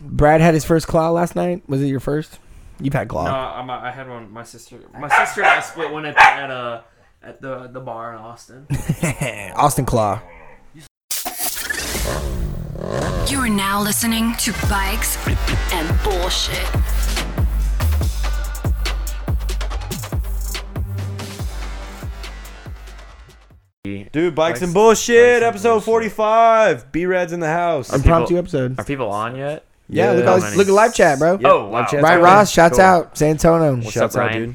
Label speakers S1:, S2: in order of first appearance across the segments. S1: Brad had his first claw last night. Was it your first? You've had claw.
S2: No, Uh,
S3: Oh.
S2: I'm, I had one. My sister, my sister and I split one at the, at, uh, at the the bar in Austin.
S1: Austin Claw.
S4: You're now listening to Bikes and Bullshit.
S3: Dude, bikes and
S5: Bikes-
S3: bullshit,
S5: Bikes and
S3: episode
S5: Bullshit.
S3: 45. B Rad's in the house.
S1: Impromptu
S5: People-
S1: episode.
S5: Are people on yet?
S1: Yeah, look,
S5: How
S1: at
S5: many?
S1: look at live chat, bro.
S3: Yeah,
S5: Oh, wow.
S3: live chat.
S1: Ryan
S3: That's
S1: Ross, shouts
S5: Cool.
S1: out. San Antonio.
S5: What's
S3: Shouts
S5: up,
S3: out,
S5: Ryan?
S3: dude.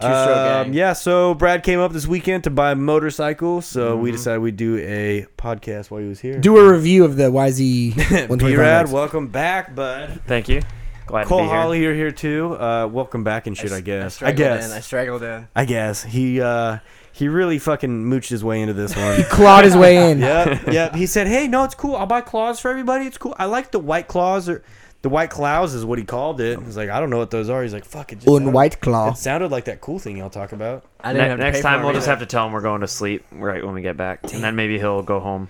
S2: Two-stroke gang.
S3: Um, yeah, so Brad came up this weekend to buy a motorcycle, so we decided we'd do a podcast while he was here.
S1: Do a review of the YZ
S3: B Rad,
S1: 125.
S3: welcome back, bud.
S5: Thank you. Glad to
S3: Cole
S5: be here.
S3: Holly, you're here too. Uh, welcome back and shit, I, guess. I guess.
S6: In. I straggled in.
S3: I guess he uh, he really fucking mooched his way into this one.
S1: Clawed his way in.
S3: yep, yep. He said, "Hey, no, it's cool. I'll buy claws for everybody. It's cool. I like the white claws or the white claws is what he called it." He's like, "I don't know what those are." He's like, "Fuck it." Just
S1: Un
S3: sounded-
S1: Oh, White Claw. Uh,
S3: It sounded like that cool thing y'all talk about.
S6: I
S5: Ne-
S6: didn't have to
S5: next
S6: pay for
S5: time
S6: them
S5: we'll just
S6: either.
S5: have to tell him we're going to sleep right when we get back, and then maybe he'll go home.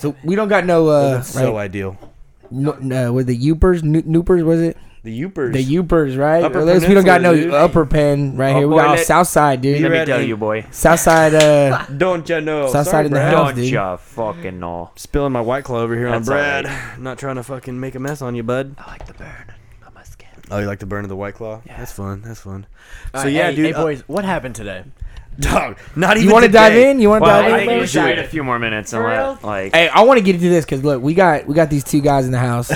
S1: So we don't got no uh
S3: That's
S1: right,
S3: so ideal.
S1: no, no, were the Upers N- Noopers was it
S3: The Upers.
S1: the Upers right?
S3: Upper
S1: At least we don't got no
S3: Peninsula, dude.
S1: upper pen right
S5: Oh,
S1: here. We
S5: boy,
S1: got all
S5: let-
S1: South Side, dude.
S3: You
S5: Let me
S3: read
S5: tell
S3: in-
S5: you, boy.
S1: South Side. Uh,
S3: don't ya know?
S1: Southside
S3: Oh, Sorry,
S1: in the
S3: Brad.
S1: house.
S5: Don't
S1: dude.
S5: ya fucking know.
S3: Spilling my white claw over here
S5: That's
S3: on Brad.
S5: all
S3: Not trying to fucking make a mess on you, bud.
S5: I like the burn on my skin.
S3: Oh, you like the burn of the white claw? That's fun. That's fun.
S6: All
S3: so
S6: right,
S3: yeah,
S6: hey,
S3: dude.
S6: Hey,
S3: uh,
S6: boys, what happened today?
S3: dog. Not even.
S1: you want to dive
S3: today.
S1: in? You want to
S5: Well,
S1: dive
S5: I
S1: in?
S5: think we
S1: baby?
S5: should wait a few more minutes and let like.
S1: Hey, I want to get into this because look, we got we got these two guys in the house.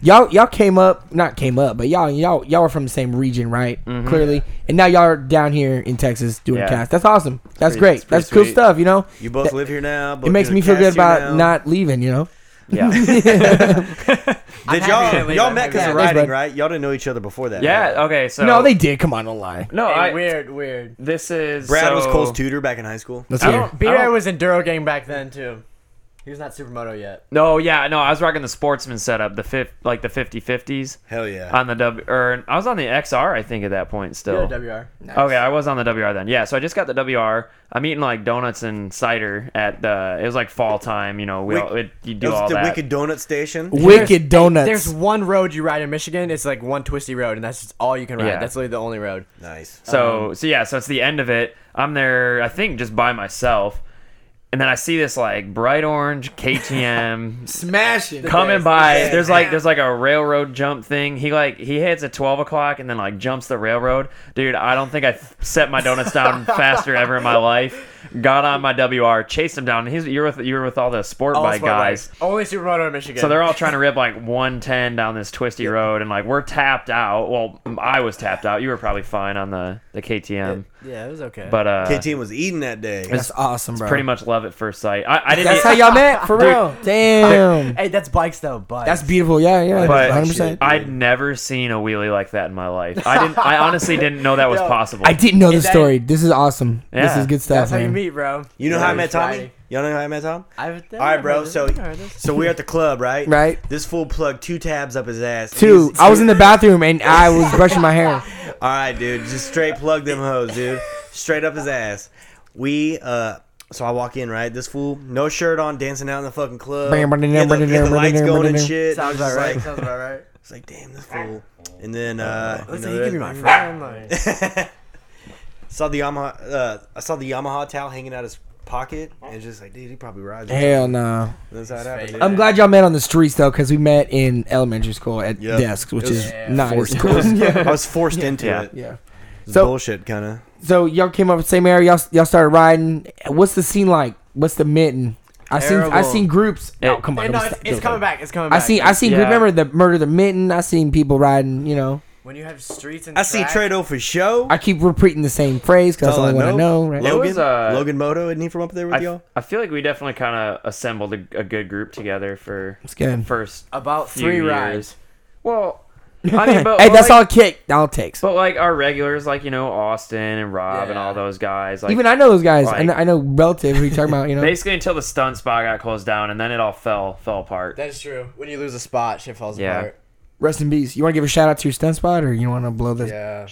S1: y'all y'all came up, not came up, but y'all y'all y'all are from the same region, right? Clearly, and now y'all are down here in Texas doing
S5: Yeah.
S1: cast. That's awesome. That's
S3: pretty-
S1: great.
S3: it's pretty
S1: That's cool
S3: sweet.
S1: stuff. You know,
S3: You both live here now. both
S1: it makes
S3: doing
S1: me feel
S3: casts
S1: good
S3: here
S1: about
S3: now.
S1: not leaving. You know,
S5: Yeah.
S3: Did
S6: happy to
S3: y'all
S6: leave
S3: y'all
S6: it.
S3: met because
S6: Yeah,
S1: thanks,
S3: of riding,
S1: bud.
S3: right? Y'all didn't know each other before that. right?
S5: yeah. Okay. So
S1: no, they did. Come on, don't lie.
S5: No,
S6: Hey,
S5: I.
S6: weird, weird.
S5: This is
S3: Brad was
S5: so-
S3: Cole's tutor back in high school.
S1: Let's
S5: I
S1: hear. it.
S5: don't- I
S6: B-Ray
S5: don't-
S6: was in Duro Gang back then, too. He was not Supermoto yet.
S5: No, yeah, no, I was rocking the sportsman setup, the fifth, like the 50 50s
S3: Hell yeah.
S5: on the W, or I was on the XR, I think, at that point
S6: You're
S5: still.
S6: a WR.
S5: Okay, I was on the WR then. Yeah, so I just got the WR. I'm eating like donuts and cider at the. It was like fall time, you know. We
S3: Wick-
S5: all, it, you do
S3: It was
S5: all
S3: the
S5: that.
S3: Wicked Donut Station.
S1: Wicked donuts.
S6: There's one road you ride in Michigan. It's like one twisty road, and that's just all you can ride.
S5: Yeah.
S6: That's literally the only road.
S3: Nice.
S5: So so yeah, so it's the end of it. I'm there, I think, just by myself, and then I see this like bright orange KTM
S1: smashing.
S5: coming by. There's like there's like a railroad jump thing. He like he hits at twelve o'clock and then like jumps the railroad. Dude, I don't think I set my donuts down faster ever in my life. Got on my WR, chased him down. He's you're with you're with all the sport
S6: All
S5: bike
S6: sport
S5: guys.
S6: bikes. Only Supermoto in Michigan.
S5: So they're all trying to rip like 110 down this twisty road, and like we're tapped out. Well, I was tapped out. You were probably fine on the the KTM,
S6: Yeah, it was okay.
S5: but uh,
S3: KTM was eating that day.
S1: That's awesome, bro.
S5: pretty much love at first sight. I, I didn't. e-
S1: That's how y'all met for real.
S5: uh,
S1: Damn.
S6: hey, that's bikes though. Bikes.
S1: That's beautiful. Yeah, yeah.
S5: But
S1: 100%.
S5: I'd never seen a wheelie like that in my life. I didn't. I honestly didn't know that was possible.
S1: I didn't know the
S6: Is that-
S1: story. This is awesome. This
S5: Yeah.
S1: is good stuff,
S6: That's how you
S1: man.
S6: meet, bro.
S3: You know how I met
S6: Friday.
S3: Tommy? Y'all know how I met Tom?
S6: I've,
S3: All right, bro. So, so we're at the club, right?
S1: Right.
S3: This fool plugged two tabs up his ass.
S1: Two.
S3: He's-
S1: I was in the bathroom and I was brushing my hair.
S3: All right, dude. Just straight plug them hoes, dude. Straight up his ass. We uh. So I walk in, right? This fool, no shirt on, dancing out in the fucking club.
S1: Bam, bam,
S3: Get the,
S1: bam,
S3: get the
S1: bam,
S3: lights
S1: bam,
S3: going and
S1: bam.
S3: shit.
S6: sounds
S3: It's
S6: about right.
S3: like-
S6: sounds about right.
S3: It's like, damn, this fool. And then, uh, you
S6: Listen,
S3: know,
S6: you
S3: that-
S6: can be my friend. Like,
S3: saw the Yamaha. Uh, I saw the Yamaha towel hanging out his pocket, and just like, dude, he probably rides. it.
S1: Hell no.
S3: That's how it happened. dude.
S1: I'm glad y'all met on the streets though, because we met in elementary school at
S3: Yep.
S1: desks, which
S3: It was
S1: is not as
S3: forced.
S1: cool.
S3: I was forced into
S5: Yeah.
S3: it.
S1: yeah.
S3: It's
S1: So-
S3: bullshit, kind of.
S1: So y'all came up the same area. Y'all y'all started riding. What's the scene like? What's the mitten? I seen I
S6: Terrible.
S1: seen groups. No,
S5: It-
S1: come on.
S6: Hey,
S1: don't
S6: no,
S1: stop-
S6: it's,
S1: don't
S6: it's coming
S1: stop.
S6: back. It's coming
S1: I
S6: back.
S1: seen I seen.
S5: Yeah.
S1: Remember the murder of the mitten? I seen people riding. You know.
S6: When you have streets and
S3: I see
S6: track-
S3: Trado for show.
S1: I keep repeating the same phrase because that's the
S3: all
S1: only one I know. Right?
S3: Logan,
S5: was, uh,
S3: Logan Moto, isn't he from up there with
S5: I,
S3: y'all?
S5: I feel like we definitely kind of assembled a, a good group together for
S1: It's good.
S5: first
S6: about
S5: few
S6: three
S5: years.
S6: rides.
S5: Well, I mean, but
S1: hey, that's
S5: like,
S1: all kick. All it takes.
S5: But like our regulars, like you know Austin and Rob and
S6: Yeah.
S5: all those guys, like
S1: Even I know those guys. I,
S5: like-
S1: know, I know relative who you talking about. You know.
S5: basically until the stunt spot got closed down and then it all fell fell apart.
S6: That's true. When you lose a spot, shit falls
S5: Yeah.
S6: apart.
S1: Rest in peace. You want to give a shout out to your stunt spot, or you want to blow this?
S6: Yeah.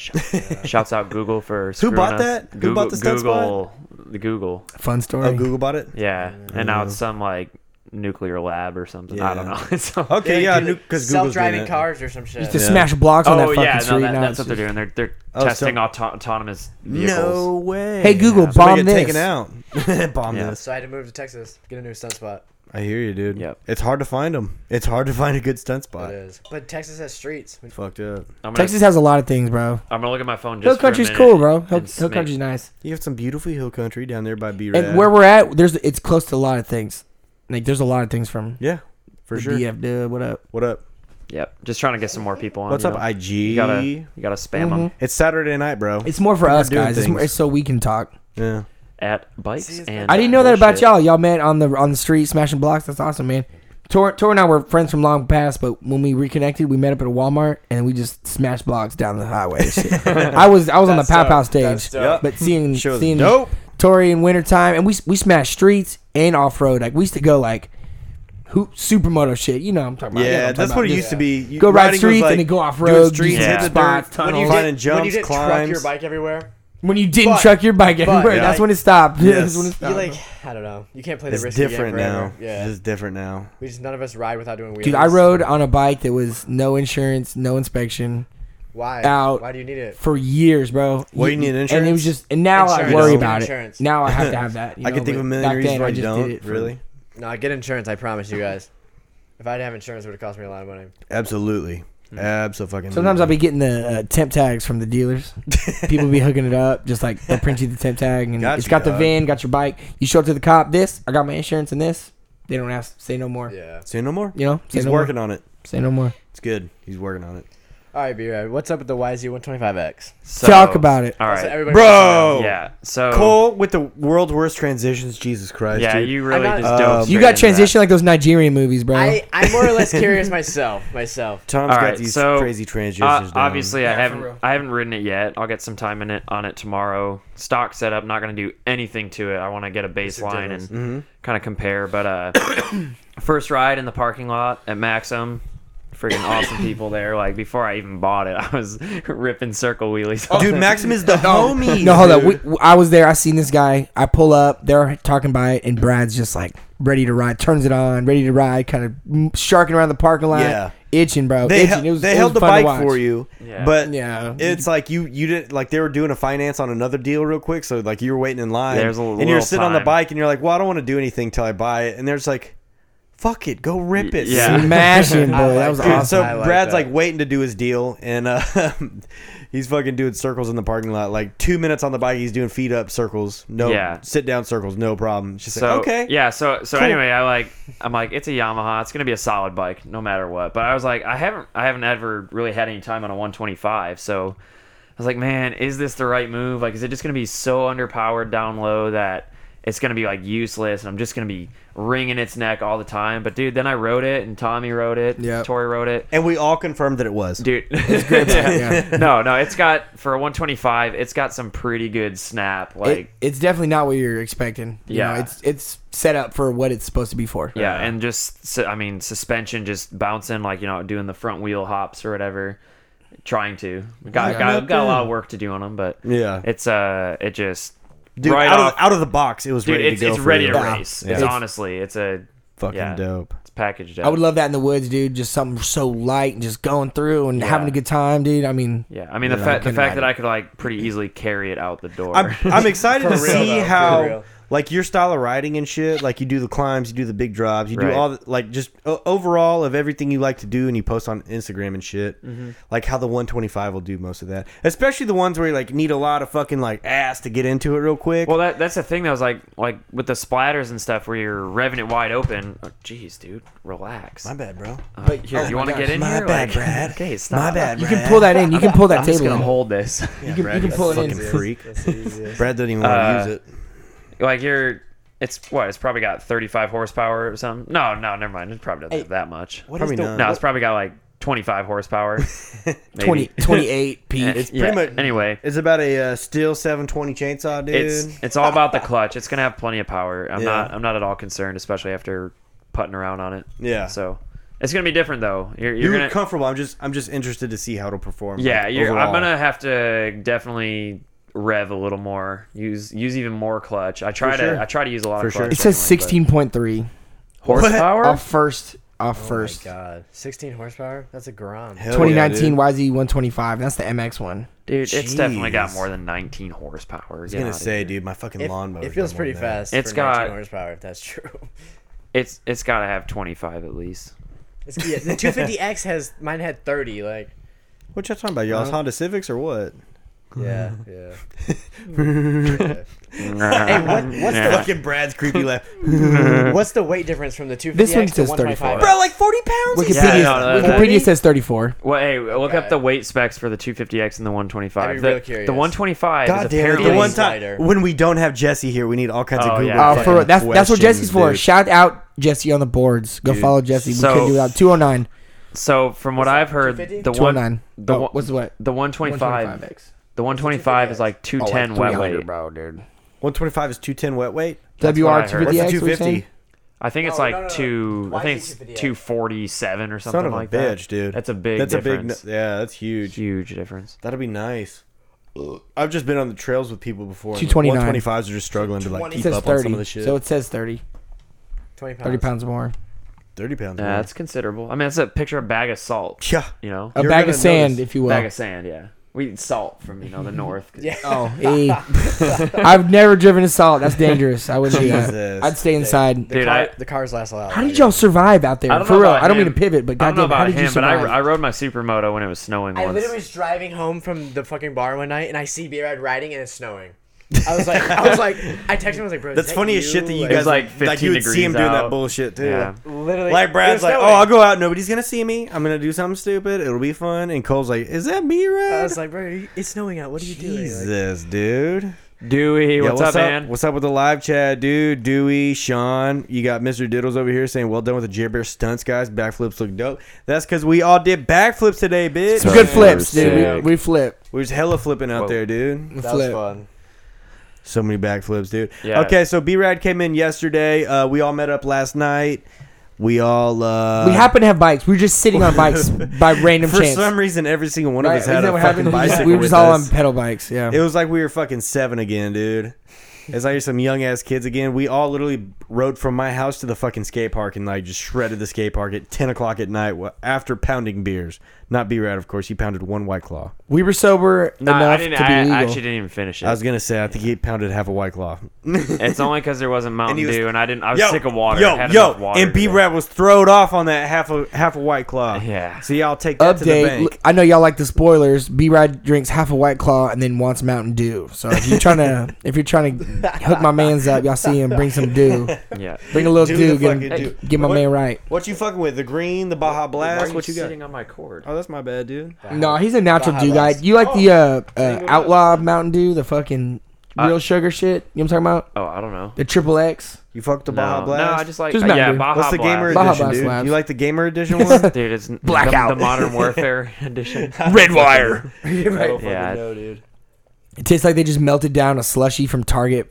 S5: Shouts out Google for
S3: Who bought
S5: screwing us.
S3: that? Who
S5: Google,
S3: bought the stunt
S5: Google, the Google.
S1: Fun story.
S3: Oh, Google bought it.
S5: Yeah, and now it's some like nuclear lab or something. I don't
S3: Yeah.
S5: know. It's all-
S3: Okay, yeah, because Google's doing
S7: self-driving
S3: it.
S7: cars or some shit.
S1: Used to smash blocks on that
S5: Oh
S1: fucking
S5: yeah, no,
S1: street.
S5: that,
S1: now
S5: that's
S1: it's
S5: what they're
S1: just-
S5: doing. They're they're
S3: Oh, so-
S5: testing auto- autonomous vehicles.
S3: No way.
S1: Hey Google,
S3: Somebody
S1: bomb
S3: get
S1: this.
S3: taken out. bomb
S5: Yeah.
S3: this.
S7: So I had to move to Texas, get a new stunt spot.
S3: I hear you, dude.
S5: Yep.
S3: It's hard to find them. It's hard to find a good stunt spot.
S7: It is. But Texas has streets.
S3: Fucked up.
S5: I'm gonna,
S1: Texas has a lot of things, bro.
S5: I'm gonna look at my phone. Just
S1: Hill
S5: for a
S1: country's
S5: minute
S1: cool, bro. Hill,
S5: and
S1: Hill
S5: make-
S1: country's nice.
S3: You have some beautiful hill country down there by B.
S1: And where we're at, there's it's close to a lot of things. Like there's a lot of things from
S3: yeah, for
S1: the
S3: sure.
S1: DF dub. What up?
S3: What up?
S5: Yep. Just trying to get some more people on.
S3: What's
S5: you
S3: up,
S5: know?
S3: IG?
S5: You gotta you gotta spam
S1: Mm-hmm.
S5: them
S3: It's Saturday night, bro.
S1: It's more for
S3: We're
S1: us
S3: doing
S1: guys. It's,
S3: things.
S1: more, it's so we can talk.
S3: yeah.
S5: at bikes
S7: See, it's
S5: and.
S7: not-
S1: I didn't know that about
S5: bullshit.
S1: y'all. Y'all met on the on the street smashing blocks. That's awesome, man. Tor, Tor and I were friends from long past, but when we reconnected, we met up at a Walmart and we just smashed blocks down the highway. and shit. I was I was on the
S7: That's
S1: Pow Pow
S7: dope. That's
S1: stage,
S7: dope.
S1: but seeing
S3: Shit was
S1: seeing
S3: dope.
S1: Tori in wintertime, and we we smashed streets and off road. Like we used to go like hoop supermoto shit. You know what I'm talking about. You know
S3: Yeah,
S1: I'm
S3: that's
S1: taling
S3: what it
S1: about.
S3: used to be. You,
S1: Go ride
S3: riding was
S1: streets and
S3: like
S1: then go off
S3: doing
S1: road,
S3: Streets,
S1: do
S3: hit
S5: some
S3: the
S1: spots,
S3: dirt,
S1: tunnels. When you
S3: finding jumps,
S7: when you didn't truck
S3: climbs.
S7: your bike everywhere,
S1: When you didn't
S7: But-
S1: truck your bike
S7: but,
S1: everywhere, that's
S7: like-
S1: when it stopped.
S3: Yes.
S1: that's when it
S7: you
S5: Um,
S1: stopped.
S7: like I don't know. You can't play the
S3: It's
S7: risky game
S3: different
S7: forever.
S3: now.
S7: Yeah,
S3: It's different now.
S7: we just none of us ride without doing wheelies.
S1: Dude, I rode on a bike that was no insurance, no inspection
S7: Why?
S1: out.
S7: Why do you need it?
S1: for years, bro.
S3: Well, you need
S1: And it
S3: insurance?
S1: was just, and now
S7: Insurance.
S1: I worry
S3: You don't.
S1: about
S7: Insurance.
S1: it. Now I have to have that. you
S3: I
S1: know,
S3: could think
S1: but
S3: of a million
S1: back
S3: reasons
S1: then,
S3: why
S1: I
S3: you
S1: just
S3: don't.
S1: did it for-
S3: really?
S7: No, I get insurance. I promise you guys. If I'd have insurance, it would have cost me a lot of money.
S3: Absolutely. Absolutely.
S1: Mm-hmm. Sometimes I'll be getting the uh, temp tags from the dealers. People be hooking it up, just like they'll print you the temp tag, and
S3: Got
S1: it's
S3: you,
S1: got the
S3: dog.
S1: van, got your bike. You show up to the cop. This, I got my insurance and this. They don't ask. Say no more.
S7: Yeah.
S3: Say no more.
S1: You know, say
S3: He's
S1: no
S3: working
S1: More.
S3: on it.
S1: Say no more.
S3: It's good. He's working on it.
S7: All right, B Rad. What's up with the YZ125X?
S5: So-
S1: Talk about it.
S5: All
S7: So
S5: right.
S7: everybody-
S1: Oh.
S3: Bro.
S5: Yeah. So.
S3: Cole with the world's worst transitions. Jesus Christ.
S5: Yeah,
S3: dude.
S5: you really
S7: I got-
S5: just dove
S3: Um,
S5: straight
S1: You got
S5: into that.
S1: transition like those Nigerian movies, bro.
S7: I I'm more or less curious myself. Myself.
S3: Tom's
S5: All
S3: got
S5: right,
S3: these
S5: so
S3: crazy transitions.
S5: uh,
S3: down.
S5: obviously, I
S1: Yeah, for
S5: haven't
S1: real.
S5: I haven't ridden it yet. I'll get some time in it on it tomorrow. Stock setup, not going to do anything to it. I want to get a baseline and
S3: Mm-hmm.
S5: kind of compare. But uh, first ride in the parking lot at Maxim, freaking awesome people there. Like before I even bought it, I was ripping circle wheelies.
S3: Dude, Maxim is the homie.
S1: No, hold up.
S3: dude.
S1: We, w- I was there. I seen this guy. I pull up. They're talking about it, and Brad's just like ready to ride. Turns it on, ready to ride. Kind of sharking around the parking lot.
S3: Yeah.
S1: itching, bro.
S3: they,
S1: itching.
S3: hel-
S1: It was-
S3: they
S1: it was
S3: held the
S1: fun to
S3: bike
S1: watch.
S3: for you,
S5: Yeah.
S3: but
S1: Yeah.
S3: it's like you you didn't like they were doing a finance on another deal real quick, so like you were waiting in line,
S5: There's a
S3: and
S5: little
S3: you're sitting on the
S5: time.
S3: bike, and you're like, well, I don't want to do anything till I buy it, and there's like, fuck it, go rip it,
S5: Yeah.
S3: son.
S1: Smashing,
S7: I
S1: boy.
S7: like
S1: That was
S7: it.
S3: Dude,
S1: awesome.
S3: so
S7: I like
S3: Brad's
S7: that.
S3: like waiting to do his deal, and uh, he's fucking doing circles in the parking lot. Like two minutes on the bike, he's doing feet up circles, no
S5: Yeah.
S3: sit down circles, no problem. It's just
S5: So
S3: like, okay,
S5: Yeah. So so
S3: Cool.
S5: anyway, I like I'm like it's a Yamaha. It's gonna be a solid bike no matter what. But I was like I haven't I haven't ever really had any time on a 125. So I was like, man, is this the right move? Like, is it just gonna be so underpowered down low that it's gonna be like useless and I'm just gonna be wringing its neck all the time? But dude, then I rode it and Tommy rode it.
S1: Yep.
S5: Tori rode it.
S3: and we all confirmed that it was.
S5: Dude, no, no, it's got for a 125, it's got some pretty good snap. Like,
S1: It- it's definitely not what you're expecting. You
S5: Yeah.
S1: know, it's it's set up for what it's supposed to be for.
S5: Yeah,
S3: Uh,
S5: and just su- I mean suspension just bouncing like you know doing the front wheel hops or whatever, trying to got
S1: Yeah.
S5: got,
S3: Not
S5: got a lot
S3: bad.
S5: of work to do on them, but
S3: Yeah.
S5: it's uh it just
S3: Dude,
S5: right
S3: out,
S5: off,
S3: of, out of the box, it was
S5: dude
S3: ready
S5: it's
S3: to go.
S5: it's
S3: for
S5: ready
S3: you.
S5: to
S1: Yeah.
S5: race.
S3: Yeah.
S5: It's
S3: It's-
S5: honestly it's a
S3: Fucking
S5: yeah,
S3: dope.
S5: It's packaged. Up.
S1: I would love that in the woods, dude. Just something so light and just going through and having a good time, dude. I mean,
S5: Yeah, I mean the
S1: I
S5: fact the
S1: couldn't
S5: fact
S1: ride
S5: that
S1: it.
S5: I could like pretty easily carry it out the door.
S3: I'm, I'm excited
S7: For
S3: to
S7: real,
S3: see
S7: though, for
S3: how
S7: real.
S3: like your style of riding and shit. Like you do the climbs, you do the big drops, you
S5: Right.
S3: do all the, like just o- overall of everything you like to do, and you post on Instagram and shit.
S5: Mm-hmm.
S3: Like how the 125 will do most of that, especially the ones where you like need a lot of fucking like ass to get into it real quick.
S5: well, that that's the thing that was like like with the splatters and stuff where you're revving it wide open. Oh, Jeez, dude, relax.
S3: my bad, bro.
S5: Uh, here, you want to get in
S3: My
S5: here?
S3: bad,
S5: Like,
S3: Brad.
S5: Okay, stop.
S3: My bad.
S1: you can pull that in. You can pull that
S5: I'm just
S1: table in.
S5: gonna hold this.
S1: you, can, you can pull it in.
S3: Fucking freak. Brad doesn't even want to
S5: Uh,
S3: use it.
S5: like you're it's what it's probably got 35 horsepower or something no no never mind it probably doesn't have that much
S7: What
S3: Probably
S7: is the
S3: not.
S5: no it's probably got like 25 horsepower
S1: 20, 28 peak.
S5: it's
S3: pretty much-
S5: anyway
S3: It's about a uh, steel 720 chainsaw, dude.
S5: it's it's all about the clutch it's gonna have plenty of power i'm
S3: Yeah.
S5: not i'm not at all concerned especially after putting around on it
S3: Yeah.
S5: so it's gonna be different though you're, you're
S3: you're
S5: gonna
S3: comfortable. I'm just I'm just interested to see how it'll perform.
S5: yeah
S3: like,
S5: you're i'm
S3: overall.
S5: gonna have to definitely rev a little more use use even more clutch i try to
S3: sure.
S5: i try to use a lot
S3: For
S5: of
S3: sure.
S5: clutch
S1: It says
S5: anyway, but-
S1: 16.3.
S5: horsepower.
S1: Off first.
S3: Oh
S1: Off first.
S7: My God, 16 horsepower? That's a Grom.
S3: Hell yeah,
S1: 2019
S3: dude.
S1: YZ125. That's the MX one.
S5: Dude, it's definitely got
S3: Jeez.
S5: more than 19 horsepower.
S3: I was gonna say, dude, my fucking
S7: If-
S3: lawnmower.
S7: it feels
S3: done
S7: pretty
S3: more than that.
S7: fast.
S5: It's
S7: for 19
S5: got-
S7: horsepower. If that's true.
S5: It's it's got to have 25 at least.
S7: It's, yeah, the 250X has mine had 30. Like
S3: What y'all talking about, y'all? Honda Civics or what?
S7: yeah, yeah.
S5: hey,
S7: what- what's the-
S3: Fucking Brad's creepy laugh.
S7: What's the weight difference from the 250X
S1: one
S7: to
S1: says
S7: 125?
S1: 34.
S3: Bro, like 40 pounds?
S1: Wikipedia,
S5: Yeah, no, no,
S1: Wikipedia
S5: that-
S1: says 34.
S5: Well, hey, look
S7: Okay.
S5: up the weight specs for the 250X and the 125.
S7: I'd be
S5: the,
S7: real
S5: the
S7: curious.
S5: 125
S3: God
S5: is
S3: damn it.
S5: apparently
S3: The one
S7: Slider.
S3: time when we don't have Jesse here, we need all kinds
S5: Oh,
S3: of Google.
S5: yeah.
S1: Uh, for,
S3: fucking
S1: that's that's what
S3: questions,
S1: Jesse's for.
S3: dude.
S1: Shout out Jesse on the boards. Go
S3: Dude.
S1: follow Jesse. We
S5: So-
S1: couldn't do without 209.
S5: So from what I've heard,
S7: 250?
S5: the one
S1: 209.
S5: the
S1: oh,
S5: one-
S1: what's what?
S5: the 125
S1: 125X.
S5: the 125 is like 210 wet
S1: 300,
S5: weight.
S1: bro, dude.
S3: 125 is 210 wet weight.
S5: what I
S1: WR
S5: heard. What's
S3: What's the
S1: 250X. we're saying?
S3: 250?
S5: I think it's
S7: No,
S5: like
S7: no, no, no.
S5: two.
S7: Why
S5: I think
S7: is
S5: it's
S7: it 250X?
S5: 247 or something
S3: Son of a
S5: like that.
S3: bitch, dude.
S5: That's a big.
S3: That's
S5: difference.
S3: a big. Yeah, that's huge.
S5: huge difference.
S3: That'll be nice. I've just been on the trails with people before. and
S1: 229.
S3: 125s are just struggling to like
S1: It
S3: keep
S1: says
S3: up on some of
S1: 30.
S3: the shit.
S1: So it says 30.
S7: 20 pounds.
S1: 30 pounds more.
S3: 30 pounds.
S5: Yeah,
S3: man.
S5: that's considerable. I mean, that's a picture of a bag of salt.
S3: yeah.
S5: You know,
S1: A
S3: You're
S1: bag
S3: gonna
S1: of sand,
S3: notice.
S1: if you will.
S5: bag of sand. Yeah, we eat salt from you know the north. 'cause-
S7: Yeah.
S1: Oh, eh. I've never driven a salt. That's dangerous. I wouldn't do that.
S3: Jesus.
S1: I'd stay inside.
S5: Dude,
S7: Car-
S5: I,
S7: the cars last a while.
S1: How did y'all survive out
S5: I
S1: there?
S5: don't
S1: For
S5: know
S1: real,
S5: about
S1: I don't mean
S5: him.
S1: to pivot, but
S5: I don't know
S1: goddamn,
S5: about
S1: how did
S5: him,
S1: you
S5: but I,
S1: survive?
S5: I rode my supermoto when it was snowing
S7: I
S5: once.
S7: literally was driving home from the fucking bar one night and I see B-Rad riding and it's snowing. I was like, I was like, I texted him. I was like, bro, is
S3: That's
S7: that
S3: funny as
S7: you?
S3: shit that you
S5: It
S3: guys
S5: was, like,
S3: like
S5: 15
S3: you would see him
S5: degrees
S3: doing that
S5: out.
S3: bullshit too.
S5: Yeah.
S7: literally
S3: Like Brad's
S7: it was
S3: like, oh,
S7: snowing.
S3: I'll go out. Nobody's gonna see me. I'm gonna do something stupid. It'll be fun. And Cole's like, is that me,
S7: I
S3: Rad?
S7: was like, bro, it's snowing out. What are you doing? Like,
S3: Jesus, dude.
S5: Dewey,
S3: Yeah,
S5: what's, up, man?
S3: What's up with the live chat, dude? Dewey, Sean, you got Mr. Diddles over here saying, "Well done with the jibber stunts, guys. Backflips look dope." That's because we all did backflips today, bitch.
S1: Some good flips, dude. We, we flip.
S3: We was hella flipping out
S5: Whoa.
S3: there, dude.
S1: We
S7: that was
S1: flip.
S7: fun.
S3: So many backflips, dude.
S5: Yeah.
S3: Okay, so B Rad came in yesterday. Uh, we all met up last night. We all uh,
S1: we happen to have bikes. We were just sitting on bikes by random
S3: for
S1: chance.
S3: some reason every single one of
S1: Right?
S3: us
S1: Isn't
S3: had
S1: that
S3: a
S1: what
S3: fucking
S1: happened? We just-
S3: bicycle.
S1: We were just
S3: with
S1: all
S3: us.
S1: on pedal bikes. Yeah.
S3: It was like we were fucking seven again, dude. It's like some young ass kids again. We all literally rode from my house to the fucking skate park and like just shredded the skate park at ten o'clock at night wh- after pounding beers. Not B Rad, of course. He pounded one White Claw.
S1: we were sober
S5: Nah, I
S1: enough to
S5: didn't.
S1: be
S5: I,
S1: legal.
S5: I actually didn't even finish it.
S3: I was gonna say I think he pounded half a White Claw.
S5: it's only because there wasn't Mountain
S3: he was-
S5: Dew, and I didn't. I was sick of water. I
S3: Yo,
S5: had
S3: yo,
S5: enough water
S3: and B
S5: today.
S3: Rad was throwed off on that half a half a White Claw.
S5: Yeah.
S3: So y'all take that to the
S1: Update.
S3: bank.
S1: l- I know y'all like the spoilers. B Ride drinks half a White Claw and then wants Mountain Dew. So if you're trying to if you're trying to hook my man's up, y'all see him bring some Dew.
S5: Yeah.
S1: Bring a little
S3: Do
S1: Dew.
S3: the
S1: Get,
S3: fucking Dew.
S1: get my
S3: What-
S1: man right.
S3: What you fucking with? The green, the Baja Blast. What you got?
S5: sitting on my cord?
S3: Oh, that's my bad, dude.
S1: No, he's a natural
S7: Baja
S1: Dew guy.
S7: Blast.
S1: You like
S3: Oh.
S1: the uh, uh, outlaw Mountain Dew, the fucking real sugar shit. You know what I'm talking about?
S5: Oh, I don't know.
S1: The triple X.
S3: You fucked the
S5: No,
S3: Baja Blast.
S5: no, I just like
S1: Just
S5: uh,
S1: Mountain
S5: yeah.
S1: Dew.
S5: Baja
S3: What's the
S5: Blast.
S3: gamer
S1: Baja
S3: edition,
S1: Blast
S3: dude?
S1: Labs.
S3: You like the gamer edition one?
S5: dude. It's n-
S1: Blackout.
S5: The, the Modern Warfare edition.
S1: Red Wire.
S5: Yeah, know,
S3: dude.
S1: It tastes like they just melted down a slushy from Target,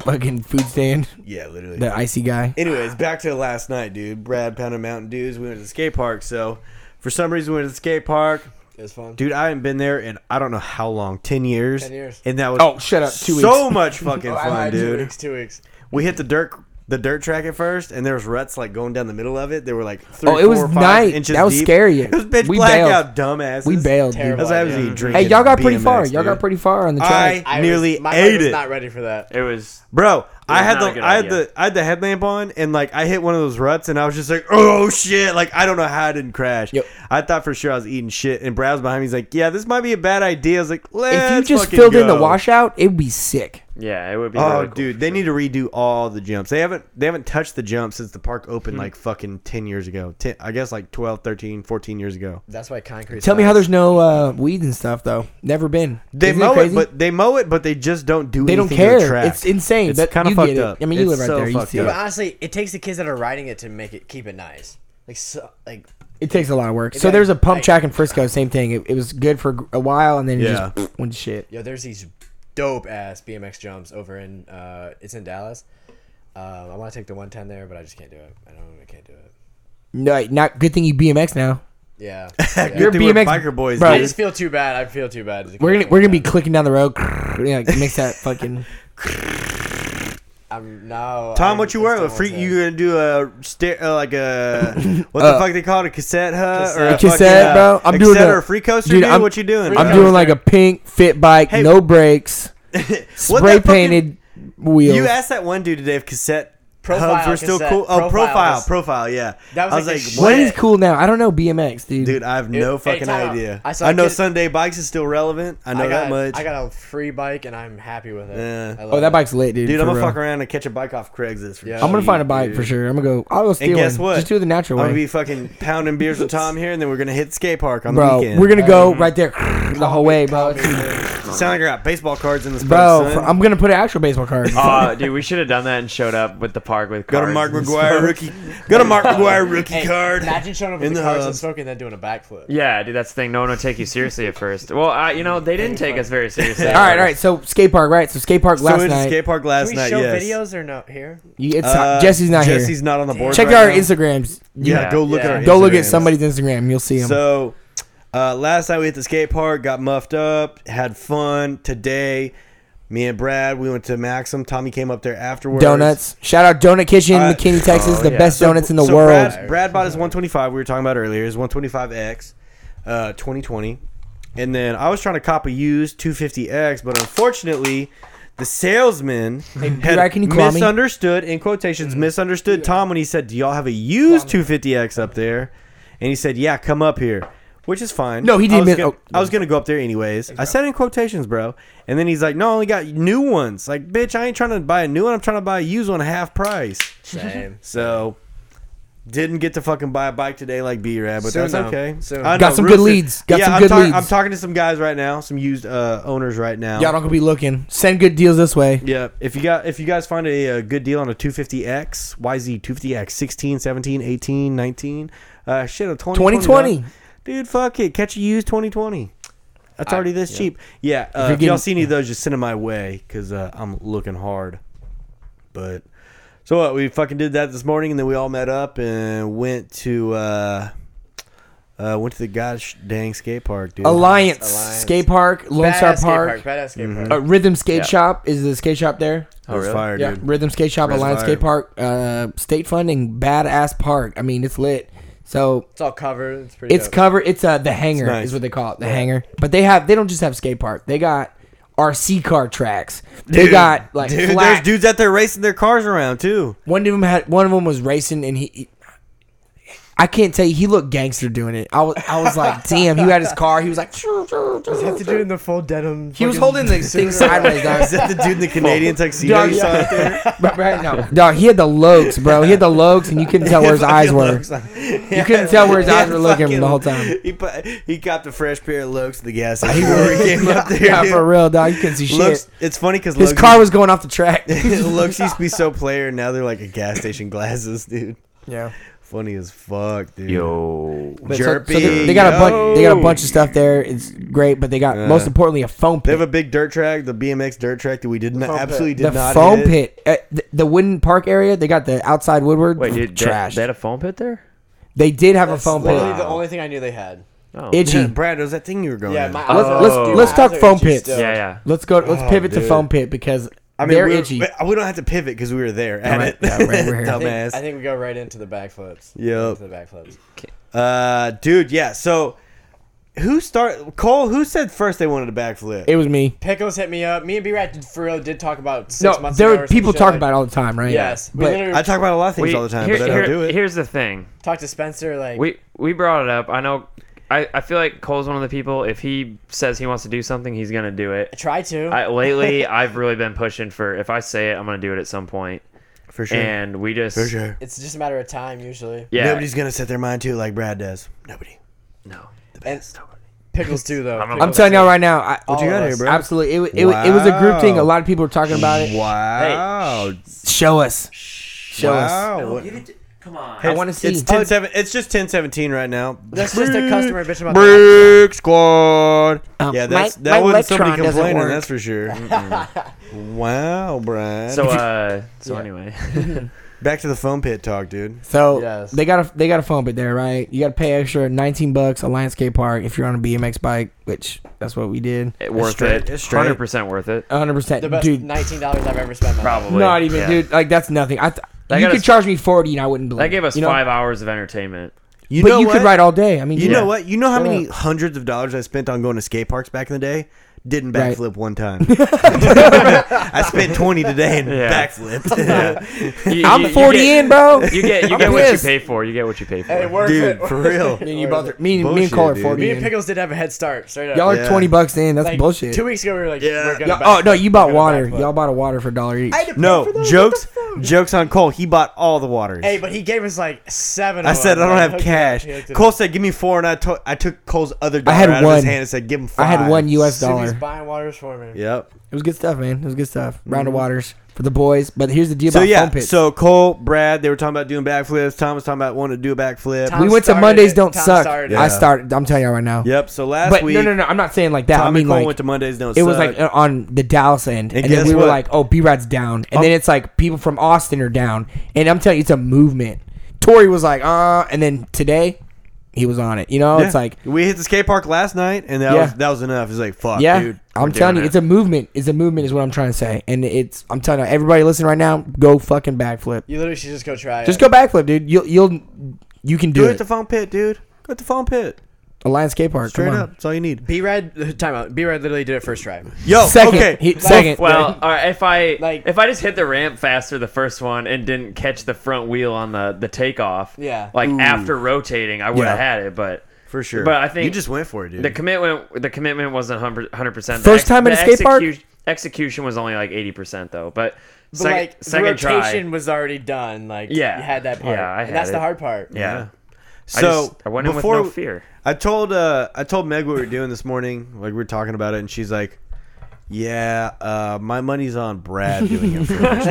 S1: fucking food stand.
S3: Yeah, literally.
S1: The icy guy.
S3: Anyways, back to last night, dude. Brad pounded Mountain Dews. We went to the skate park. So, for some reason, we went to the skate park.
S7: It was fun.
S3: Dude, I haven't been there in I don't know how long, ten years. Oh,
S7: 10 years.
S3: And that was
S1: Oh, shut up. Two
S3: so
S1: weeks.
S3: much fucking fun,
S7: Oh, Two
S3: dude.
S7: weeks. Two weeks.
S3: We hit the dirt the dirt track at first, and there was ruts like going down the middle of it. They were like three,
S1: Oh, it was
S3: four, five
S1: night.
S3: inches
S1: That was
S3: deep.
S1: scary.
S3: It was bitch
S1: We
S3: blackout, dumbass.
S1: We bailed, dude.
S7: Terrible.
S3: That's why I was eating drinking.
S1: Hey, y'all got pretty
S3: BMX,
S1: far. Y'all got
S3: dude.
S1: pretty far on the
S3: I
S1: track.
S7: I
S3: nearly
S7: was, my leg
S3: ate
S7: was
S3: it.
S7: not ready for that.
S5: It was.
S3: Bro,
S5: was
S3: I had
S5: not a
S3: the
S5: good
S3: I had
S5: idea.
S3: the I had the headlamp on and like I hit one of those ruts and I was just like, oh shit! Like I don't know how I didn't crash.
S1: Yep.
S3: I thought for sure I was eating shit and Brad was behind me. He's like, yeah, this might be a bad idea. I was like, let's
S1: if you just
S3: fucking
S1: filled in the
S3: go."
S1: washout, it would be sick.
S5: Yeah, it would be.
S3: Oh,
S5: really cool
S3: dude,
S5: for
S3: they
S5: sure.
S3: need to redo all the jumps. They haven't they haven't touched the jump since the park opened
S1: Hmm.
S3: like fucking 10 years ago. 10, I guess like 12, 13, 14 years ago.
S7: That's why concrete.
S1: Tell me how
S7: sucks.
S1: there's no uh, weeds and stuff though. Never been.
S3: They
S1: Isn't
S3: mow it,
S1: crazy?
S3: but they mow it, but they just don't do
S1: they don't
S3: anything to the
S1: care.
S3: track.
S1: It's insane.
S3: It's
S1: That-
S3: kinda
S1: you
S3: fucked
S1: get it.
S3: up.
S1: I mean, you live
S3: It's
S1: right
S3: so
S1: there. You
S3: fucked
S1: see
S7: But
S1: it.
S3: up.
S7: honestly, it takes the kids that are riding it to make it keep it nice. Like so, like
S1: It takes a lot of work.
S7: It
S1: So
S7: does.
S1: there's a pump
S7: I-
S1: track in Frisco. Same thing. It, it was good for a while, and then it
S3: Yeah.
S1: just went to shit.
S7: yo, there's these dope ass BMX jumps over in uh, it's in Dallas. Um, I want to take the 110 there, but I just can't do it. I don't, I can't do it.
S1: No, not good thing you BMX now.
S7: Yeah,
S3: Good
S1: You're
S7: yeah.
S3: thing we're
S1: BMX
S3: biker boys,
S1: bro.
S7: I
S3: dude.
S7: just feel too bad. I feel too bad.
S1: We're gonna we're gonna be clicking down the road. Yeah, like, mix that fucking.
S7: I I'm now.
S3: Tom,
S7: I'm-
S3: what you
S7: I
S3: wearing?
S7: still
S3: A freak?
S7: want to-
S3: You gonna do a sta- uh, like a what the fuck they call it? A cassette, huh? Or
S1: Uh, A
S3: fucking,
S1: cassette,
S3: uh,
S1: bro. I'm
S3: a
S1: doing
S3: cassette
S1: a-
S3: or a free coaster,
S1: dude,
S3: dude.
S1: I'm-
S3: what you doing?
S1: I'm doing like a pink fit bike,
S3: Hey,
S1: no brakes,
S3: What that
S1: spray painted wheels.
S3: You asked that one dude today if cassette
S7: Profile
S3: hubs were still
S7: cassette.
S3: cool. Oh,
S7: Profile
S3: profile,
S7: was-
S3: profile. Yeah,
S7: That was
S3: I was
S7: like
S3: like,
S7: his
S3: what?
S1: what is
S7: shit.
S1: cool now? I don't know BMX, dude.
S3: Dude, I have no
S7: It- hey,
S3: fucking
S7: time out.
S3: idea.
S7: I
S3: I,
S7: saw a
S3: know
S7: kid-
S3: Sunday Bikes is still relevant. I know
S7: I got,
S3: that much.
S7: I got a free bike and I'm happy with it.
S3: Yeah.
S7: I love
S1: oh, that
S7: it.
S1: bike's lit, dude.
S3: dude,
S1: for
S3: I'm gonna
S1: real.
S3: fuck around and catch a bike off Craigslist. For
S7: Yeah.
S1: I'm gonna
S3: cheap,
S1: find a bike
S3: dude.
S1: for sure. I'm gonna go. I'll go steal
S3: And guess
S1: one.
S3: what?
S1: Just do it the natural
S3: I'm
S1: way,
S3: gonna be fucking pounding beers with Tom here, and then we're gonna hit the skate park on the
S1: bro.
S3: weekend.
S1: We're gonna go right there the whole way, bro.
S3: sound like I got baseball cards in this
S1: Bro,
S3: place,
S1: for,
S3: son.
S1: I'm gonna put an actual baseball card.
S5: Uh, dude, we should have done that and showed up with the park with
S3: Go to
S5: cards
S3: Mark
S5: and
S3: McGuire
S5: stuff.
S3: rookie. Go to Mark McGuire rookie
S7: Hey,
S3: card.
S7: Imagine showing up
S3: In
S7: with the
S3: the
S7: cars
S3: hub.
S7: and smoking, then doing a backflip.
S5: Yeah, dude, that's the thing. No one would take you seriously at first. Well, I, you know, they didn't take us very seriously.
S1: all right, all right. So skate park, right? So skate park
S3: So we
S1: last
S3: went to
S1: night.
S3: skate park
S7: Can
S3: last
S7: we
S3: night.
S7: show
S3: yes.
S7: videos or no here?
S1: You- it's
S3: Uh,
S1: Jesse's not here.
S3: Jesse's not on the board.
S1: Check
S3: right
S1: our
S3: now.
S1: Instagrams.
S3: Yeah,
S5: Yeah.
S3: go look at
S7: Yeah.
S3: our.
S1: Go look at
S3: Instagrams.
S1: somebody's Instagram. You'll see him.
S3: So, uh, last night we hit the skate park, got muffed up, had fun. Today, me and Brad, we went to Maxim. Tommy came up there afterwards.
S1: donuts. Shout out Donut Kitchen,
S3: Uh,
S1: McKinney, Texas. the
S5: yeah.
S1: best donuts in the
S3: so
S1: world.
S3: Brad, Brad bought his 125. We were talking about earlier. His 125X, uh, 2020, and then I was trying to cop a used 250X, but unfortunately. The salesman
S1: Brad,
S3: had
S1: can you claw me? Mm-hmm.
S3: misunderstood, in quotations, misunderstood Tom when he said, "Do y'all have a used 250X up there?" And he said, "Yeah, come up here," which is fine.
S1: No, he
S3: I
S1: didn't
S3: was
S1: mis-
S3: gonna-
S1: oh.
S3: I was gonna go up there anyways. I said in quotations, bro. And then he's like, "No, I only got new ones." Like, bitch, I ain't trying to buy a new one. I'm trying to buy a used one half price.
S7: Same.
S3: So didn't get to fucking buy a bike today like B Rad, but
S7: Soon,
S3: that's
S7: though.
S3: okay.
S7: Soon.
S3: I
S1: Got
S3: know,
S1: some
S3: real
S1: good
S3: soon.
S1: leads. Got
S3: yeah,
S1: some
S3: I'm
S1: good
S3: talk-
S1: leads.
S3: I'm talking to some guys right now, some used uh, owners right now.
S1: Y'all don't be looking. Send good deals this way.
S3: yeah, if you got if you guys find a, uh good deal on a 250X, YZ 250X 16, 17, 18, 19, uh shit, a 2020.
S1: 2020.
S3: dog. Dude, fuck it. Catch a used 2020. That's already this cheap. Yeah, uh, if,
S1: you're
S3: y'all
S1: getting-
S3: see any of those, just send them my way because uh, I'm looking hard. But so what? We fucking did that this morning, and then we all met up and went to uh, uh, went to the gosh dang skate park, dude.
S1: Alliance,
S7: Alliance.
S1: Skate Park, Lone Star
S7: Badass skate
S1: Park.
S7: park. Badass skate park.
S1: Uh, Rhythm Skate Shop is the skate shop there.
S3: It was fire,
S1: Oh, yeah,
S3: dude.
S1: Rhythm Skate Shop,
S3: Res
S1: Alliance
S3: Fire.
S1: Skate Park, uh, state funding, badass park. I mean, it's lit. So
S7: It's all covered. It's pretty.
S1: it's
S7: dope.
S1: covered. It's uh, the hangar
S3: nice.
S1: is what they call it, the hangar. But they have they don't just have skate park. They got RC car tracks. They got like
S3: Dude,
S1: flat.
S3: there's dudes out there racing their cars around too.
S1: One of them had one of them was racing and he. he- I can't tell you. He looked gangster doing it. I was, I was like, damn. He had his car. He was like,
S7: Have to do it in the full denim.
S1: he was
S7: fucking-
S1: holding the thing sideways. dog.
S3: Is that the dude in the Canadian tuxedo
S1: Dog,
S3: you
S1: yeah.
S3: saw out there?
S1: Right, right now. Dog, he had the lokes, bro. He had the lokes, and you couldn't tell where his eyes were. You couldn't tell where his eyes were looking the whole time.
S3: He put, he copped a fresh pair of looks at the gas station before he came up there.
S1: Yeah,
S3: dude.
S1: for real, dog. You couldn't see shit.
S3: Looks, it's funny because
S1: his car was going off the track.
S3: looks used to be so player, and now they're like a gas station glasses, dude.
S1: yeah.
S3: Funny as fuck, dude.
S5: Yo.
S1: But so- so
S3: Jerpy,
S1: they, they got a bunch. They got a
S3: yo.
S1: bunch of stuff there. It's great, but they got most importantly a foam
S3: They
S1: pit.
S3: have a big dirt track, the BMX dirt track that we did not absolutely did
S1: the
S3: not
S1: foam pit,
S3: hit.
S1: uh, the, the wooden park area. They got the outside Woodward.
S5: Wait, dude,
S1: trash.
S5: They, they had a phone pit there?
S1: They did have a
S7: That's
S1: foam
S7: literally
S1: pit.
S7: the only thing I knew they had.
S5: Oh.
S1: Itchy.
S3: Brad, it was that thing you were going?
S7: Yeah,
S3: in.
S7: my
S1: Let's
S7: eyes are-
S1: let's,
S7: dude,
S1: let's
S7: my
S1: talk
S7: eyes are
S1: foam
S7: itchy
S1: pits.
S7: still.
S5: Yeah, yeah.
S1: Let's go. Let's
S3: Oh,
S1: pivot to
S3: dude.
S1: foam pit because
S3: I mean,
S1: they're
S3: we're-
S1: itchy.
S3: but We don't have to pivot because we were there at
S1: Right,
S3: it.
S1: yeah, right, we're here.
S7: I think, I
S3: Dumbass.
S7: think we go right into the backflips.
S3: Yep.
S7: Into the backflips.
S3: Uh, dude, yeah. So, who start? Cole, who said first they wanted a backflip?
S1: it was me.
S7: Pickles hit me up. Me and B Rat did, for real did talk about six
S1: No,
S7: months
S1: there
S7: ago.
S1: were people talk about it all the time, right?
S7: Yes, we
S1: but
S7: literally
S3: I talk about a lot of things
S5: We-
S3: all the time,
S5: here-
S3: but I don't
S5: here-
S3: do it.
S5: Here's the thing.
S7: talked to Spencer like
S5: We we brought it up. I know. I, I feel like Cole's one of the people. If he says he wants to do something, he's gonna do it.
S7: try to.
S5: I, lately, I've really been pushing for. If I say it, I'm gonna do it at some point.
S3: for sure.
S5: And we just
S3: for sure.
S7: it's just a matter of time usually.
S5: yeah.
S3: Nobody's gonna set their mind to it like Brad does. Nobody.
S5: no.
S7: And Pickles too though.
S5: I'm-
S1: I'm
S7: Pickles
S1: telling
S7: too.
S1: y'all right now, I,
S7: What you got
S3: here, bro?
S1: absolutely, it, wa- it, wa- it was a group thing. A lot of people were talking about it.
S3: Wow.
S1: Show us, show us.
S3: wow.
S2: No, give it to- come on.
S1: I want to see.
S3: It's ten seven. It's just ten seventeen right now.
S7: That's just a customer bitch about the
S3: Brick squad.
S1: Um,
S3: yeah, that's,
S1: my-
S3: that
S1: my
S3: wasn't somebody
S1: Electron doesn't
S3: complaining.
S1: work.
S3: That's for sure. Mm-mm. wow, Brad.
S5: So uh. So anyway.
S3: Back to the foam pit talk, dude.
S1: So
S7: Yes.
S1: they got a they got a phone pit there, right? You got to pay extra nineteen bucks a Lion Skate Park if you're on a BMX bike, which that's what we did.
S5: It, worth
S3: straight-
S5: it.
S3: it's straight.
S5: Hundred percent worth it.
S1: One hundred
S7: The best
S1: percent, dude.
S7: nineteen dollars I've ever spent. in My life.
S5: Probably
S1: Not even,
S5: Yeah.
S1: dude. Like that's nothing. I th-
S5: That
S1: you
S5: got
S1: could
S5: us-
S1: charge me forty and I wouldn't believe.
S5: That gave us
S1: you know?
S5: five hours of entertainment.
S3: You
S1: but
S3: know
S1: you
S3: what?
S1: could ride all day. I mean,
S3: You
S1: yeah.
S3: know what? You know how
S1: Shut
S3: many
S1: up.
S3: hundreds of dollars I spent on going to skate parks back in the day? Didn't
S1: Right.
S3: backflip one time. I spent twenty today and
S5: Yeah.
S3: backflipped. Yeah.
S5: You-
S1: I'm
S5: you- you
S1: forty
S5: get-
S1: in, bro.
S5: You get you
S1: I'm
S5: get what you
S1: pissed.
S5: pay for. You get what you pay for.
S7: Hey, worth
S3: Dude,
S7: it.
S3: for real.
S1: Me and you both. are- Me and me and
S3: Bullshit,
S1: Cole are
S3: dude.
S1: forty.
S7: Me and
S1: in.
S7: Pickles did have a head start. Straight up.
S1: Y'all are
S3: Yeah.
S1: twenty bucks in. That's
S7: Like,
S1: bullshit.
S7: Two weeks ago, we were like,
S3: Yeah.
S7: we're gonna
S1: Y'all-
S7: back-
S1: oh no, you bought
S7: we're gonna
S1: water.
S7: backflip.
S1: Y'all bought a water for a dollar each.
S7: I had to pay for
S3: No
S7: those.
S3: jokes.
S7: What the fuck?
S3: Jokes on Cole. He bought all the waters.
S7: Hey, but he gave us like seven.
S3: I
S7: of
S3: said
S7: them.
S3: I don't
S7: Like,
S3: have
S7: hooked it up.
S3: cash.
S7: He hooked it
S3: Cole
S7: up.
S3: said, "Give me four, and I, to- I took Cole's other dollar
S1: I had
S3: out of his
S1: one.
S3: hand and said, "Give him
S1: I
S3: five.
S1: had one U.S.
S7: Soon he's
S1: dollar.
S7: buying waters for me.
S3: Yep.
S1: It was good stuff, man. It was good stuff. Round of
S7: Mm-hmm.
S1: waters for the boys. But here's the deal
S3: So
S1: about
S3: yeah.
S1: foam pits.
S3: So Cole, Brad, they were talking about doing backflips. Tom was talking about wanting to do a backflip.
S7: Tom-
S1: we went to
S7: started
S1: Mondays
S7: it.
S1: Don't
S7: Tom
S1: Suck.
S7: started
S3: it.
S1: I
S3: Yeah.
S1: started. I'm telling y'all right now.
S3: Yep. So last
S1: But
S3: week,
S1: no, no, no. I'm not saying like that.
S3: Tom
S1: I mean
S3: and Cole
S1: like
S3: went to Mondays. No,
S1: it was
S3: Suck.
S1: like uh, on the Dallas end, and, then
S3: guess
S1: we were
S3: what?
S1: like, "Oh, B Rad's down," and then it's like people from Austin are down, and I'm telling you, it's a movement. Tori was like, "Uh," and then today he was on it. You know,
S3: Yeah.
S1: it's like,
S3: we hit the skate park last night, and that
S1: Yeah.
S3: was that was enough. It's like fuck,
S1: yeah,
S3: dude.
S1: I'm
S5: we're
S1: telling you,
S5: doing it.
S1: it's a movement. It's a movement, is what I'm trying to say, and it's I'm telling you, everybody listen right now, go fucking backflip,
S7: You literally should just go try
S1: just
S7: it.
S1: go backflip, dude. You'll you'll you can do,
S3: Go
S1: it.
S3: at the foam pit, dude. Go at the foam pit.
S1: Alliance Skate Park,
S3: Straight
S1: come on.
S3: up. That's all you need.
S7: B Red, time out. B Red literally did it first try.
S3: Yo.
S1: Second,
S3: Oh, okay.
S1: he- second.
S5: Well, all right, if I
S7: Like-
S5: if I just hit the ramp faster the first one and didn't catch the front wheel on the the takeoff,
S7: Yeah.
S5: like after rotating, I would have
S3: Yeah.
S5: had it. But
S3: for sure.
S5: But I think-
S3: you just went for it, dude.
S5: the commitment the commitment wasn't hundred percent.
S1: First time in a skate park?
S5: execution was only like eighty percent though. But,
S7: But
S5: second,
S7: like the
S5: second
S7: rotation
S5: try,
S7: was already done. Like
S5: Yeah.
S7: you had that part.
S5: Yeah, I
S7: and
S5: had
S7: that's
S5: it.
S7: the hard part.
S5: yeah.
S3: so
S5: I, just, I went in with no
S3: before-
S5: fear.
S3: I told uh I told Meg what we were doing this morning. Like we were talking about it, and she's like, "Yeah, uh, my money's on Brad doing it first.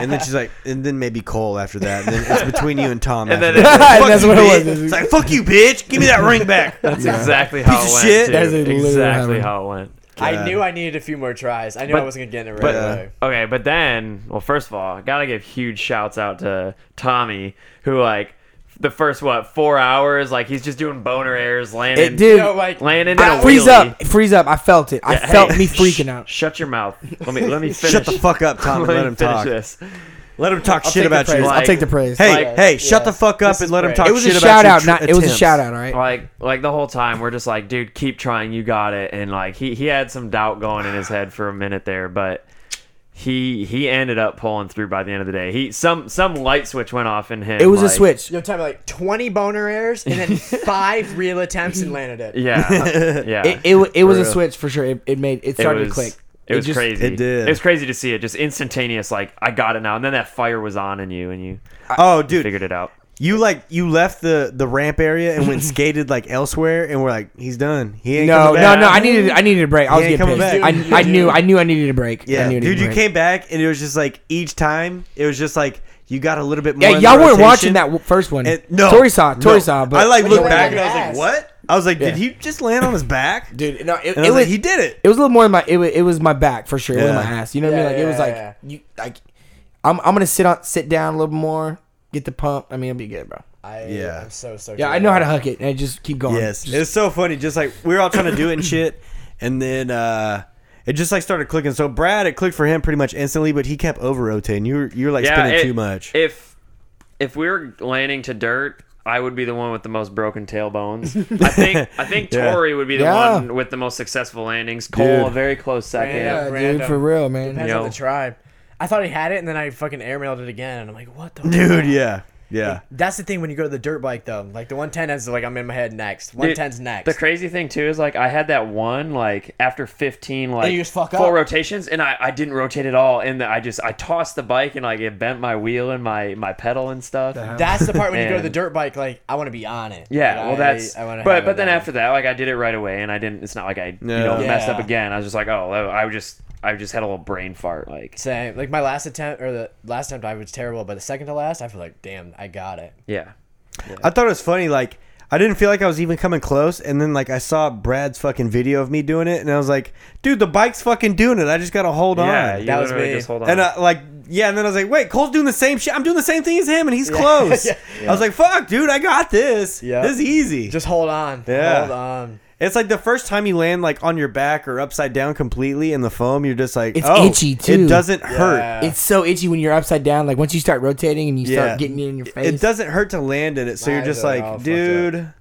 S3: and then she's like, "And then maybe Cole after that. And then it's between you and Tom."
S5: And
S3: after
S5: then
S3: that.
S5: it-
S3: Fuck
S1: that's
S3: you,
S1: what it
S3: bitch.
S1: was.
S3: It's like, "Fuck you, bitch! Give me that ring back."
S5: That's exactly how
S3: Piece of
S5: it went.
S3: shit.
S5: too.
S3: That
S1: is literally what
S5: exactly
S1: happened.
S5: how it went.
S3: Yeah.
S7: I knew I needed a few more tries. I knew
S5: But-
S7: I wasn't gonna get it right
S5: but-
S7: away.
S5: Okay, but then, well, first of all, I gotta give huge shouts out to Tommy, who like the first what four hours, like he's just doing boner airs, landing,
S1: It, dude,
S7: No, like
S5: landing. in
S1: I
S5: a
S1: freeze
S5: wheelie.
S1: up, freeze up. I felt it. I
S5: Yeah,
S1: felt
S5: hey,
S1: me
S5: sh-
S1: freaking out.
S5: Shut your mouth. Let me let me finish.
S3: Shut the fuck up, Tom, and let him
S5: finish
S3: talk.
S5: This.
S3: Let him talk shit
S1: take the
S3: about you.
S1: praise. I'll
S5: Like-
S1: take the praise.
S3: Hey,
S5: Like-
S3: hey, shut the
S7: Yeah.
S3: fuck up
S7: This
S3: and
S7: is
S3: let him
S7: great.
S3: talk
S1: it was a
S3: shit
S1: shout
S3: about
S1: out.
S3: your
S1: Not
S3: tr-
S1: it was a
S3: attempts.
S1: shout out. All right.
S5: Like like the whole time we're just like, dude, keep trying, you got it. And like he he had some doubt going in his head for a minute there, but he he ended up pulling through by the end of the day. He some some light switch went off in him.
S1: It was a
S5: like-
S1: switch.
S7: Yo, time like twenty boner airs and then five real attempts and landed it.
S5: Yeah, yeah.
S1: It it, wa- it was a
S3: real.
S1: switch for sure. It, it made it
S5: It
S1: started
S5: was-
S1: to click.
S5: It was
S1: just-
S5: crazy.
S3: it did.
S5: It was crazy to see it, just instantaneous. Like I got it now, and then that fire was on in you, and you
S3: Oh, dude,
S5: figured it out.
S3: You like you left the the ramp area and went skated like elsewhere, and we're like, he's done. He ain't
S1: No,
S3: coming
S1: no,
S3: back.
S1: no. I needed I needed a break. I was
S3: ain't
S1: getting
S3: coming
S1: pissed.
S3: back.
S1: I, I knew I knew I needed a break. I
S3: Yeah,
S1: knew I needed
S3: dude,
S1: a
S3: you
S1: break.
S3: came back and it was just like each time it was just like you got a little bit more.
S1: Yeah,
S3: in
S1: y'all
S3: the
S1: weren't watching
S3: rotation.
S1: that w- first one.
S3: And- no,
S1: Tori saw. it, Tori
S3: no.
S1: saw. it, But
S3: I like
S7: But
S3: looked
S7: you
S3: back and
S7: went
S3: I was like,
S7: ass.
S3: what? I was like, did
S1: Yeah.
S3: he just land on his back?
S1: dude. No, it,
S3: and
S1: it
S3: I was
S1: was
S3: like, he did it.
S1: it was a little more in my it was, it was my back for sure. It was
S3: Yeah.
S1: my ass. You know what I mean?
S7: Yeah,
S1: Like it
S7: yeah,
S1: was like
S7: yeah.
S1: you like I'm I'm gonna sit on sit down a little more, get the pump. I mean, it'll be good, bro.
S7: I,
S3: Yeah.
S7: I'm so stoked.
S1: Yeah, I know how to huck it and I just keep going.
S3: Yes,
S1: Just-
S3: it's so funny. Just like we were all trying to do it and shit, and then uh it just like started clicking. So Brad, it clicked for him pretty much instantly, but he kept over rotating. You were you were like spinning
S5: it-
S3: too much.
S5: If if we were landing to dirt, I would be the one with the most broken tailbones. I think I think
S3: Yeah.
S5: Tori would be the
S1: Yeah.
S5: one with the most successful landings. Cole a very close second.
S7: Yeah.
S1: yeah, dude,
S7: random.
S1: for real, man.
S7: Depends
S5: Yo.
S7: on the tribe. I thought he had it, and then I fucking airmailed it again, and I'm like, "What the
S3: Dude,
S7: fuck?
S3: yeah, yeah.
S7: That's the thing when you go to the dirt bike though. Like the 110 is like I'm in my head next.
S5: Dude,
S7: 110's next.
S5: The crazy thing too is like I had that one like after 15 like
S7: you just fuck
S5: full
S7: up.
S5: rotations and I, I didn't rotate at all and I just I tossed the bike and like it bent my wheel and my my pedal and stuff.
S7: That's the part when you go to the
S5: Man.
S7: dirt bike. Like I want to be on it.
S5: Yeah,
S7: Like,
S5: well,
S7: I-
S5: that's.
S7: I wanna
S5: but
S7: have
S5: but
S7: it
S5: then
S7: on.
S5: after that, like I did it right away, and I didn't. It's not like I you know
S3: Yeah.
S5: messed up
S7: Yeah.
S5: again. I was just like, oh, I was just I just had a little brain fart. Like
S7: same. Like my last attempt or the last attempt I was terrible, but the second to last I feel like damn I got it.
S5: yeah,
S3: I thought it was funny. Like I didn't feel like I was even coming close, and then like I saw Brad's fucking video of me doing it, and I was like, dude, the bike's fucking doing it. I just gotta hold
S5: yeah.
S3: on.
S5: You
S7: That was
S5: literally
S7: me.
S5: just hold on.
S3: and uh, I, like yeah, and then I was like, wait, Cole's doing the same shit. I'm doing the same thing as him, and he's close. I was like, fuck, dude, I got this.
S7: Yeah.
S3: this is easy.
S7: Just hold on.
S3: Yeah.
S7: Hold on.
S3: It's like the first time you land like on your back or upside down completely in the foam, you're just like,
S1: It's
S3: oh,
S1: itchy, too.
S3: It doesn't hurt.
S7: Yeah.
S1: It's so itchy when you're upside down. Like once you start rotating and you
S3: Yeah.
S1: start getting it in your face.
S3: It doesn't hurt to land in it, so
S7: My
S3: you're just
S7: eyes are all
S3: like,
S7: fucked
S3: dude,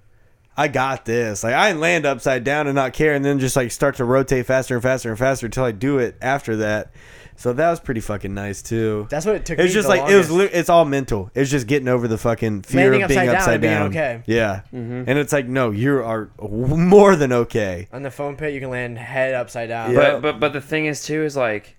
S3: I got this. Like I land upside down and not care, and then just like start to rotate faster and faster and faster until I do it after that. So that was pretty fucking nice too.
S7: That's what it took
S3: It was
S7: me
S3: just
S7: the
S3: like it was.
S7: longest.
S3: li- It's all mental. It's just getting over the fucking fear
S7: Landing
S3: of being
S7: upside down
S3: upside
S7: and being
S3: down.
S7: okay.
S3: Yeah, and it's like no, you are w- more than okay.
S7: On the foam pit, you can land head upside down.
S3: Yeah.
S5: But but but the thing is too is like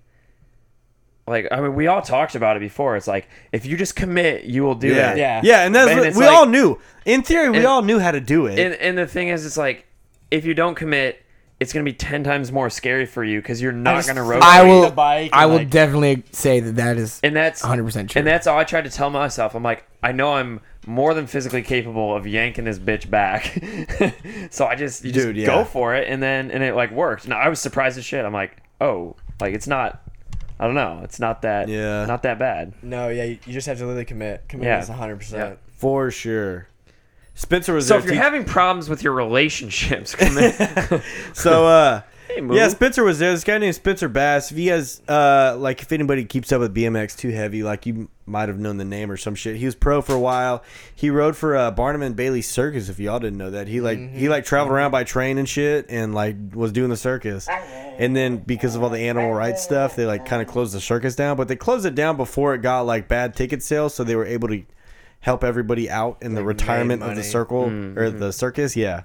S5: like I mean we all talked about it before. It's like if you just commit, you will do
S3: Yeah,
S5: it.
S7: Yeah.
S3: yeah, and that's
S5: Man,
S3: what-
S5: it's
S3: we
S5: like-
S3: all knew. In theory, we
S5: And-
S3: all knew how to do it.
S5: And and the thing is it's like if you don't commit, it's going to be 10 times more scary for you cuz you're not
S7: just-
S5: going to rotate.
S1: I will.
S7: the bike
S1: I
S7: and,
S1: will
S7: like-
S1: definitely say that that is.
S5: and that's
S1: 100% true.
S5: And that's all I tried to tell myself. I'm like, I know I'm more than physically capable of yanking this bitch back. so I just, you just
S3: Dude, yeah.
S5: go for it, and then and it like worked. And I was surprised as shit. I'm like, oh, like it's not. I don't know. It's not that.
S3: Yeah.
S5: Not that bad.
S7: No, yeah, you you just have to literally commit. Commit
S5: Yeah.
S7: is 100%.
S3: for sure. Spencer was
S5: So
S3: there
S5: if you're
S3: te-
S5: having problems with your relationships, commit.
S3: So uh
S5: Moo.
S3: yeah, Spencer was there. This guy named Spencer Bass. If you guys uh like if anybody keeps up with BMX too heavy, like you might have known the name or some shit. He was pro for a while. He rode for uh, Barnum and Bailey Circus. If y'all didn't know that, he like he like traveled around by train and shit, and like was doing the circus. And then because of all the animal rights stuff, they like kind of closed the circus down. But they closed it down before it got like bad ticket sales, so they were able to help everybody out in the retirement of the
S7: money.
S3: circle or the circus. Yeah.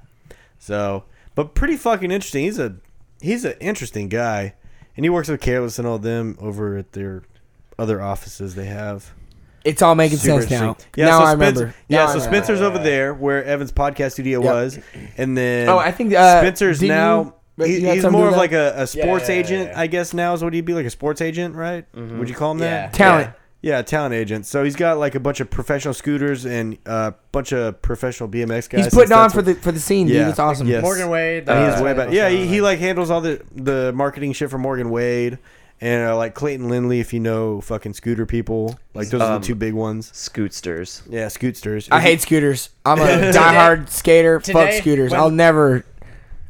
S3: So, but pretty fucking interesting. He's a he's an interesting guy, and he works with Careless and all them over at their other offices they have.
S1: It's all making
S3: Super
S1: sense now.
S3: interesting. Yeah,
S1: now
S3: so
S1: I
S3: Spencer,
S1: remember.
S3: Yeah,
S1: Now I
S3: so
S1: remember.
S3: Spencer's over there where Evan's podcast studio
S1: Yep.
S3: was, and then
S1: Oh, I think, uh,
S3: Spencer's
S1: didn't you-
S3: now.
S1: but
S3: he-
S1: you had
S3: he's
S1: something
S3: more
S1: to
S3: of
S1: that?
S3: like a, a sports
S7: yeah, yeah,
S3: agent,
S7: yeah.
S3: I guess. Now is what he'd be like a sports agent, right?
S1: Mm-hmm.
S3: Would you call him that?
S7: Yeah.
S1: Talent.
S3: Yeah, talent agent. So he's got like a bunch of professional scooters and a bunch of professional BMX guys.
S1: He's putting
S3: since
S1: on
S3: that's
S1: for
S3: what-
S1: the for the scene,
S3: Yeah.
S1: dude. It's awesome.
S3: Yes.
S7: Morgan Wade. uh,
S3: And
S7: that's
S3: he's
S7: what
S3: way
S7: it
S3: back.
S7: was
S3: Yeah, he,
S7: on,
S3: he
S7: like-
S3: like handles all the the marketing shit for Morgan Wade and uh, like Clayton Lindley. If you know fucking scooter people, like those are
S5: Um,
S3: the two big ones.
S5: Scootsters.
S3: Yeah, scootsters.
S1: I hate scooters. I'm a diehard skater. Fuck
S7: today,
S1: scooters.
S7: when-
S1: I'll never,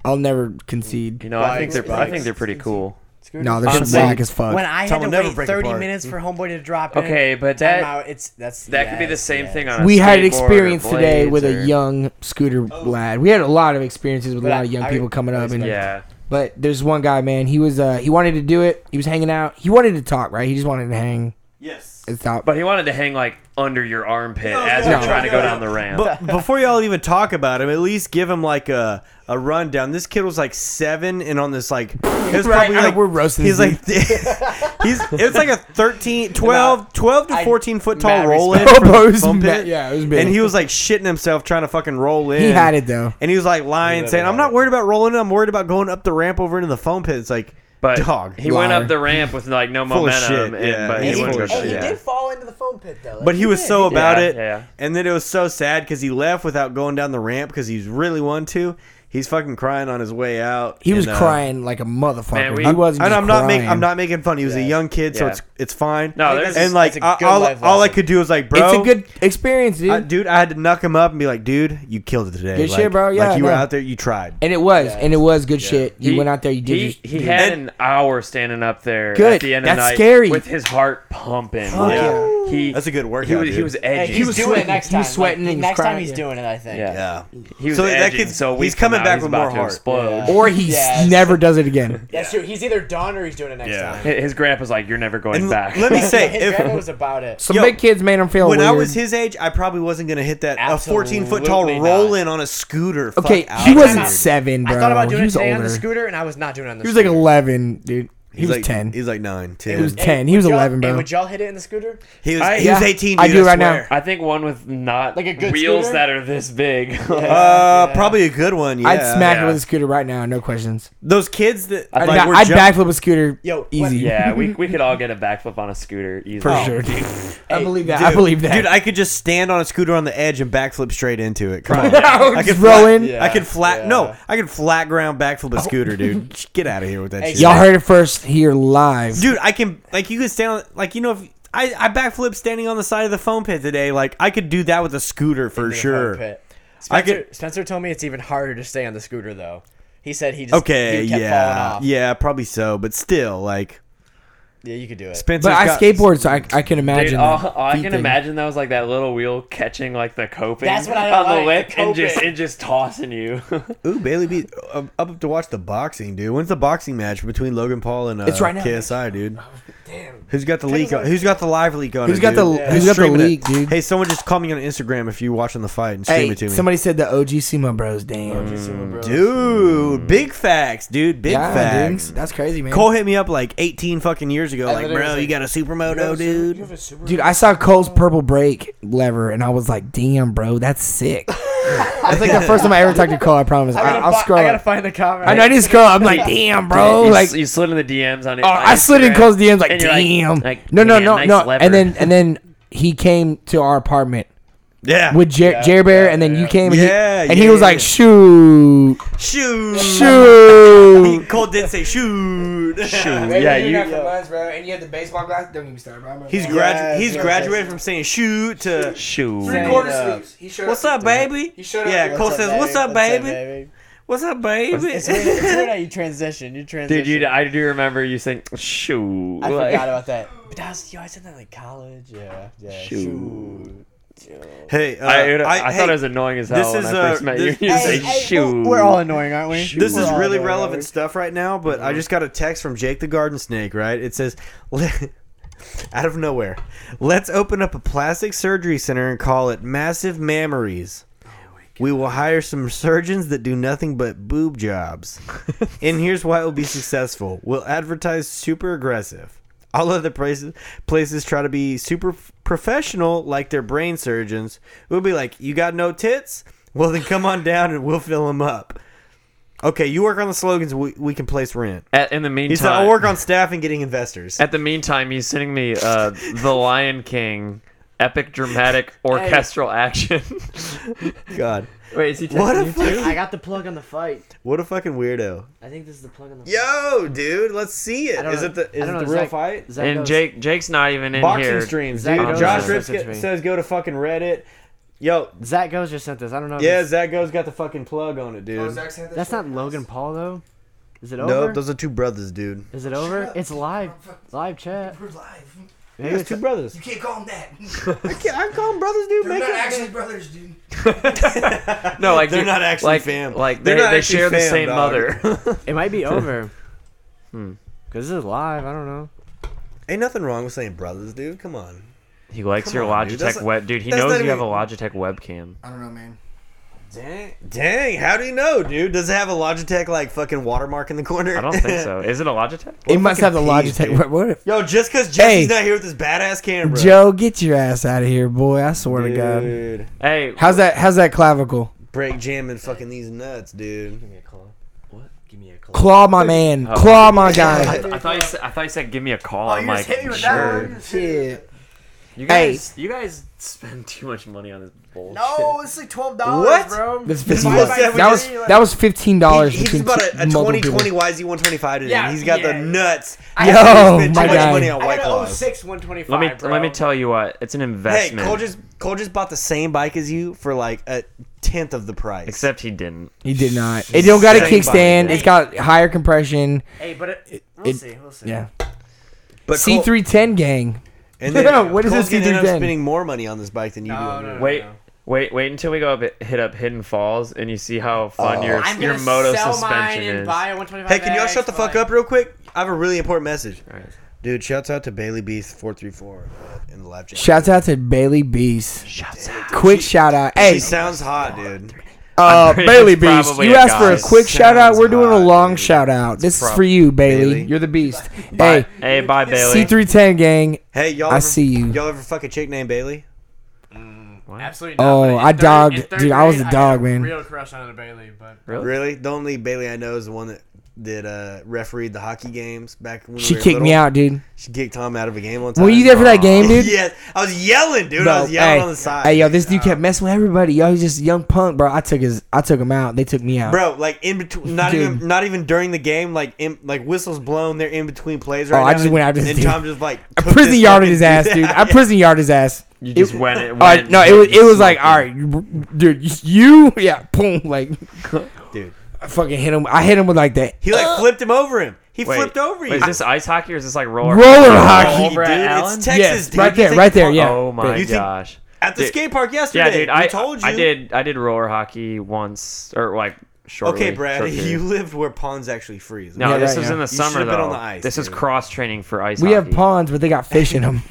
S1: I'll never concede.
S5: You know, I think
S7: Bikes,
S5: they're I
S7: bikes.
S5: think they're pretty cool.
S1: No, they're just
S5: Honestly,
S1: whack as fuck.
S7: When I
S3: Tell
S7: had
S3: him
S7: to
S3: never
S7: wait
S3: break
S7: 30
S3: apart.
S7: minutes for Homeboy to drop in.
S5: Okay, but
S7: time
S5: that-
S7: out, it's that's
S5: That could be the
S7: yes,
S5: same
S7: yes.
S5: thing
S3: Uh,
S5: on. A
S1: we had an
S5: skateboard or
S1: experience today
S5: blades
S1: with
S5: or-
S1: a young scooter lad. We had a lot of experiences with a
S7: But
S1: lot
S7: I-
S1: of young
S7: I-
S1: people coming
S7: I
S1: up, and
S5: Yeah.
S1: but there's one guy, man. He was uh he wanted to do it. He was hanging out. He wanted to talk, right? He just wanted to hang.
S3: Yes.
S1: It's not.
S5: But he wanted to hang like under your armpit as you're
S1: no,
S5: trying to go down the ramp.
S3: But before y'all even talk about him, at least give him like a a rundown. This kid was like seven and on this like it was
S1: Right,
S3: probably
S1: I-
S3: like
S1: we're roasting
S3: He's
S1: this
S3: like he's it's like a 13, 12, 12 to
S7: I-
S3: fourteen foot tall
S7: mad
S3: roll in.
S1: respect.
S3: from
S1: Bro, it
S3: the
S1: was
S3: foam
S1: ma-
S3: pit.
S1: Oh, yeah, it was big.
S3: And he was like shitting himself trying to fucking roll in.
S1: He had it, though.
S3: and he was like lying,
S7: He
S3: saying, "I'm
S7: literally
S3: not worried about rolling in. I'm worried about going up the ramp over into the foam pit." It's like
S5: But
S3: dog.
S5: he went
S1: liar.
S5: up the ramp with like no
S3: Full of
S5: momentum,
S3: shit,
S5: and,
S3: yeah.
S5: but he
S3: He's full
S5: wouldn't go
S3: of shit.
S5: through.
S3: Hey, he
S5: Yeah.
S3: did
S7: fall into the foam pit though.
S3: But he was so about
S5: Yeah,
S3: it.
S5: yeah.
S3: And then it was so sad because he left without going down the ramp because he's really wanted to. He's fucking crying on his way out.
S1: He was
S3: and, uh,
S1: crying like a motherfucker.
S5: Man, we-
S1: he wasn't.
S3: And
S1: just
S3: I'm not making
S1: crying.
S3: I'm not making fun. He was a
S7: Yeah.
S3: young kid, so
S5: Yeah.
S3: it's it's fine.
S5: No,
S7: I
S5: there's
S3: and
S7: think that's-
S3: like
S7: that's a good
S3: I- all,
S7: life
S3: all I
S7: lesson.
S3: could do was like, bro,
S1: It's a good experience, dude.
S3: I, dude, I had to knock him up and be like, dude, you killed it today.
S1: Good
S3: like,
S1: shit, bro. Yeah,
S3: like you were
S1: no.
S3: out there, you tried.
S1: and it was, and it was good shit. You
S5: He-
S1: went out there, you did.
S5: He,
S1: your-
S5: he
S1: dude.
S5: had
S3: And-
S5: an hour standing up there
S1: Good.
S5: at the end of the
S1: That's
S5: night
S1: scary.
S5: with his heart pumping. like,
S3: yeah.
S5: He
S3: That's a good workout,
S5: He was, he
S3: dude.
S5: was
S7: Hey,
S5: edgy.
S7: he's
S1: was
S7: doing
S1: sweating.
S7: it next
S1: He
S7: time.
S1: was sweating and
S7: Like,
S1: he was
S7: next
S1: crying,
S7: time he's
S1: yeah.
S7: doing it. I think.
S5: yeah.
S3: yeah.
S5: He was
S3: So that
S5: edging,
S3: kid's-
S5: so a week
S3: he's coming
S5: from now,
S3: back
S5: he's
S3: with
S5: about
S3: more
S5: to
S3: heart.
S5: Explode.
S1: or he
S7: Yeah.
S1: never does it again.
S7: That's true. He's either done or he's doing it next
S3: Yeah.
S7: time.
S5: His His grandpa's like, "You're never going
S3: And
S5: back."
S3: let me say,
S7: His
S3: if
S7: grandma was about it.
S1: Some
S3: Yo,
S1: big kids made him feel
S3: when
S1: weird.
S3: I was his age, I probably wasn't gonna hit that a 14 foot tall
S7: Absolutely not.
S3: roll in on a scooter. Fuck
S1: okay,
S3: out.
S1: he wasn't
S7: Time out.
S1: seven, bro.
S7: I thought about doing
S1: he
S7: it
S1: was
S7: today
S1: older.
S7: on the scooter, and I was not doing it on the.
S1: He was like
S7: scooter.
S1: eleven, dude. He was
S3: like,
S1: ten.
S3: He's like nine, ten.
S1: he was ten. He was
S7: Would y'all-
S1: eleven,
S7: Hey,
S1: bro.
S7: would y'all hit it in the scooter?
S3: He was,
S5: I-
S3: he was
S1: yeah.
S3: 18.
S1: I
S3: Dude,
S1: do right now.
S3: swear.
S5: I think one with not
S7: Like a good
S5: wheels
S7: scooter?
S5: that are this big.
S3: Uh, probably a good one. Yeah.
S1: I'd smack him
S5: Yeah.
S1: with a scooter right now, no questions.
S3: those kids that
S1: I'd,
S3: like,
S1: back-
S3: were
S1: I'd
S3: jump-
S1: backflip a scooter,
S7: Yo, what-
S1: easy.
S5: yeah, we, we could all get a backflip on a scooter easily.
S1: for sure. I
S7: Hey,
S1: believe that.
S3: Dude,
S1: I believe that.
S3: Dude, I could just stand on a scooter on the edge and backflip straight into it. Come on.
S1: No,
S3: I could
S1: just roll
S3: flat,
S1: in. Oh.
S3: I could flat
S7: Yeah.
S3: no, I could flat ground backflip a scooter, dude. Get out of here with that
S7: Hey,
S3: shit.
S1: Y'all heard it first here live.
S3: Dude, I can like you could stand on like you know if I, I backflipped standing on the side of the foam pit today. Like I could do that with a scooter for
S7: in the
S3: sure.
S7: foam pit. Spencer,
S3: I could-
S7: Spencer told me it's even harder to stay on the scooter though. He said he just
S3: Okay,
S7: he kept
S3: yeah,
S7: falling off.
S3: yeah, probably so. But still, like
S7: yeah, you could do it.
S3: Spencer.
S1: But I skateboard, so I, I can imagine.
S5: Dude, all,
S1: that
S5: all I
S1: feet
S5: can
S1: thing.
S5: imagine that was like that little wheel catching like the coping
S7: That's what I
S5: on the
S7: like,
S5: lip
S7: the
S5: and just
S7: coping.
S5: and just tossing you.
S3: Ooh, Bailey be up, up to watch the boxing, dude. When's the boxing match between Logan Paul and uh,
S6: It's right now.
S3: KSI, dude? Damn. Who's got the leak? On, who's got the live leak on?
S1: Who's
S3: it,
S1: got the-
S3: dude?
S1: who's got the
S3: streaming it.
S1: leak, dude?
S3: Hey, someone just call me on Instagram if you're watching the fight and stream
S1: Hey,
S3: it to me.
S1: somebody said the OG SEMA bros. Damn,
S5: Mm-hmm.
S3: dude, big facts, dude, big
S1: Yeah, dude.
S3: facts.
S1: That's crazy, man.
S3: Cole hit me up like 18 fucking years ago, like,
S7: literally
S3: bro,
S7: was
S3: you
S7: like,
S3: got a supermoto, dude.
S1: Dude, I saw Cole's purple brake lever, and I was like, "Damn, bro, that's sick." that's like the first time I ever talked to Cole. I promise. I,
S7: gotta
S1: I'll
S7: fi-
S1: scroll.
S7: I gotta
S1: I,
S7: find the comment.
S1: I know I didn't scroll. I'm like, "Damn, bro!"
S5: you,
S1: Oh, Like,
S5: s- you slid in the DMs on it.
S1: oh,
S5: on
S1: I slid in
S5: Instagram,
S1: Cole's DMs, like,
S5: and you're
S1: "Damn."
S5: like,
S1: no, no,
S5: "Man,
S1: no,
S5: nice
S1: no.
S5: lever."
S1: And then, and then he came to our apartment
S3: Yeah.
S1: with Jer- Jer Bear, and then you came, and,
S3: Yeah,
S1: he, and he was
S3: yeah.
S1: like, "Shoot,
S3: shoot.
S1: shoot."
S3: Cole did say shoot. shoot.
S5: Yeah, you.
S1: bro. And you had the baseball glass. Don't even start, bro.
S3: He's gradu- he's graduated from saying shoot to
S5: Shoot.
S1: quarter
S7: Straight up.
S1: sleeves. He showed
S3: what's up, baby?
S1: showed
S3: Yeah, Cole says what's up, baby?
S7: baby?
S3: What's up,
S7: It's
S3: baby?
S7: weird, it's weird how you transition. You transition.
S5: Dude, you, I do remember you saying, shoot.
S7: I
S5: like-
S7: forgot about that. But that was, yo, I said that in like college. Yeah, yeah.
S5: Shoot.
S3: Hey, uh,
S5: I, I,
S3: hey,
S5: thought it was annoying as hell
S3: this
S5: when
S3: is,
S5: I first
S3: uh,
S5: met
S3: this-
S5: you. You
S3: Hey,
S5: say, shoot.
S7: We're all annoying, aren't we?
S3: This is
S7: We're all
S3: really
S7: annoying, aren't we?
S3: relevant stuff right now, but I just got a text from Jake the Garden Snake, right? It says, out of nowhere, let's open up a plastic surgery center and call it Massive Mammaries. We will hire some surgeons that do nothing but boob jobs. and here's why it will be successful we'll advertise super aggressive. All other places, places try to be super f- professional like their brain surgeons. We'll be like, You got no tits? Well, then come on down and we'll fill them up. Okay, you work on the slogans. We, we can place rent.
S5: At, in the
S3: He said,
S5: meantime,
S3: "I'll work on staff and getting investors."
S5: at the meantime, he's sending me uh, The Lion King, epic dramatic orchestral action.
S3: God,
S5: Wait, is he texting
S3: what a
S5: you?
S3: fuck,
S6: I got the plug on the fight.
S3: what a fucking weirdo.
S6: I think this is the plug on the
S3: Yo, dude, let's see it. Is it the is it the real fight?
S5: And Jake, Jake's not even in
S3: Boxing
S5: here.
S3: streams,
S6: Zach
S3: dude.
S5: goes
S3: Josh
S5: or
S3: Rips
S6: something to me.
S3: says go to fucking Reddit. Yo,
S6: Zach goes just sent this. I don't know. if
S3: yeah,
S6: it's-
S3: Zach go's got the fucking plug on it,
S8: Oh,
S3: dude.
S6: that's not Logan Paul though. Is it over?
S3: Nope, those are two brothers, dude.
S6: is it over? It's live. Live chat.
S8: We're live.
S6: Maybe
S3: It's
S6: it's
S3: two brothers.
S8: You can't call them that.
S3: I can't, I call them brothers, dude.
S8: They're
S3: Make
S8: not
S3: it-
S8: actually brothers, dude.
S5: No, like
S3: They're
S5: dude,
S3: not actually
S5: like,
S3: fam.
S5: Like they,
S3: They're not
S5: they
S3: actually
S5: share the
S3: fam,
S5: same
S3: dog.
S5: mother.
S6: It might be over. hmm. Cause this is live. I don't know.
S3: Ain't nothing wrong with saying brothers, dude. Come on.
S5: he likes
S3: Come
S5: your
S3: on,
S5: Logitech
S3: dude. That's-
S5: web. Dude, he
S3: that's
S5: knows
S3: not
S5: you have a
S3: even-
S5: Logitech webcam.
S8: I don't know, man.
S3: Dang, dang, how do you know, dude? Does it have a Logitech like fucking watermark in the corner?
S5: I don't think so. Is it a Logitech?
S1: It must have the
S3: fucking peas,
S1: Logitech.
S3: dude.
S1: What, what if-
S3: Yo, just because Jesse's
S1: Hey.
S3: not here with his badass camera.
S1: Joe, get your ass out of here, boy! I swear to God.
S3: Dude,
S5: Hey,
S1: How's that? How's that clavicle?
S3: break jamming fucking these nuts, dude.
S7: Give me a call. What? Give me a call.
S1: Claw my man.
S5: Oh.
S1: Claw my guy.
S5: I thought you said, I thought you said give me a call.
S8: Oh,
S5: I'm
S8: you
S5: like,
S8: just hit me with
S5: sure.
S8: that one. Shit.
S5: You
S1: Hey.
S5: guys, you guys spend too much money on this bullshit.
S8: No, it's like twelve dollars,
S3: What?
S8: bro.
S1: That's fifteen.
S3: Might as well
S1: That was
S8: say we
S1: that was fifteen dollars.
S3: He, he just bought a, a 2020 YZ125 today.
S8: Yeah,
S3: and he's got
S8: yeah.
S3: the nuts.
S1: Yo,
S3: He's spent
S1: my
S3: too much
S1: guy.
S3: money on
S8: I
S3: White
S8: got oh an
S3: Claws.
S8: 06 125.
S5: Let me
S8: bro.
S5: let me tell you what. It's an
S3: Hey,
S5: investment.
S3: Cole just Cole just bought the same bike as you for like a tenth of the price.
S5: Except he didn't.
S1: He did not. It don't got a
S3: Same body,
S1: kickstand.
S3: dude.
S1: It's got higher compression.
S8: Hey, but it, we'll
S1: it-
S8: see. We'll see.
S1: Yeah.
S3: but
S1: C
S3: Cole-
S1: three ten gang.
S3: And then
S1: Yeah, what is
S3: Cole's
S1: this
S3: gonna end up
S1: C310?
S3: spending more money on this bike than you do.
S8: No,
S3: on
S8: no,
S3: yours.
S8: no.
S5: Wait, wait, wait until we go up hit up Hidden Falls and you see how fun
S3: Oh,
S5: your
S8: I'm
S5: your
S8: gonna
S5: moto
S8: sell mine
S5: suspension
S8: and
S5: is.
S8: buy a 125.
S3: Hey, can y'all
S8: X
S3: shut the
S8: for,
S3: fuck
S8: like-
S3: up real quick? I have a really important message.
S5: Alright.
S3: Dude, shouts out to Bailey Beast four three four in the live chat.
S1: Shouts out to Bailey Beast. Quick shout out.
S3: She
S1: Hey,
S3: sounds hot, dude.
S1: uh,
S5: pretty-
S1: Bailey
S5: it's
S1: Beast.
S5: probably
S1: You
S5: a
S1: asked for a
S5: guy.
S1: quick shout out. We're doing a
S3: Sounds
S1: long
S3: hot,
S1: shout out. This is
S5: prob-
S1: for you, Bailey.
S3: Bailey.
S1: You're the beast.
S5: Bye.
S1: hey,
S5: Hey, bye, Bailey.
S1: C three ten gang.
S3: Hey, y'all.
S1: I
S3: ever-
S1: see you.
S3: Y'all ever fuck a chick named Bailey?
S7: Absolutely not.
S1: Oh,
S7: but in
S1: I
S7: third-
S1: dogged-
S7: in third
S1: dude, I was
S7: grade,
S1: a dog,
S7: had
S1: man. Oh.
S7: Real crush on Bailey, but
S3: Really? The only Bailey I know is the one that that uh, refereed the hockey games back when
S1: She
S3: we were
S1: kicked me
S3: little.
S1: out, dude.
S3: She kicked Tom out of a game one time.
S1: Were you there for that game, dude?
S3: yes, I was yelling, dude. I was yelling
S1: hey,
S3: on the side.
S1: Hey, yo, this dude kept messing with everybody. Yo, he's just a young punk, bro. I took his, I took him out. They took me out,
S3: Bro, like in between, not
S1: Dude.
S3: even, not even during the game. Like, in, like whistles blown. They're in between plays right
S1: Oh,
S3: now.
S1: I just
S3: and,
S1: went after this
S3: And
S1: dude.
S3: Tom just like
S1: I
S3: took this
S1: prison yarded
S3: fucking
S1: his ass,
S3: dude
S1: dude. I
S3: out.
S1: prison yarded his ass.
S5: You just went it. Went
S1: All right,
S5: and
S1: no, it
S5: hit
S1: was
S5: and
S1: it was like,
S5: smoked
S1: all right, you- dude, you, yeah, boom, like,
S3: Dude.
S1: I fucking hit him. I hit him with like that
S3: He
S8: Uh,
S3: like flipped him over him. He
S5: Wait,
S3: flipped over
S5: wait,
S3: you.
S5: is this ice hockey or is this like roller
S1: roller
S8: Oh,
S1: hockey.
S5: Over
S3: dude,
S5: at Allen?
S3: it's Texas,
S1: Yes,
S3: dude.
S1: right
S3: You
S1: there,
S3: think-
S1: right there, yeah.
S5: Oh my
S3: You think-
S5: gosh.
S3: At the
S5: Dude.
S3: skate park yesterday.
S5: Yeah, dude. I
S3: we told you.
S5: I did. I did roller hockey once, or like shortly.
S3: Okay, Brad,
S5: short period.
S3: you lived where ponds actually freeze.
S5: No,
S1: Yeah,
S5: this
S1: right,
S5: was
S1: yeah.
S5: in the
S1: You
S5: summer
S3: should've been
S5: though.
S3: on the ice,
S5: this is
S3: dude.
S5: cross training for ice.
S1: We have
S5: hockey.
S1: pawns, but they got fish in them.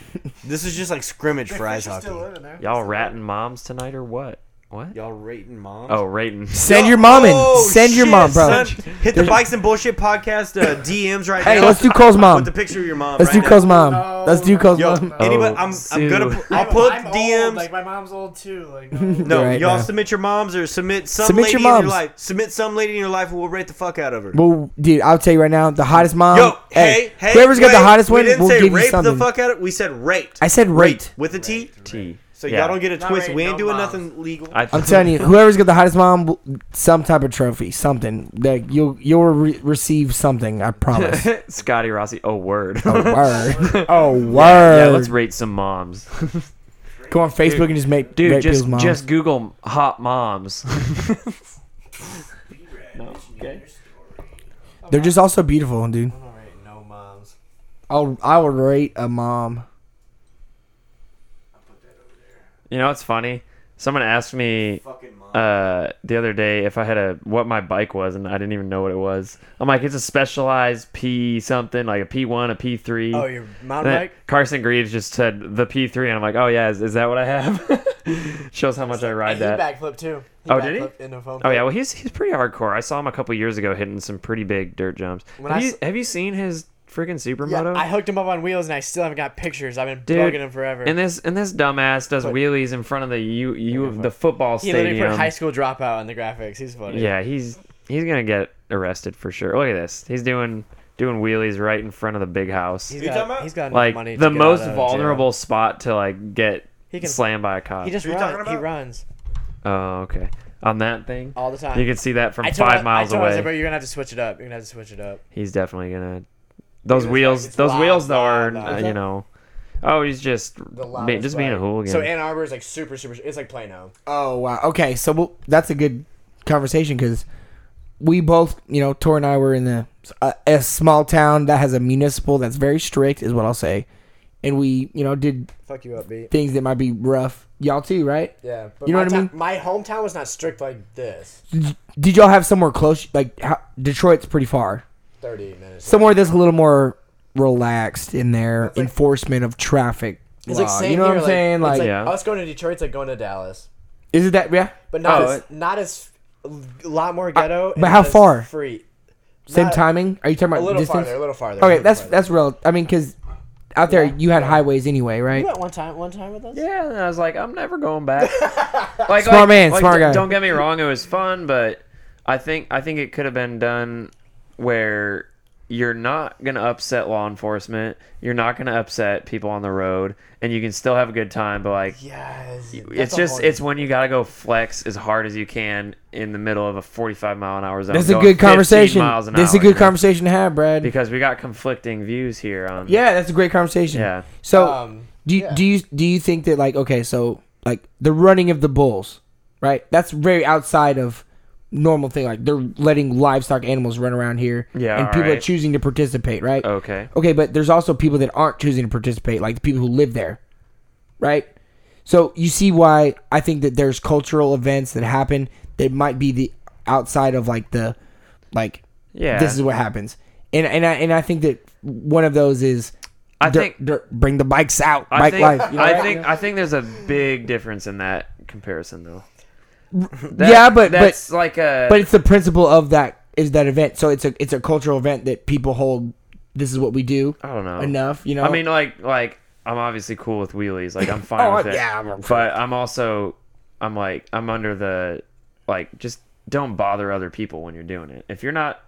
S3: This is just like scrimmage for ice
S8: She's
S3: hockey.
S8: still living there.
S5: Y'all ratting moms tonight or what? What?
S3: Y'all rating mom.
S5: Oh, rating.
S1: Send your mom in. Send your mom, bro.
S3: Hit the bikes and bullshit podcast uh, DMs right
S1: Hey,
S3: now.
S1: let's do Cole's mom.
S3: With the picture of your mom.
S1: Let's
S3: right
S1: do Cole's
S3: now.
S1: mom. Let's do Cole's
S3: Yo,
S1: mom.
S3: anybody, I'm, I'm
S5: Sue.
S3: gonna. pu- I'll pull up
S8: I'm
S3: the
S8: old,
S3: DMs.
S8: Like my mom's old too. Like no.
S3: no,
S1: Right
S3: y'all
S1: now.
S3: submit your moms or submit some
S1: Submit
S3: lady
S1: your
S3: in your
S1: moms.
S3: life. Submit some lady in your life, and we'll rate the fuck out of her.
S1: Well, dude, I'll tell you right now, the hottest mom.
S3: Yo, hey, hey,
S1: whoever's got the
S3: wait,
S1: hottest one,
S3: we didn't
S1: we'll
S3: say
S1: give
S3: rape
S1: you something.
S3: the fuck out of. We said rate.
S1: I said rate.
S3: with a T.
S5: T.
S3: So
S5: Yeah.
S3: y'all don't get a
S8: Not
S3: twist.
S8: rate,
S3: we ain't
S8: no
S3: doing
S8: moms.
S3: nothing legal.
S5: I,
S1: I'm telling you, whoever's got the hottest mom, will- some type of trophy, something that you'll you'll re- receive something. I promise.
S5: Scotty Rossi. Oh, word.
S1: oh word. Oh word.
S5: yeah, let's rate some moms.
S1: Go on Facebook and just make
S5: Dude,
S1: rate
S5: just
S1: people's moms.
S5: just Google hot moms.
S1: They're just also beautiful, dude.
S7: No moms.
S1: I'll I will rate a mom.
S5: you know, it's funny. Someone asked me
S3: Fucking mom.
S5: uh, the other day if I had a what my bike was, and I didn't even know what it was. I'm like, it's a specialized P something, like a P1, a P3.
S7: Oh, your
S5: And
S7: mountain
S5: then
S7: bike?
S5: Carson Greaves just said the P3, and I'm like, oh yeah, is, is that what I have? Shows how much I ride
S7: He
S5: that.
S7: backflipped too. He
S5: Oh, did he?
S7: backflipped Into a foam
S5: Oh
S7: pit.
S5: yeah, well he's he's pretty hardcore. I saw him a couple years ago hitting some pretty big dirt jumps.
S7: When
S5: Have
S7: I
S5: you,
S7: s-
S5: have you seen his freaking
S7: Yeah,
S5: supermoto?
S7: I hooked him up on wheels and I still haven't got pictures. I've been
S5: Dude,
S7: bugging him forever.
S5: and this and this dumbass does wheelies in front of the U, U the football
S7: he literally
S5: stadium.
S7: put high school dropout on the graphics. He's funny.
S5: yeah, he's he's gonna get arrested for sure. Look at this. He's doing doing wheelies right in front of the big house.
S7: He's
S3: You
S7: got,
S3: talking about-
S7: he's got enough
S5: like
S7: money to
S5: the
S7: get
S5: most
S7: out of jail.
S5: vulnerable spot to like get
S7: He can-
S5: slammed by a cop.
S7: He just
S3: Who you
S7: runs.
S3: talking
S7: He
S3: about?
S7: runs
S5: oh okay. On that thing,
S7: all the time.
S5: you can see that from
S7: I told
S5: five
S7: him-
S5: miles
S7: I told him, I was
S5: away.
S7: like, bro, you're gonna have to switch it up. You're gonna have to switch it up.
S5: he's definitely gonna. Those
S7: like,
S5: wheels,
S7: it's
S5: those
S7: loud,
S5: wheels though
S7: loud,
S5: are
S7: loud.
S5: uh,
S7: Is
S5: you
S7: that-
S5: know. Oh, he's just be, just being a hooligan.
S7: So Ann Arbor is like super, super. It's like Plano.
S1: Oh wow. Okay, so we'll, that's a good conversation because we both, you know, Tor and I were in the a, a small town that has a municipal that's very strict, is what I'll say, and we, you know, did
S7: Fuck you up, B.
S1: things that might be rough. Y'all too, right?
S7: Yeah, but
S1: You know
S7: my
S1: what I
S7: ta-
S1: mean?
S7: My hometown was not strict like this.
S1: Did y'all have somewhere close? Like how, Detroit's pretty far.
S7: Thirty minutes.
S1: Somewhere that's a little more relaxed in their enforcement of traffic.
S7: it's
S1: law.
S7: like same
S1: you know
S7: here,
S1: what I'm saying?
S7: Like,
S1: Like,
S7: it's like
S5: Yeah.
S7: us going to Detroit's like going to Dallas,
S1: is it that? Yeah.
S7: but not
S5: Oh,
S7: as,
S5: it-
S7: not as a lot more ghetto. and
S1: but how
S7: not as
S1: far?
S7: Free.
S1: Same
S7: Not-
S1: timing? Are you talking
S7: A
S1: about
S7: little
S1: distance?
S7: farther. A little farther. a
S1: Okay,
S7: little
S1: that's
S7: farther.
S1: that's real. I mean, because out there you had highways anyway, right?
S7: You went one time. One time with us.
S5: yeah, and I was like, I'm never going back. like,
S1: Smart man, smart
S5: d-
S1: guy.
S5: Don't get me wrong, it was fun, but I think I think it could have been done where you're not gonna upset law enforcement, you're not gonna upset people on the road, and you can still have a good time. But like,
S7: Yes.
S5: it's just it's when you gotta go flex as hard as you can in the middle of a 45 mile an hour zone.
S1: That's a
S5: going
S1: good
S5: 15
S1: conversation.
S5: miles an
S1: That's a
S5: hour, you
S1: good
S5: know,
S1: conversation to have, Brad.
S5: because we got conflicting views here on
S1: yeah, that's a great conversation.
S5: yeah.
S1: So,
S7: Um,
S1: do you,
S7: yeah.
S1: do you do you think that like okay, so like the running of the bulls, right? That's very outside of normal thing. Like they're letting livestock animals run around here,
S5: Yeah,
S1: and people are
S5: alright.
S1: choosing to participate, right?
S5: Okay.
S1: Okay, but there's also people that aren't choosing to participate, like the people who live there, right? So you see why I think that there's cultural events that happen that might be the outside of like the like
S5: Yeah.
S1: this is what happens, and and I and I think that one of those is
S5: I
S1: dir-
S5: think-
S1: dir- bring the bikes out,
S5: I
S1: bike
S5: think,
S1: life. you know?
S5: I think I think there's a big difference in that comparison though.
S1: yeah, but
S5: that's
S1: but
S5: like a
S1: but it's the principle of that is that event. So it's a it's a cultural event that people hold. This is what we do.
S5: I don't know
S1: Enough, you know.
S5: I mean, like like I'm obviously cool with wheelies. Like I'm fine
S1: Oh,
S5: with it.
S1: yeah, I'm-
S5: but I'm also I'm like I'm under the like just don't bother other people when you're doing it. If you're not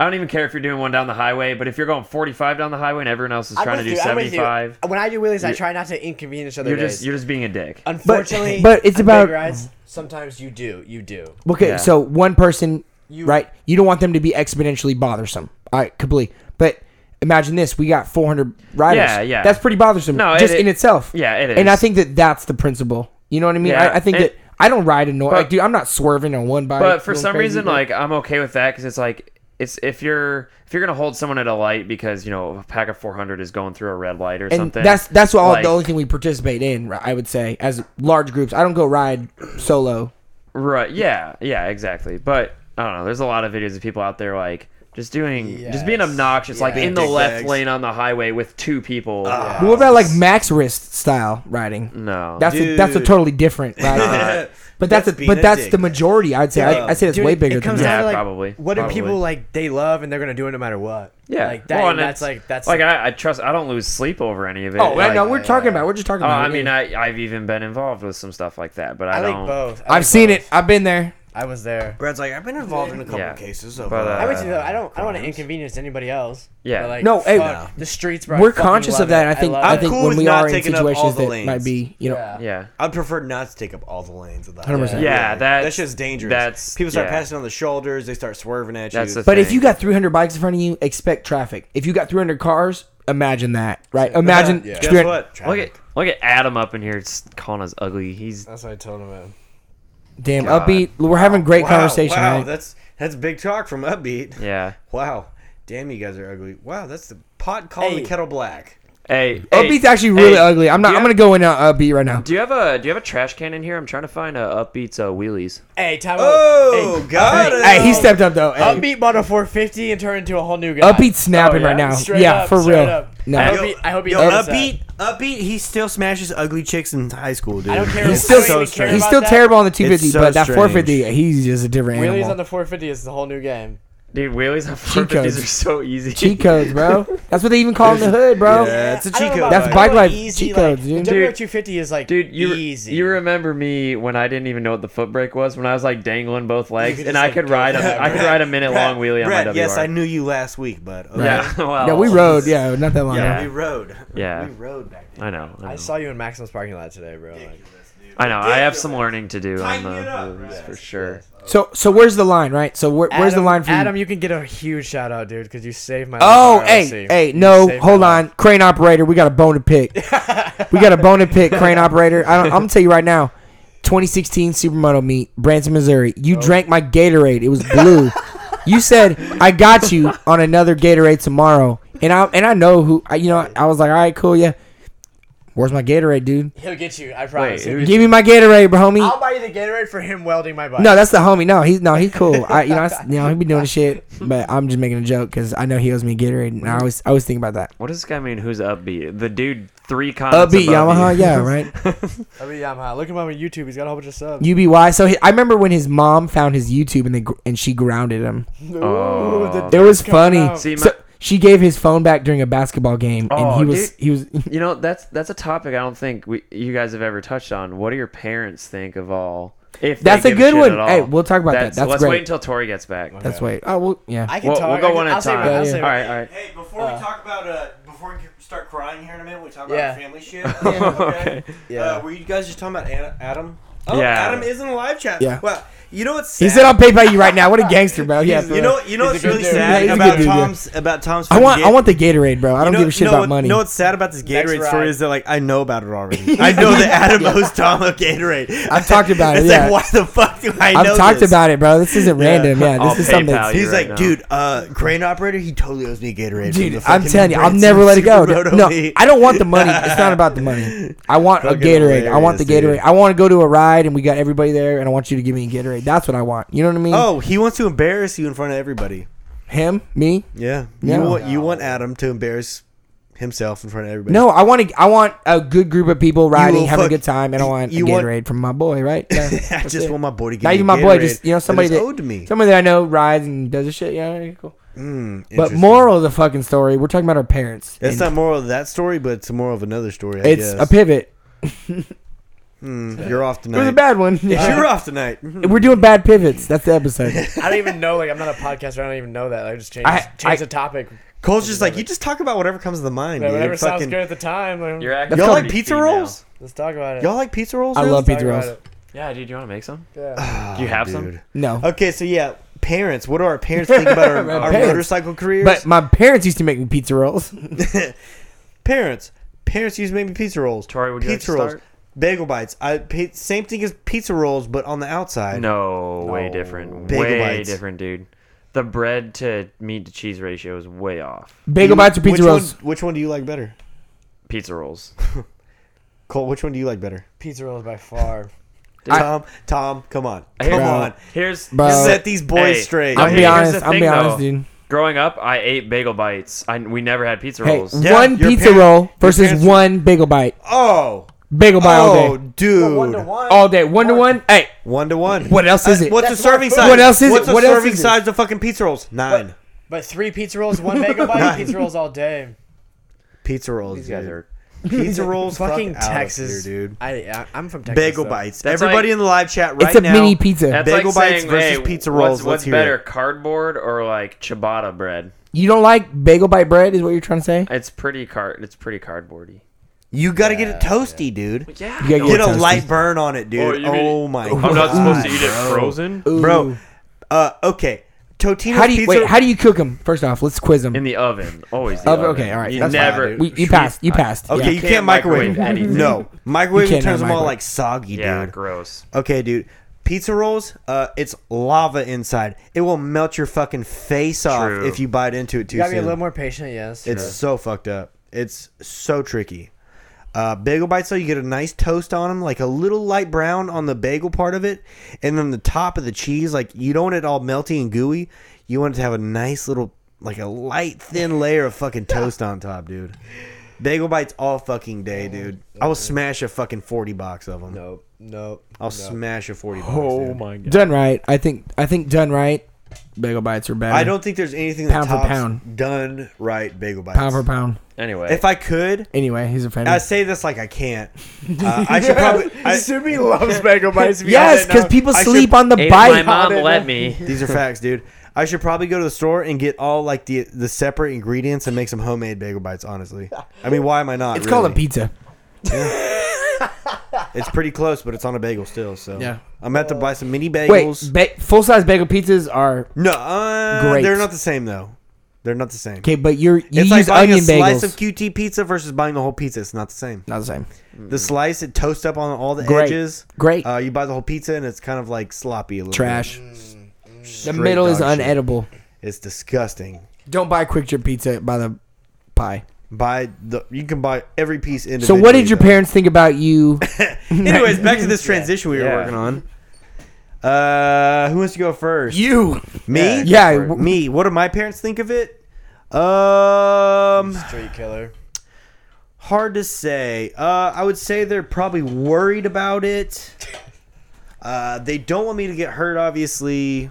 S5: I don't even care if you're doing one down the highway, but if you're going 45 down the highway and everyone else is
S7: I'm
S5: trying to
S7: with
S5: do
S7: you, I'm with you.
S5: 75,
S7: When I do wheelies, I try not to inconvenience other
S5: you're
S7: days.
S5: just you're just being a dick.
S7: Unfortunately,
S1: but it's
S7: on big
S1: about-
S7: rides, sometimes you do, you do.
S1: Okay,
S5: Yeah.
S1: so one person,
S7: You-
S1: right? You don't want them to be exponentially bothersome. All right, completely. But imagine this: we got 400 riders.
S5: Yeah, yeah.
S1: That's pretty bothersome.
S5: No, it-
S1: just
S5: it-
S1: in itself.
S5: yeah, it
S1: And I
S5: is.
S1: think that that's the principle. You know what I mean?
S5: Yeah,
S1: I, I think
S5: it-
S1: that I don't ride annoying.
S5: but-
S1: Like, dude, I'm not swerving on one bike.
S5: But for
S1: going
S5: some
S1: crazy,
S5: reason,
S1: but-
S5: like I'm okay with that because it's like it's if you're if you're gonna hold someone at a light because you know a pack of 400 is going through a red light or
S1: and
S5: something.
S1: that's that's all
S5: like-
S1: the only thing we participate in. I would say as large groups. I don't go ride solo.
S5: Right. Yeah. Yeah. Exactly. But I don't know. There's a lot of videos of people out there like just doing, just being
S7: Yes.
S5: obnoxious, like
S7: Being
S5: in the
S3: dick
S5: left
S3: bags.
S5: lane on the highway with two people.
S1: But what about like max wrist style riding?
S5: No.
S1: That's a, that's a
S3: Dude.
S1: totally different. Ride. but that's,
S3: That's
S1: a,
S3: being
S1: but
S3: a
S1: that's
S3: dick.
S1: the majority. I'd say. I, I say it's
S7: Dude,
S1: way
S7: it-
S1: bigger
S7: It comes
S1: than that.
S5: that.
S7: down
S5: Yeah,
S7: to like,
S5: probably,
S7: what do
S5: probably.
S7: people like? They love and they're gonna do it no matter what.
S5: yeah.
S7: like that.
S5: Well,
S7: and
S5: and
S7: that's
S5: it's-
S7: like that's
S5: like I, I trust. I don't lose sleep over any of it.
S1: Oh, I
S5: Like,
S1: know. We're talking about. We're just talking
S5: Oh,
S1: about.
S5: I
S1: it.
S5: mean, I I've even been involved with some stuff like that, but I,
S7: I like
S5: don't.
S7: both.
S1: I've
S7: I like
S1: seen
S7: both.
S1: it. I've been there.
S7: I was there.
S3: Brad's like, I've been involved in a couple
S5: Yeah.
S3: cases of.
S5: But,
S3: uh,
S5: uh,
S7: I went to though. I don't. I don't want to inconvenience anybody else.
S5: Yeah.
S7: But, like,
S1: No, hey,
S7: fuck, the streets. Bro, I
S1: We're
S7: fucking
S1: conscious
S7: love
S1: of that.
S7: it.
S1: I think.
S7: love
S1: I,
S7: it.
S1: think
S3: cool
S1: when
S3: with
S1: we
S3: not
S1: are in
S3: taking up all
S1: situations
S3: the
S1: that
S3: lanes.
S1: might be, you know,
S7: Yeah.
S5: Yeah.
S3: I'd prefer not to take up all the lanes of the
S1: 100%.
S5: Yeah, that's-
S3: that's just dangerous.
S5: that's-
S3: people start
S5: yeah.
S3: passing on the shoulders. They start swerving at
S5: That's
S3: you.
S5: the
S1: But if
S5: thing.
S1: you got 300 bikes in front of you, expect traffic. If you got 300 cars, imagine that, right? Imagine. 300
S7: Yeah.
S3: Guess what?
S5: look at look at Adam up in here it's calling us ugly. He's
S7: That's what I told him. Man.
S1: Damn,
S5: God.
S1: upbeat. We're having great
S3: Wow,
S1: conversation,
S3: Wow,
S1: right?
S3: that's that's big talk from Upbeat.
S5: yeah.
S3: Wow, damn, you guys are ugly. Wow, that's the pot calling
S7: Hey.
S3: the kettle black.
S5: Hey,
S1: Upbeat's
S5: hey,
S1: actually really
S5: hey,
S1: ugly. I'm not.
S5: do
S1: I'm
S5: you-
S1: gonna go in uh, upbeat right now.
S5: Do you have a Do you have a trash can in here? I'm trying to find a upbeats uh, wheelies.
S7: Hey, time
S3: Oh,
S7: out. Hey,
S3: got it.
S1: Hey, he stepped up though. Hey,
S7: Upbeat Moto 450 and turned into a whole new guy.
S1: upbeat snapping
S5: yeah?
S1: right now.
S7: Straight
S1: yeah,
S7: up,
S1: for
S7: straight
S1: real.
S7: up.
S1: No.
S7: I
S5: Hey,
S7: hope he, I hope he
S3: Yo,
S7: knows that.
S3: upbeat, upbeat. He still smashes ugly chicks in high school, dude.
S7: I don't care.
S1: He's still
S7: I don't even care
S1: he's
S7: about
S1: still
S7: that.
S1: terrible on the 250,
S3: It's so
S1: but that
S3: strange.
S1: 450, he's just a different
S7: Wheelies
S1: animal.
S7: on the 450 is the whole new game.
S5: Dude, wheelies on 450s
S1: codes.
S5: are so easy.
S1: cheat codes, bro. That's what they even call in the hood, bro.
S3: Yeah, it's a
S7: I don't
S3: cheat
S7: know
S3: code.
S7: about-
S1: That's
S7: I don't
S1: bike
S7: know
S1: life
S7: easy,
S1: cheat
S7: like,
S1: codes, dude.
S7: The WR250 is like
S5: Dude, you
S7: easy.
S5: you remember me when I didn't even know what the foot brake was when I was like dangling both legs
S7: could
S5: and
S7: just,
S5: I
S7: like,
S5: could
S7: go-
S5: ride a, I could ride a minute
S3: Brad,
S5: long wheelie
S3: Brad,
S5: on my WR.
S3: Yes, I knew you last week, but okay.
S5: Yeah, well,
S1: Yeah, we rode. Yeah, not that long.
S3: Yeah,
S1: ago.
S5: Yeah.
S3: we rode.
S5: Yeah.
S3: we rode back then.
S5: I know. I know. I,
S7: I saw you in Maxim's parking lot today, bro. Like,
S5: know. I have some learning to do on the wheelies for sure.
S1: So, so where's the line, right? So, where, where's the
S7: Adam-
S1: line for
S7: Adam,
S1: you?
S7: you can get a huge shout out, dude, because you saved my
S1: Oh,
S7: life. in
S1: hey,
S7: RLC.
S1: hey,
S7: You
S1: no,
S7: saved
S1: hold
S7: my
S1: on,
S7: life.
S1: crane operator, we got a bone to pick. we got a bone to pick, crane operator. I don't, I'm gonna tell you right now, 2016 Supermoto meet, Branson, Missouri. You
S7: Oh.
S1: drank my Gatorade; it was blue. you said I got you on another Gatorade tomorrow, and I and I know who. I, you know, I was like, all right, cool, yeah. Where's my Gatorade, dude?
S7: He'll get you. I promise.
S5: who-
S7: He'll get
S1: Give me my Gatorade, bro, homie.
S7: you. I'll buy you the Gatorade for him welding my bike.
S1: No, that's the homie. No, he's no, he's cool. I, you know, I s you know, he be doing shit, but I'm just making a joke because I know he owes me Gatorade, and I always, I always think about that.
S5: What does this guy mean? Who's upbeat? The dude three comments
S1: Upbeat
S5: above
S1: Yamaha,
S5: you.
S1: yeah, right.
S7: I mean, yeah, man. Look him up on YouTube. He's got a whole bunch of subs.
S1: UBY. So he, I remember when his mom found his YouTube and they gr- and she grounded him.
S3: Uh,
S7: Ooh, the
S1: It was
S7: dude's coming
S1: funny.
S7: out.
S5: See, my-
S1: So she gave his phone back during a basketball game, and
S5: Oh,
S1: he was,
S5: dude.
S1: he was.
S5: You know, that's that's a topic I don't think we you guys have ever touched on. What do your parents think of all? If they
S1: That's a
S5: give
S1: good
S5: shit
S1: one.
S5: at all?
S1: Hey, we'll talk about that. That's
S5: let's
S1: great.
S5: wait until Tori gets back.
S1: That's why. Oh well, yeah.
S7: I can
S5: We'll,
S7: talk.
S5: we'll
S7: I
S5: go
S7: can-
S5: one at
S7: I'll
S5: a
S7: save
S5: time.
S7: it,
S1: Yeah,
S7: I'll save
S1: yeah.
S7: it.
S5: All right, all right.
S3: Hey, before we talk about uh, before we start crying here in a minute, we talk about
S7: Yeah.
S3: family shit. okay.
S7: Yeah.
S3: Uh, were you guys just talking about Ana- Adam? Oh,
S5: Yeah.
S3: Adam is in the live chat.
S1: Yeah.
S3: Well, you know what's sad?
S1: he said, "I'll pay by you right now." What a gangster, bro. Yeah.
S3: you know you know what's
S7: He's a good
S3: really
S7: dude.
S3: sad
S1: He's a good
S3: about
S1: dude, yeah.
S3: Tom's about Tom's.
S1: I want,
S3: Ga-
S1: I want the Gatorade, bro. I don't
S3: you know-
S1: give a shit
S3: you know
S1: about
S3: what-
S1: money.
S3: You know what's sad about this Gatorade
S7: ride.
S3: story is that like I know about it already. I know that Adam owes Tom a Gatorade.
S1: I've talked about it.
S3: It's
S1: yeah.
S3: like why the fuck do I know?
S1: I've talked
S3: this?
S1: about it, bro. This isn't random. Yeah,
S5: I'll
S1: this is something.
S5: PayPal you
S3: He's
S5: right
S3: like,
S5: now.
S3: dude, uh, crane operator, he totally owes me a Gatorade. from
S1: Dude,
S3: the
S1: I'm
S3: fucking
S1: telling you, I'll
S3: Branson
S1: never let it go.
S3: Supermoto
S1: No,
S3: meet.
S1: I don't want the money. It's not about the money. I want a
S3: Fucking
S1: Gatorade. I want the Gatorade.
S3: hilarious, dude.
S1: I want to go to a ride and we got everybody there, and I want you to give me a Gatorade. That's what I want. You know what I mean?
S3: Oh, he wants to embarrass you in front of everybody.
S1: him, me.
S3: Yeah.
S1: Yeah.
S3: You want you want Adam to embarrass himself in front of everybody.
S1: No, I want to. I want a good group of people riding,
S3: will
S1: having a
S3: fuck-
S1: good time, and I want
S3: you
S1: a
S3: want-
S1: Gatorade from my boy. Right? Yeah,
S3: I
S1: that's
S3: just
S1: it.
S3: want my boy to get
S1: Not
S3: me
S1: even
S3: a
S1: my boy,
S3: Gatorade
S1: just you know somebody
S3: that is
S1: that,
S3: owed to me.
S1: somebody that I know rides and does a shit. Yeah, cool.
S3: Mm,
S1: But
S3: interesting.
S1: moral of the fucking story, we're talking about our parents.
S3: That's
S1: And
S3: not moral of that story, but it's moral of another story. I
S1: it's
S3: guess.
S1: a pivot.
S3: Hmm, You're off
S1: It was
S3: tonight.
S1: a bad one.
S3: You're off tonight. Mm-hmm.
S1: We're doing bad pivots. That's the episode.
S7: I don't even know. Like, I'm not a podcaster. I don't even know that. I just changed,
S1: I-
S7: changed
S1: I-
S7: the topic.
S3: Cole's just like you. Just talk about whatever comes to the mind. dude.
S7: Whatever sounds
S3: Fucking-
S7: good at the time. like,
S5: You're acting
S3: Y'all like
S5: pretty
S3: pizza
S5: female.
S3: rolls?
S7: let's talk about it.
S3: Y'all like pizza rolls?
S1: I
S3: dude?
S1: love
S7: Let's
S1: pizza
S7: talk about
S1: rolls.
S7: it.
S5: Yeah, dude, you want to make some?
S7: Yeah.
S5: Do you have some?
S3: Dude.
S1: No.
S3: Okay, so yeah, parents. What do our parents think about our, our
S1: parents.
S3: motorcycle careers?
S1: But my parents used to make me pizza rolls.
S3: parents, parents use maybe pizza rolls.
S5: Tori, would you like to
S3: pizza rolls,
S5: start?
S3: bagel bites. I pa- same thing as pizza rolls, but on the outside.
S5: No, way different.
S3: Bagel
S5: way
S3: bites.
S5: different, dude. The bread to meat to cheese ratio is way off.
S1: Bagel bites or pizza
S3: Mm, which
S1: rolls?
S3: One, which one do you like better,
S5: Pizza rolls.
S3: Cole? Which one do you like better?
S7: Pizza rolls by far.
S3: Tom, Tom, come on, come
S5: Here-
S3: on.
S5: Here's
S1: Bro. Uh,
S3: Set these boys
S5: Hey,
S3: straight.
S5: I'm
S1: I'll be
S5: Here's
S1: honest.
S5: the
S1: I'll be
S5: thing,
S1: honest,
S5: though.
S1: dude.
S5: growing up. I ate bagel bites. I we never had pizza
S1: Hey,
S5: rolls.
S3: Yeah,
S1: one
S3: your
S1: pizza
S3: parents-
S1: roll
S3: your
S1: versus
S3: parents-
S1: one bagel bite.
S3: oh,
S1: Bagel bite all
S3: oh,
S1: day.
S3: dude.
S6: One to one.
S1: All day. One to one. Hey,
S3: One to one.
S1: what else is it?
S3: What's the serving size?
S1: What else is it?
S3: What's the
S1: What else
S3: serving
S1: is it?
S3: size of fucking pizza rolls? Nine.
S7: But three pizza rolls, one bagel bite, pizza rolls all day.
S3: Pizza rolls. These
S5: guys are-
S3: pizza rolls.
S7: Fucking
S3: fuck out of
S7: Texas,
S3: here, dude.
S7: I, I I'm from Texas.
S3: Bagel
S7: though.
S3: bites.
S5: That's
S3: Everybody
S5: like-
S3: in the live chat right
S1: It's a
S3: now.
S1: mini pizza.
S5: That's
S3: Bagel
S5: like
S3: bites
S5: saying,
S3: versus
S5: hey,
S3: pizza
S5: what's-
S3: rolls. Let's
S5: What's,
S3: hear
S5: better,
S3: it.
S5: cardboard or like ciabatta bread?
S1: You don't like bagel bite bread, is what you're trying to say?
S5: It's pretty card. It's pretty cardboardy.
S3: You gotta get it toasty, dude.
S5: Yeah.
S1: You gotta
S3: Get a
S1: Toasty.
S3: light burn on it,
S5: Oh,
S3: dude.
S5: you
S3: Oh,
S5: mean-
S3: my
S5: I'm
S3: god.
S5: not supposed to eat it frozen.
S1: Ooh.
S3: Bro, uh, okay. Totino's
S1: How do you
S3: pizza.
S1: wait? How do you cook them? First off, let's quiz them.
S5: In the oven, always. The
S1: Oven-
S5: oven,
S1: okay, all right,
S5: You
S1: that's fine,
S5: never.
S1: We, you passed. You passed.
S3: okay, you
S1: yeah.
S3: can't, microwave.
S5: microwave anything.
S3: no, microwave
S1: cannot
S3: turns them all
S1: microwave.
S3: like soggy,
S5: Yeah,
S3: dude.
S5: gross.
S3: Okay, dude. Pizza rolls, uh, it's lava inside. It will melt your fucking face off
S5: True.
S3: if you bite into it too
S7: You gotta be
S3: soon.
S7: a little more patient. Yes.
S3: It's so fucked up. It's so tricky. Uh, bagel bites, though, you get a nice toast on them, like a little light brown on the bagel part of it, and then the top of the cheese. Like you don't want it all melty and gooey. You want it to have a nice little, like a light thin layer of fucking toast on top, dude. Bagel bites all fucking day, dude. I will smash a fucking forty box of them.
S7: nope. Nope.
S3: I'll smash a forty box. Oh my!
S1: Done right. I think. I think done right. Bagel bites are better.
S3: I don't think there's anything that
S1: Pound for
S3: tops
S1: pound.
S3: done right bagel bites.
S1: pound for Mm. pound.
S5: Anyway,
S3: If I could,
S1: Anyway, he's offended.
S3: I say this like I can't. Uh, I should probably. I,
S7: Sumi loves bagel bites.
S1: yes, because people
S3: I should-
S1: sleep on the
S5: if my
S1: bite.
S5: mom let me.
S3: these are facts, dude. I should probably go to the store and get all like the the separate ingredients and make some homemade bagel bites. Honestly, I mean, why am I not?
S1: it's called a
S3: really?
S1: pizza.
S3: It's pretty close, but it's on a bagel still. So
S1: Yeah.
S3: I'm about to buy some mini
S1: Wait,
S3: bagels.
S1: ba- full size bagel pizzas are
S3: no, uh,
S1: Great.
S3: they're not the same though. They're not the same.
S1: okay, but you're you
S3: it's
S1: use
S3: like buying
S1: onion
S3: a slice
S1: bagels.
S3: of QT pizza versus buying the whole pizza. It's not the same.
S1: Not the same.
S5: Mm-hmm.
S3: The slice it toasts up on all the
S1: Great.
S3: edges.
S1: Great.
S3: Uh, you buy the whole pizza and it's kind of like sloppy a little. bit.
S1: Trash. The
S3: Mm, Straight
S1: middle is
S3: dog shit.
S1: unedible.
S3: It's disgusting.
S1: Don't buy quick trip pizza by the pie.
S3: Buy the you can buy every piece
S1: So,
S3: individually.
S1: what did your
S3: though.
S1: parents think about you?
S3: Anyways, back to this transition we were
S5: Yeah.
S3: working on. Uh, who wants to go first?
S1: you.
S3: me?
S1: Yeah, w-
S3: me. What do my parents think of it? Um,
S7: Street killer.
S3: hard to say. Uh, I would say they're probably worried about it. Uh, they don't want me to get hurt, obviously.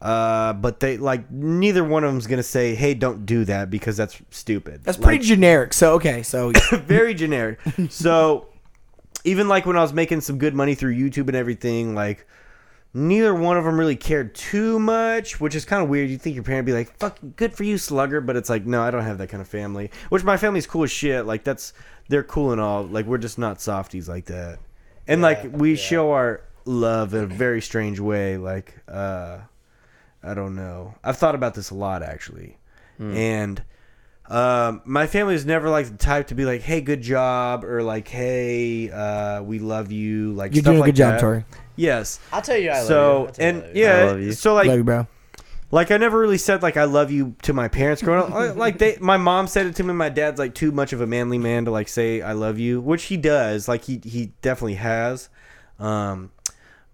S3: Uh, but they like neither one of them's gonna say, "Hey, don't do that," because that's stupid.
S1: That's
S3: Like,
S1: pretty generic. So okay, so
S3: very generic. So even like when I was making some good money through YouTube and everything, like neither one of them really cared too much, which is kind of weird. You'd think your parent would be like, "Fuck, good for you, slugger," but it's like, no, I don't have that kind of family. Which my family's cool as shit. Like that's they're cool and all. Like we're just not softies like that. And like we show our love in a very strange way. Like uh, I don't know. I've thought about this a lot actually,
S1: Hmm.
S3: and. Um, my family was never like the type to be like, "Hey, good job," or like, "Hey, uh, we love you." Like
S1: you're
S3: stuff
S1: doing a
S3: like
S1: good job,
S3: that.
S1: Tori.
S3: Yes.
S7: I'll tell you. I love you.
S3: so
S7: I'll tell you I
S3: and
S7: love you.
S3: yeah,
S5: I love you.
S3: so like
S1: Love you, bro.
S3: like I never really said like I love you to my parents growing up. I- like they, my mom said it to me. My dad's like too much of a manly man to like say I love you, which he does. Like he he definitely has, um,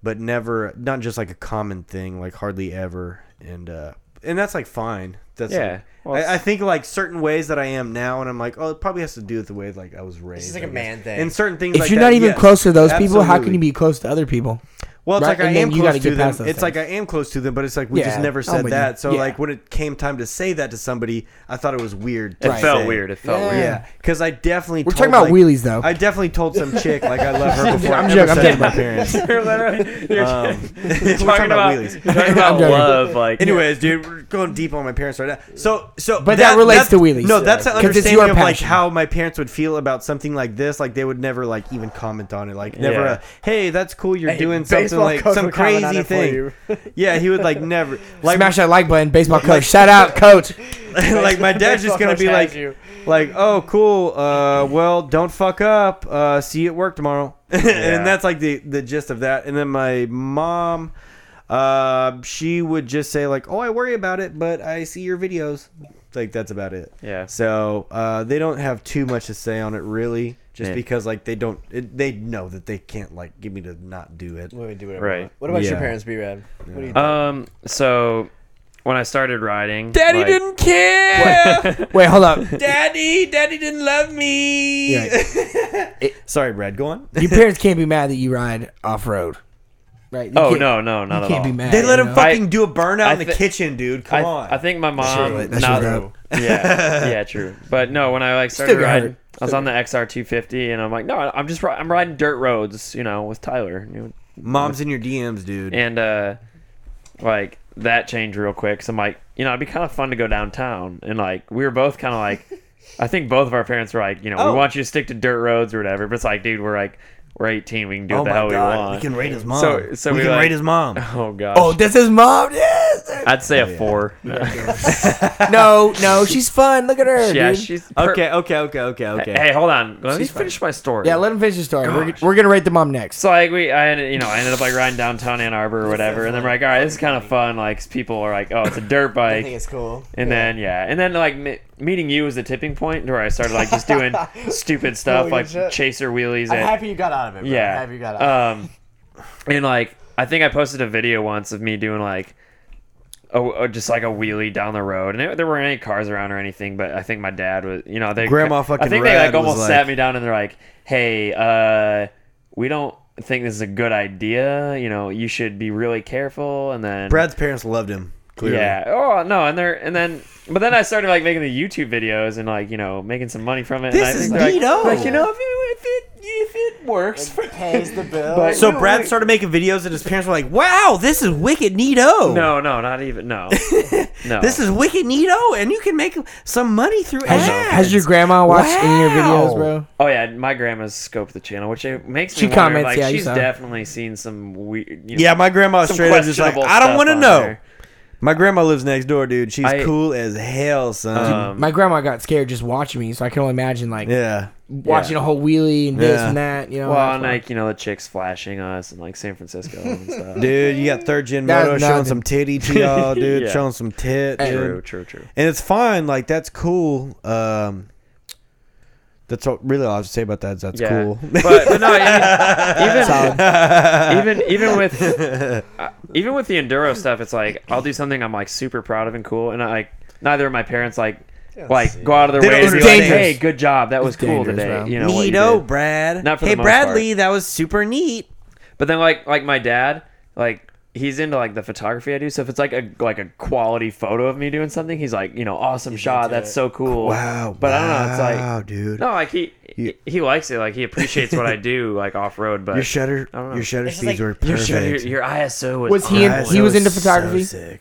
S3: but never not just like a common thing. Like hardly ever, and uh, and that's like fine. That's
S5: Yeah.
S3: like-
S5: Well,
S3: I, I
S5: it's-
S3: think like certain ways that I am now, and I'm like, oh, it probably has to do with the way like I was raised.
S7: like
S3: I
S7: a
S3: guess.
S7: man thing.
S3: And certain things.
S1: If
S3: like
S1: you're
S3: that,
S1: not even
S3: yes,
S1: close to those people, how can
S3: absolutely.
S1: you be close to other people?
S3: Well, it's
S1: Right,
S3: like I
S1: and then
S3: am
S1: you gotta
S3: close to
S1: get
S3: them. It's
S1: past those
S3: like I
S1: things.
S3: am close to them, but it's like we just
S1: Yeah,
S3: never
S1: I'm
S3: said
S1: with you.
S3: that. So
S1: Yeah.
S3: like when it came time to say that to somebody, I thought it was weird. To
S5: It felt
S3: say.
S5: weird. It felt
S1: Yeah.
S5: weird.
S3: Yeah, because I definitely
S1: We're
S3: told,
S1: talking about
S3: like-
S1: wheelies, though.
S3: I definitely told some chick like I love her before.
S1: I'm
S3: I
S1: joking,
S3: ever
S1: I'm
S3: said
S1: kidding.
S3: to my parents.
S5: You're literally you're
S3: Um, we're
S5: talking, about, you're talking about
S1: I'm joking.
S5: love. Like
S3: Anyways, dude, we're going deep on my parents right now. So, so,
S1: But that relates to wheelies.
S3: No, that's an
S1: 'Cause it's your
S3: understanding of like
S1: passion.
S3: how my parents would feel about something like this. Like they would never like even comment on it. Like never,
S5: Yeah.
S3: a, hey, that's cool. You're
S7: Hey,
S3: doing something
S7: baseball
S3: like
S7: coach
S3: some
S7: would comment on
S3: crazy
S7: it for
S3: thing.
S7: you.
S3: yeah, he would like never like
S1: Smash that like button, baseball coach. Shout out, coach.
S3: like my dad's just
S7: Baseball
S3: gonna
S7: coach
S3: be
S7: has
S3: like,
S7: you.
S3: like, oh, cool. Uh, well, don't fuck up. Uh, see you at work tomorrow.
S5: Yeah.
S3: and that's like the the gist of that. And then my mom, uh, she would just say like, oh, I worry about it, but I see your videos. Like that's about it.
S5: Yeah.
S3: So uh, they don't have too much to say on it really, just
S5: Yeah.
S3: because like they don't, it, they know that they can't like get me to not do it.
S7: Let me do whatever.
S5: Right.
S7: Right. What about
S3: Yeah.
S7: your parents, B-Rad? What do you
S5: Um. So when I started riding,
S3: Daddy
S5: like-
S3: didn't care.
S1: Wait, hold up.
S3: Daddy, Daddy didn't love me.
S1: You're right.
S3: Sorry, Brad. Go on.
S1: Your parents can't be mad that you ride off road, right? You
S5: Oh
S1: can't-
S5: no, no,
S1: you
S5: not at
S1: can't
S5: all.
S1: be mad.
S3: They let
S1: you
S3: him
S1: know?
S3: fucking do a burnout
S5: I
S3: in the
S5: thi-
S3: kitchen, dude. Come
S5: I,
S3: on.
S5: I think my mom.
S1: Shit, that's
S5: not,
S1: just dope.
S5: yeah, yeah, true. But no, when I like
S1: Still
S5: started
S1: get
S5: riding,
S1: hurt.
S5: I was
S1: Still
S5: on the XR250, and I'm like, no, I'm just ri- I'm riding dirt roads, you know, with Tyler, you know,
S3: Mom's in your DMs, dude.
S5: and uh, like that changed real quick. So I'm like, you know, it'd be kind of fun to go downtown, and like we were both kind of like, I think both of our parents were like, you know,
S3: Oh.
S5: we want you to stick to dirt roads or whatever. But it's like, dude, we're like, we're 18, we can
S3: Oh
S5: do what the hell we want.
S3: can rate his mom.
S5: So- so
S3: we
S5: we
S3: can
S5: like-
S3: rate his mom.
S5: oh gosh,
S1: Oh, that's his mom. Yes.
S5: I'd say a four.
S1: no, no, she's fun. Look at her.
S5: yeah,
S1: dude.
S5: she's per-
S3: Okay, okay, okay, okay, okay.
S5: Hey, hold on. Let me finish my story.
S1: Yeah, let him finish the story. We're,
S5: Gosh.
S1: we're gonna rate the mom next.
S5: So like we, I ended, you know, I ended up like riding downtown Ann Arbor or whatever, and then we're like, all right, this is kind of fun. Like people are like, oh, it's a dirt
S7: I think
S5: bike,
S7: it's cool.
S5: and then yeah, and then like me- meeting you was the tipping point where I started like just doing stupid stuff
S7: Holy
S5: like
S7: shit.
S5: chaser wheelies.
S7: I'm
S5: at-
S7: happy you got out of it. Bro.
S5: yeah.
S7: I'm happy you got out.
S5: Um, and like I think I posted a video once of me doing like, oh, just like a wheelie down the road, and it, there weren't any cars around or anything. But I think my dad was, you know, they
S3: Grandma
S5: I
S3: fucking
S5: think they
S3: Rad
S5: like
S3: was
S5: almost
S3: like-
S5: sat me down and they're like, "Hey, uh, we don't think this is a good idea. You know, you should be really careful." And then
S3: Brad's parents loved him. Clearly.
S5: yeah. Oh no, and they're and then but then I started like making the YouTube videos and like you know making some money from it.
S3: This
S5: and I
S3: is oh.
S5: think they're
S3: neato.
S5: Like, like you know if it, if it if it works for
S7: Pays the bill.
S3: So Brad started making videos, and his parents were like, "Wow, this is wicked neato.
S5: No, no, not even no. No.
S3: this is wicked neato, and you can make some money through
S1: Has,
S3: ads."
S1: has your grandma watched any of your
S3: Wow.
S1: videos, bro?
S5: Oh yeah, my grandma's scoped the channel, which it makes me
S1: She
S5: wonder,
S1: comments,
S5: Like,
S1: yeah, you
S5: she's
S1: saw.
S5: definitely seen some weird. You know,
S3: yeah, my grandma
S5: some
S3: straight up just like,
S5: questionable
S3: "I don't
S5: stuff
S3: want to
S5: on
S3: know."
S5: there.
S3: My grandma lives next door, dude. She's
S5: I-
S3: cool as hell, son.
S5: Um,
S1: Mm, My grandma got scared just watching me, so I can only imagine like
S3: yeah.
S1: watching a whole wheelie and this
S3: Yeah.
S1: and that. You know,
S5: well, and
S1: that's
S5: like you know the chicks flashing us and like San Francisco and stuff.
S3: Dude, you got third gen
S1: That's
S3: moto showing
S1: nothing.
S3: some titty to y'all, dude.
S5: Yeah.
S3: Showing some tit. dude.
S5: True, true, true.
S3: And it's fine. Like that's cool. Um, that's all, really all I have to say about that. Is that's
S5: Yeah,
S3: cool.
S5: but, but no, I mean, even, even even with uh, even with the enduro stuff, it's like I'll do something I'm like super proud of and cool, and I like neither of my parents like like go out of their
S3: They
S5: way
S3: don't
S5: to be like,
S3: understand.
S5: hey, good job, that was cool
S1: dangerous,
S5: today.
S1: bro.
S5: You know, what you did.
S3: Brad.
S5: Not for the most Bradley,
S3: that was super neat.
S5: But then like like my dad, like he's into like the photography I do. So if it's like a like a quality photo of me doing something, he's like, you know, awesome shot. That's so cool.
S3: Wow.
S5: But I don't know. It's
S3: wow,
S5: like
S3: dude.
S5: no, like he he, he likes it. Like he appreciates what I do, like off road. But
S3: your shutter,
S5: I don't know.
S3: your shutter
S7: just
S3: speeds
S7: like-
S3: were
S5: your,
S3: perfect.
S5: shutter- your, your ISO was,
S1: Was he in-
S5: on
S3: Guys,
S1: he
S3: that
S1: was into
S3: so
S1: photography?
S3: sick.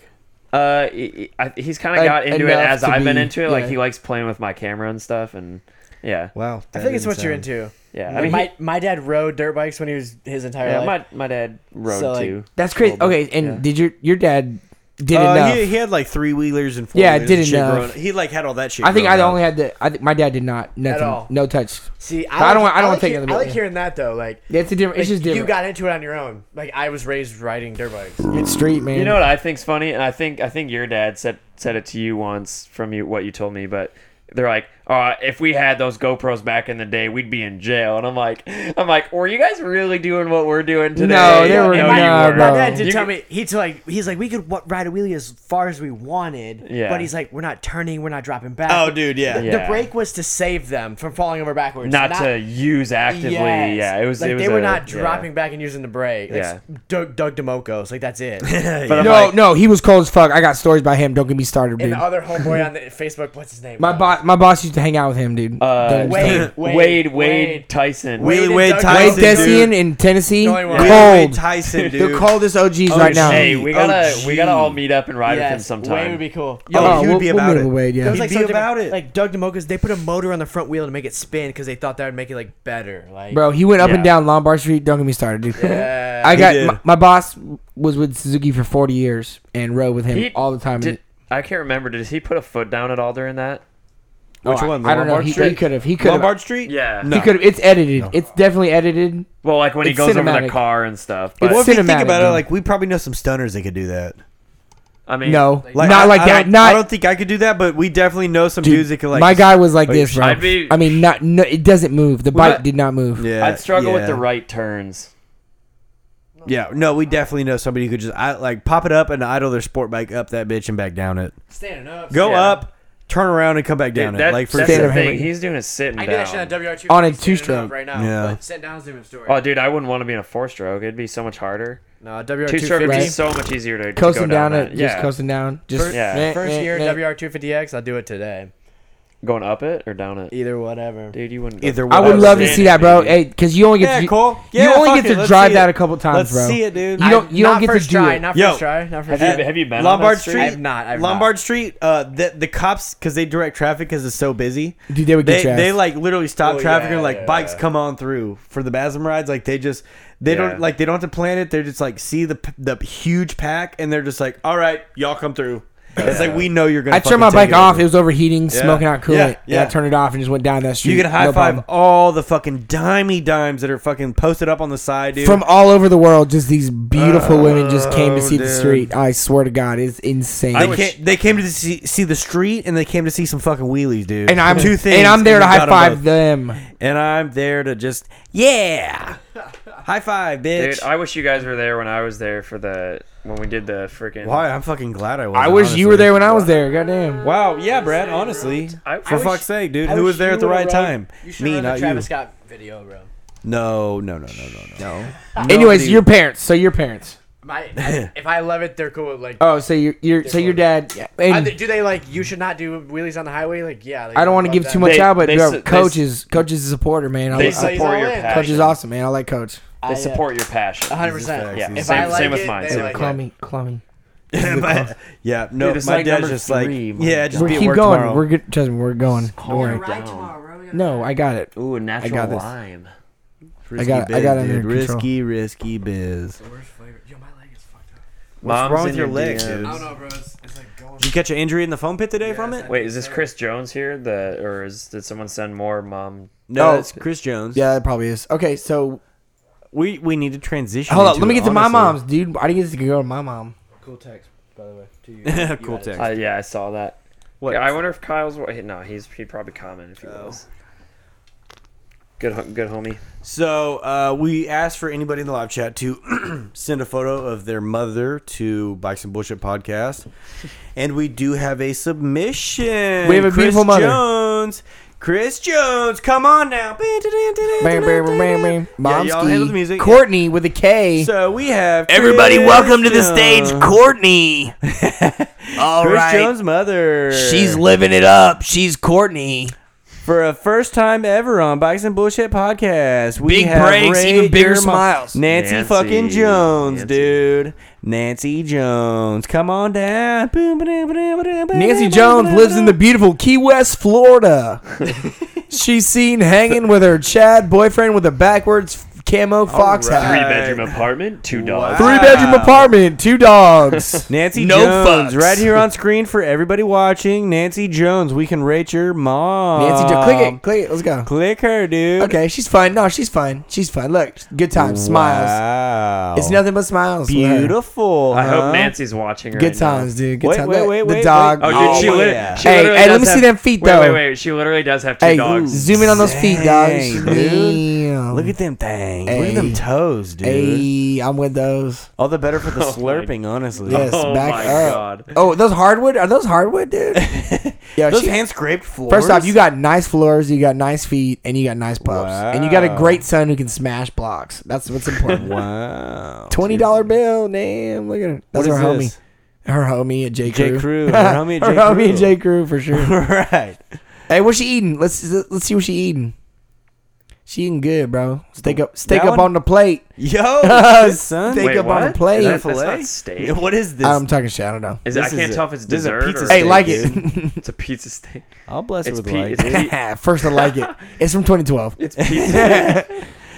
S5: Uh, he- I- he's kind of
S1: En-
S5: got into it
S1: enough
S5: as
S1: to
S5: I've been
S1: be-
S5: into it. Like
S1: yeah.
S5: he likes playing with my camera and stuff, and yeah,
S3: Wow.
S7: I think it's what you're into.
S5: yeah. I
S7: Like,
S5: mean,
S7: my
S5: he-
S7: my dad rode dirt bikes when he was his entire
S5: yeah,
S7: life.
S5: my my dad rode
S7: So, like,
S5: too.
S1: That's crazy. Okay, and did your your dad did
S3: Uh,
S1: enough?
S3: he, he had like three wheelers and four.
S1: Yeah,
S3: wheelers and
S1: did
S3: shit
S1: enough.
S3: growing- He like had all that shit.
S1: I think I
S3: growing up.
S1: only had the. I think my dad did not nothing.
S7: all.
S1: No touch.
S7: See, I,
S1: But I don't
S7: like-
S1: want- I don't
S7: like
S1: think
S7: hear-
S1: of the
S7: I like
S1: bit-
S7: hearing that though. Like,
S1: It's a different. It's
S7: like,
S1: just different.
S7: you got into it on your own. Like I was raised riding dirt bikes.
S1: it's street man.
S5: You know what I think's funny, and I think I think your dad said said it to you once from you what you told me, but they're like, uh, if we had those GoPros back in the day, we'd be in jail. And I'm like, I'm like, were you guys really doing what we're doing today?
S1: No, they were
S5: you
S1: not,
S5: weren't.
S1: bro.
S7: My dad did
S5: You
S7: tell
S5: could-
S7: me he's like he's like we could wa- ride a wheelie as far as we wanted,
S5: Yeah.
S7: but he's like we're not turning, we're not dropping back.
S3: Oh, dude, yeah.
S5: Yeah.
S7: The break was to save them from falling over backwards,
S5: Not, to use actively.
S7: Yes.
S5: Yeah, it was.
S7: Like
S5: it was
S7: they were
S5: a-
S7: not
S5: yeah.
S7: dropping back and using the brake. Like,
S5: Yeah.
S7: Doug, Doug DeMocos, like that's it.
S5: But I'm
S1: No,
S5: like,
S1: no, he was cold as fuck. I got stories by him. Don't get me started,
S7: and
S1: dude.
S7: the other homeboy on the Facebook, what's his name?
S1: My boss, my boss used to hang out with him, dude.
S5: uh,
S1: Don't understand.
S7: Wade, Wade,
S5: Wade, Wade,
S7: Wade.
S5: Tyson.
S3: Wade
S7: and
S3: Wade
S1: Wade
S7: Doug
S3: Tyson,
S7: DeMocos.
S1: Desian
S3: dude.
S1: in Tennessee,
S7: The only one-
S3: Wade
S1: cold.
S3: Tyson, dude.
S1: the coldest OGs
S3: Oh,
S1: right now.
S5: Hey, we gotta we gotta all meet up and ride with him
S7: Yes,
S5: sometime.
S7: Wade would be cool.
S3: Yo,
S1: Oh,
S3: he would
S1: we'll-
S3: be
S1: we'll
S3: about
S1: meet
S3: it.
S1: him Wade, yeah.
S7: It
S1: He'd
S7: was like
S3: be
S7: so different-
S3: about it.
S7: Like Doug DeMocos, they put a motor on the front wheel to make it spin because they thought that would make it like better. Like
S1: Bro, he went up
S5: Yeah.
S1: and down Lombard Street. Don't get me started, dude.
S7: Yeah.
S1: I got
S3: did.
S1: my, my boss was with Suzuki for 40 years and rode with him
S5: He-
S1: all the time.
S5: Did, I can't remember. Did he put a foot down at all during that?
S1: Oh,
S3: Which
S1: I-
S3: one?
S1: I don't know.
S3: Lombard
S1: He
S3: Street?
S1: could have. He could
S3: Lombard
S1: have.
S3: Street?
S5: Yeah.
S1: He
S3: No.
S1: could have. It's edited. It's definitely edited.
S5: Well, like when he
S1: It's
S5: goes over the
S1: cinematic.
S5: car and stuff.
S1: It's
S5: But
S3: Well, if you think
S1: Cinematic,
S3: about it,
S1: dude.
S3: like we probably know some stunners that could do that.
S5: I mean,
S1: No,
S3: Like,
S1: not
S3: I-
S1: like
S3: I
S1: that.
S3: don't-
S1: Not
S3: I don't think I could do that, but we definitely know some dudes that could like.
S1: my guy was like
S3: Oh,
S1: this, bro.
S5: I'd be-
S1: I mean, not no, it doesn't move. The
S5: Well,
S1: bike
S5: that-
S1: did not move.
S3: Yeah,
S5: I'd struggle with
S3: yeah.
S5: the right turns.
S3: Yeah, no, we definitely know somebody who could just I, like pop it up and idle their sport bike up that bitch and back down it.
S7: standing up.
S3: Go
S5: Yeah.
S3: up, turn around and come back down
S5: Dude,
S3: it.
S5: that-
S3: Like for
S5: that's the
S1: Stand-up
S5: thing.
S1: hammock.
S5: He's doing is sitting
S7: I do that shit on
S5: down.
S7: WR two
S1: On a two-stroke.
S7: right now.
S3: Yeah.
S7: But sitting down is a different story.
S5: Oh, dude, I wouldn't want to be in a four stroke. It'd be so much harder.
S7: no, WR
S5: Two
S7: two
S5: stroke would
S1: Right.
S5: be
S7: fifty.
S5: so much easier to to go
S1: Coasting
S5: down,
S1: down, it,
S5: that. Yeah,
S1: just coasting down, just
S5: Yeah.
S1: meh,
S7: First
S1: meh,
S7: year
S1: meh.
S7: WR two fifty X, I'll do it today.
S5: going up it or down it.
S7: Either whatever.
S5: Dude, you wouldn't. Go
S3: either
S1: I would
S3: one.
S1: love to see that, bro.
S5: Baby.
S1: Hey, because you only get
S3: Yeah,
S1: to,
S3: Cole.
S1: you
S3: Yeah,
S1: only
S3: fuck
S1: get
S3: it.
S1: to
S3: Let's
S1: drive
S3: see
S1: that
S3: it.
S1: a couple times,
S3: Let's
S1: bro.
S3: see it, dude.
S1: You don't you
S7: not
S1: don't get to
S7: first
S1: do
S7: try,
S1: it.
S7: Not
S3: Yo.
S7: first try. Not first
S5: Have you,
S7: try.
S5: have you been on that
S3: Lombard
S5: street?
S3: Street,
S7: I've not, I've
S3: Lombard Street. Uh, the the cops because they direct traffic because it's so busy.
S1: Dude, they would get
S3: They,
S1: your ass.
S3: they like literally stop
S7: Oh,
S3: traffic
S7: yeah,
S3: and like
S7: yeah,
S3: bikes
S7: yeah.
S3: come on through for the Basm rides. Like they just they
S5: Yeah.
S3: don't like they don't have to plan it. They're just like see the p- the huge pack and they're just like, all right, y'all come through. It's like we know you're gonna.
S1: I turned
S3: fucking
S1: my
S3: take
S1: bike off.
S3: over.
S1: It was overheating, smoking out coolant.
S3: yeah,
S1: Yeah,
S3: yeah.
S1: I turned it off and just went down that street.
S3: You can high
S1: No
S3: five
S1: problem.
S3: all the fucking dimey dimes that are fucking posted up on the side, dude.
S1: from all over the world. Just these beautiful women just came to
S3: Oh,
S1: see the
S3: dude.
S1: street. I swear to God, it's insane.
S3: they, came, they came to see, see the street and they came to see some fucking wheelies, dude.
S1: and I'm
S3: two things,
S1: and I'm there to
S3: we
S1: high
S3: got 'em
S1: five
S3: both.
S1: them.
S3: and I'm there to just yeah, high five, bitch.
S5: Dude, I wish you guys were there when I was there for the when we did the freaking.
S3: Why? I'm fucking glad I was.
S1: I wish you were there when I was there. Goddamn.
S3: Wow, yeah, Brad. Honestly,
S5: I-
S3: for
S5: I wish-
S3: fuck's sake, dude,
S7: I
S3: who
S7: wish
S3: was there
S7: you
S3: at the
S7: would've
S3: right
S7: rode-
S3: time?
S7: You should
S3: Me,
S7: run the
S3: not you.
S7: Travis Scott video, bro.
S3: No, no, no, no, no, no.
S1: Anyways,
S3: Nobody-
S1: your parents. So your parents.
S7: My, if I love it, they're cool. Like,
S1: Oh, so your your so your dad. And
S7: I- do they like? You should not do wheelies on the highway. Like, yeah. Like,
S1: I don't want to
S7: love
S1: give
S7: that.
S1: too much
S5: They-
S1: out, but
S5: they
S1: bro,
S5: s- they
S1: coach
S5: s-
S1: is coach is a supporter, man. I,
S5: They
S1: I,
S5: support your
S7: Coach is
S1: coach is
S5: passion.
S1: awesome, man. I like coach.
S7: I,
S5: They
S7: uh,
S5: support your passion.
S7: 100.
S3: Jesus
S7: percent
S3: Christ,
S5: Yeah,
S3: Jesus
S7: If
S5: same,
S7: I like
S5: same with
S7: it,
S5: mine.
S7: they
S5: Same
S7: like
S5: with
S7: it.
S1: Call me, call me.
S3: My- yeah, no,
S5: Dude, it's
S3: my
S5: like
S3: dad's
S5: number
S3: just
S5: three,
S3: like,
S5: man.
S3: yeah, just
S1: We
S3: be at
S1: keep
S3: work
S1: going.
S3: tomorrow.
S1: We're good, Justin. We're going. Don't worry.
S5: mine. Down.
S1: No, I got it.
S5: Ooh, natural
S1: got this.
S5: lime.
S3: Risky
S1: got- I
S3: biz,
S1: got it
S3: dude.
S1: under control.
S3: Risky, risky biz.
S5: Mom's
S3: wrong with
S5: in
S3: your leg,
S5: DMs.
S3: dude?
S8: I don't know, bro. It's, it's like going.
S3: Did you catch an injury in the foam pit today from
S7: it's
S3: it?
S5: Wait, is this Chris Jones here? The or is did someone send more mom?
S3: No,
S1: Oh.
S3: it's Chris Jones.
S1: Yeah, that probably is. Okay, so
S3: we we need to transition.
S1: hold on.
S3: into
S1: Let me
S3: it,
S1: get to my mom's,
S3: honestly.
S1: dude. I didn't get to go to my mom.
S7: Cool text, by the way. To you.
S3: cool text.
S5: Uh, yeah, I saw that.
S3: What?
S5: Yeah, I wonder if Kyle's. wa- No, he's he probably commented if he was.
S3: Oh.
S5: Good, ho- good homie.
S3: So uh, we asked for anybody in the live chat to send a photo of their mother to Bikes and Bullshit podcast, and we do have a submission.
S1: We have a
S3: Chris
S1: beautiful mother.
S3: Jones. Chris Jones, come on now.
S1: Bam, bam, bam, bam, bam.
S3: Yeah, y'all handle the
S1: Momski.
S3: music.
S1: Courtney with a K.
S3: So we have
S9: Everybody,
S3: Chris
S9: welcome to the stage,
S3: Jones.
S9: Courtney. All
S3: Chris
S9: right,
S3: Jones' mother.
S9: she's living it up. She's Courtney.
S3: for a first time ever on Bikes and Bullshit podcast. We
S9: Big breaks, even bigger smiles.
S3: Nancy,
S5: Nancy,
S3: fucking Jones,
S5: Nancy.
S3: dude. Nancy Jones, come on down. Nancy
S1: Nancy Jones lives in the beautiful Key West, Florida. She's seen hanging with her Chad boyfriend with a backwards camo fox
S5: Three
S1: hat.
S5: bedroom apartment, two dogs.
S1: Three bedroom apartment, two dogs.
S3: Nancy
S9: No
S3: Jones,
S9: fucks.
S3: right here on screen for everybody watching. Nancy Jones, we can rate your mom.
S1: Nancy, just click it, click it. Let's go.
S3: Click her, dude.
S1: Okay, she's fine. No, she's fine. She's fine. Look, good times, smiles.
S3: Wow.
S1: It's nothing but smiles. with her.
S3: Oh. beautiful.
S5: I
S3: huh?
S5: hope Nancy's watching her.
S1: Good times, dude. Good
S3: Wait,
S1: times.
S3: wait,
S1: Look,
S3: wait,
S1: the
S3: wait,
S1: dog.
S5: Oh, dude,
S3: Oh,
S5: she, lit-
S3: yeah.
S5: she
S1: Hey,
S5: literally.
S1: hey,
S5: does
S1: let me
S5: have-
S1: see them feet,
S5: wait, Wait,
S1: though.
S5: wait, She literally does have two
S1: Hey,
S5: dogs.
S1: zoom in on those feet, dog.
S3: Dang, dude.
S1: Damn.
S3: Look at them things. Look at
S1: Hey.
S3: them toes, dude.
S1: Hey, I'm with those.
S3: All the better for the
S5: Oh my-
S3: slurping, honestly.
S1: Yes,
S5: Oh
S1: back
S5: my
S1: up.
S5: God.
S1: Oh, those hardwood? Are those hardwood, dude? Yeah,
S3: Those
S1: she-
S3: hand scraped floors.
S1: First off, you got nice floors, you got nice feet, and you got nice pups, and you got a
S3: Wow.
S1: great son who can smash blocks. That's what's important.
S3: Wow.
S1: Twenty dollar bill, damn! Look at her. That's
S3: What
S1: her
S3: is
S1: homie.
S3: this?
S1: Her homie at J Crew.
S3: J. Crew. Her homie at J.
S1: Her homie at
S3: Crew.
S1: J Crew for sure.
S3: right.
S1: hey, what's she eating? Let's let's see what she eating. She eating good, bro. Steak up, steak
S3: That
S1: up
S3: one?
S1: on the plate.
S3: Yo, good son.
S1: Steak
S5: Wait,
S1: up
S5: what?
S1: on the plate.
S5: Is that
S3: Is that
S5: That's
S3: filet?
S5: not steak.
S3: What is this?
S1: I'm talking shit. I don't know.
S5: Is it, I
S3: This is
S5: can't
S3: a-
S5: tell if it's
S3: this is a
S5: dessert
S3: pizza
S5: or
S1: Hey,
S3: steak,
S1: like
S5: it's a pizza steak.
S3: I'll bless it
S5: It's,
S3: with
S5: pi-
S3: light.
S5: it's,
S3: dude.
S5: pi-
S1: it. First, I like it. It's from 2012.
S5: it's pizza.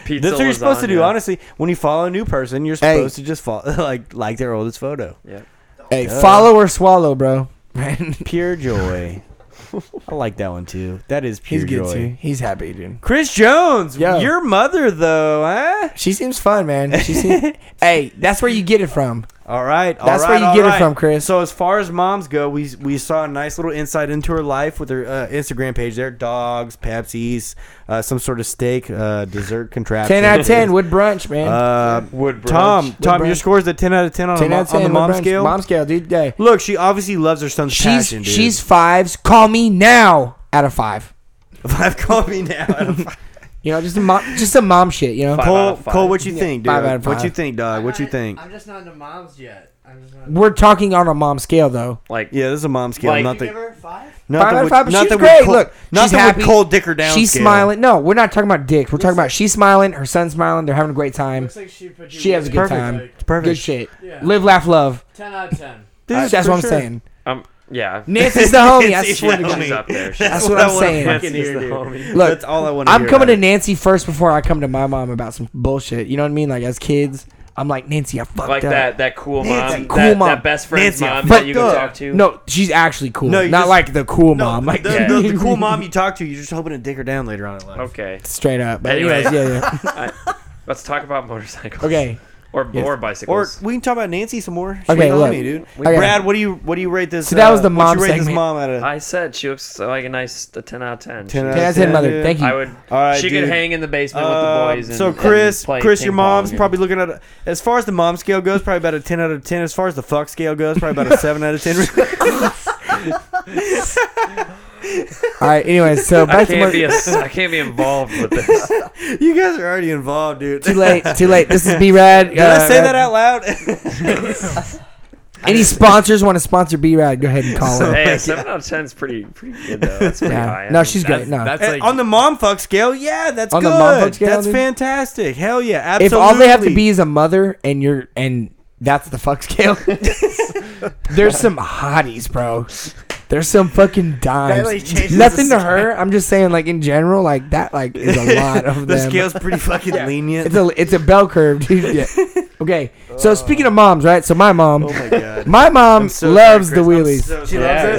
S5: pizza
S3: That's what you're supposed to do,
S5: lasagna.
S3: honestly. When you follow a new person, you're
S1: Hey.
S3: supposed to just follow, like like their oldest photo.
S5: Yeah.
S1: Hey, follow or swallow, bro.
S3: Pure joy. I like that one too. That is pure
S1: He's good
S3: joy.
S1: too. He's happy, dude.
S3: Chris Jones,
S1: Yo.
S3: your mother though, huh?
S1: She seems fun, man. She seems. hey, that's where you get it from.
S3: All right, all
S1: That's where
S3: right,
S1: you
S3: all
S1: get it
S3: right.
S1: from, Chris.
S3: So as far as moms go, we we saw a nice little insight into her life with her uh, Instagram page. There, dogs, Pepsi's, uh, some sort of steak, uh, dessert contraption.
S1: Ten out of ten with brunch, man.
S3: Uh,
S5: Wood
S3: Tom,
S5: brunch.
S3: Tom,
S1: Wood
S3: your
S1: brunch.
S3: score is a ten out of ten on,
S1: ten
S3: a, mo-
S1: out of ten
S3: on the
S1: with
S3: mom
S1: brunch.
S3: scale.
S1: Mom scale, dude. Hey,
S3: Look, she obviously loves her son's
S1: she's
S3: passion, dude.
S1: she's fives. Call me now. Out of five.
S3: five. Call me now. out of five.
S1: You know, just a mom, just some mom shit. You know.
S5: Five. out
S3: Cole,
S5: of five.
S3: Cole, what you think, dude?
S1: five out of
S3: What
S1: five.
S3: you think, dog? What you
S8: I-
S3: think?
S8: I'm just not into moms yet. I'm just not.
S1: We're talking on a mom scale though.
S5: Like
S3: Yeah, this is a mom scale.
S5: Like-
S3: not
S8: Give
S3: the
S8: her a five.
S3: not
S1: Five
S3: the
S1: out of
S3: with-
S1: five. But
S3: not
S1: she's
S3: the
S1: great.
S3: with Cole-
S1: Look,
S3: not
S1: she's
S3: the with
S1: happy.
S3: Cold dicker down.
S1: She's
S3: scale.
S1: smiling. No, we're not talking about dicks. We're talking about she's smiling. Her son's smiling. They're having a great time.
S8: Looks like she put. you
S1: She has a good
S8: really,
S1: time.
S8: like,
S3: perfect.
S1: Good shit.
S8: Yeah.
S1: Live, laugh, love.
S8: Ten out of ten.
S1: That's
S3: Dude, for
S1: what I'm
S3: sure.
S1: saying.
S5: um yeah.
S1: Nancy's the homie. I
S3: Nancy's
S1: swear to
S3: the
S1: God.
S5: She's up there. She's
S1: That's what I'm
S3: wanna
S1: saying.
S3: fucking
S5: Nancy's
S3: hear,
S5: the
S3: dude.
S5: homie.
S1: Look,
S3: That's all I want to
S1: I'm coming to Nancy first before I come to my mom about some bullshit. You know what I mean? Like as kids, I'm like Nancy, I fucked
S5: like
S1: up.
S5: that that cool
S3: Nancy,
S5: mom,
S1: cool
S5: that,
S1: mom.
S5: that best friend's
S3: Nancy, I
S5: mom that you can
S3: fucked up.
S5: talk to.
S1: No, she's actually cool.
S3: No,
S1: No,
S3: you
S1: not
S3: just-
S1: like the cool mom.
S3: No,
S1: Like
S3: the, the, the cool mom you talk to, you're just hoping to dick her down later on in life.
S5: Okay.
S1: straight up. But
S5: Anyway.
S1: anyways, yeah, yeah.
S5: Let's talk about motorcycles.
S1: Okay,
S5: Or or
S3: Or
S5: bicycles.
S3: we can talk about Nancy some more. She's
S1: Okay,
S3: the
S1: look.
S3: homie, dude.
S1: Okay.
S3: Brad, what do you what do you rate this?
S1: So that was the
S3: uh, what
S1: mom
S3: you rate this
S1: segment.
S3: mom out of
S5: I said she looks like a nice a ten out of ten.
S3: ten?
S5: She-
S3: Out
S1: Can I
S3: of
S1: say
S3: 10,
S1: mother?
S3: dude?
S1: Thank you.
S5: I would.
S3: All right,
S5: she
S3: dude.
S5: could hang in the basement
S3: Um,
S5: with the boys. And,
S3: so
S5: and
S3: Chris,
S5: play
S3: Chris, your
S5: ping pong
S3: mom's
S5: and-
S3: probably looking at a, as far as the mom scale goes, probably about a ten out of ten. As far as the fuck scale goes, probably about a seven out of ten.
S1: all right. Anyways, so
S5: I
S1: back to
S5: can't be
S1: more,
S5: a, I can't be involved with this.
S3: you guys are already involved, dude.
S1: too late, too late. This is B Rad.
S3: Did I say that out loud?
S1: Any sponsors want to sponsor B Rad? Go ahead and call her.
S5: hey, a seven out of ten is pretty pretty good though. That's pretty high.
S1: Yeah.
S5: I
S1: No,
S5: mean,
S1: she's
S6: That's,
S1: great. No,
S6: that's
S3: Eh,
S6: like
S3: on the mom fuck scale, yeah, that's
S1: On
S3: good.
S1: the mom fuck scale,
S3: that's
S1: dude?
S3: fantastic. Hell yeah,
S1: if
S3: absolutely.
S1: all they have to be is a mother and you're and that's the fuck scale. There's some hotties, bro. There's some fucking dimes.
S3: really changes
S1: Nothing
S3: the
S1: to her. I'm just saying, like in general, like that, like is a lot of
S3: the
S1: them.
S3: scale's pretty fucking lenient.
S1: It's a it's a bell curve, dude. Yeah. Okay. So speaking of moms, right? So my mom,
S3: oh my god,
S1: my mom
S3: I'm so
S1: loves the
S3: sorry, Chris.
S1: wheelies.
S3: I'm so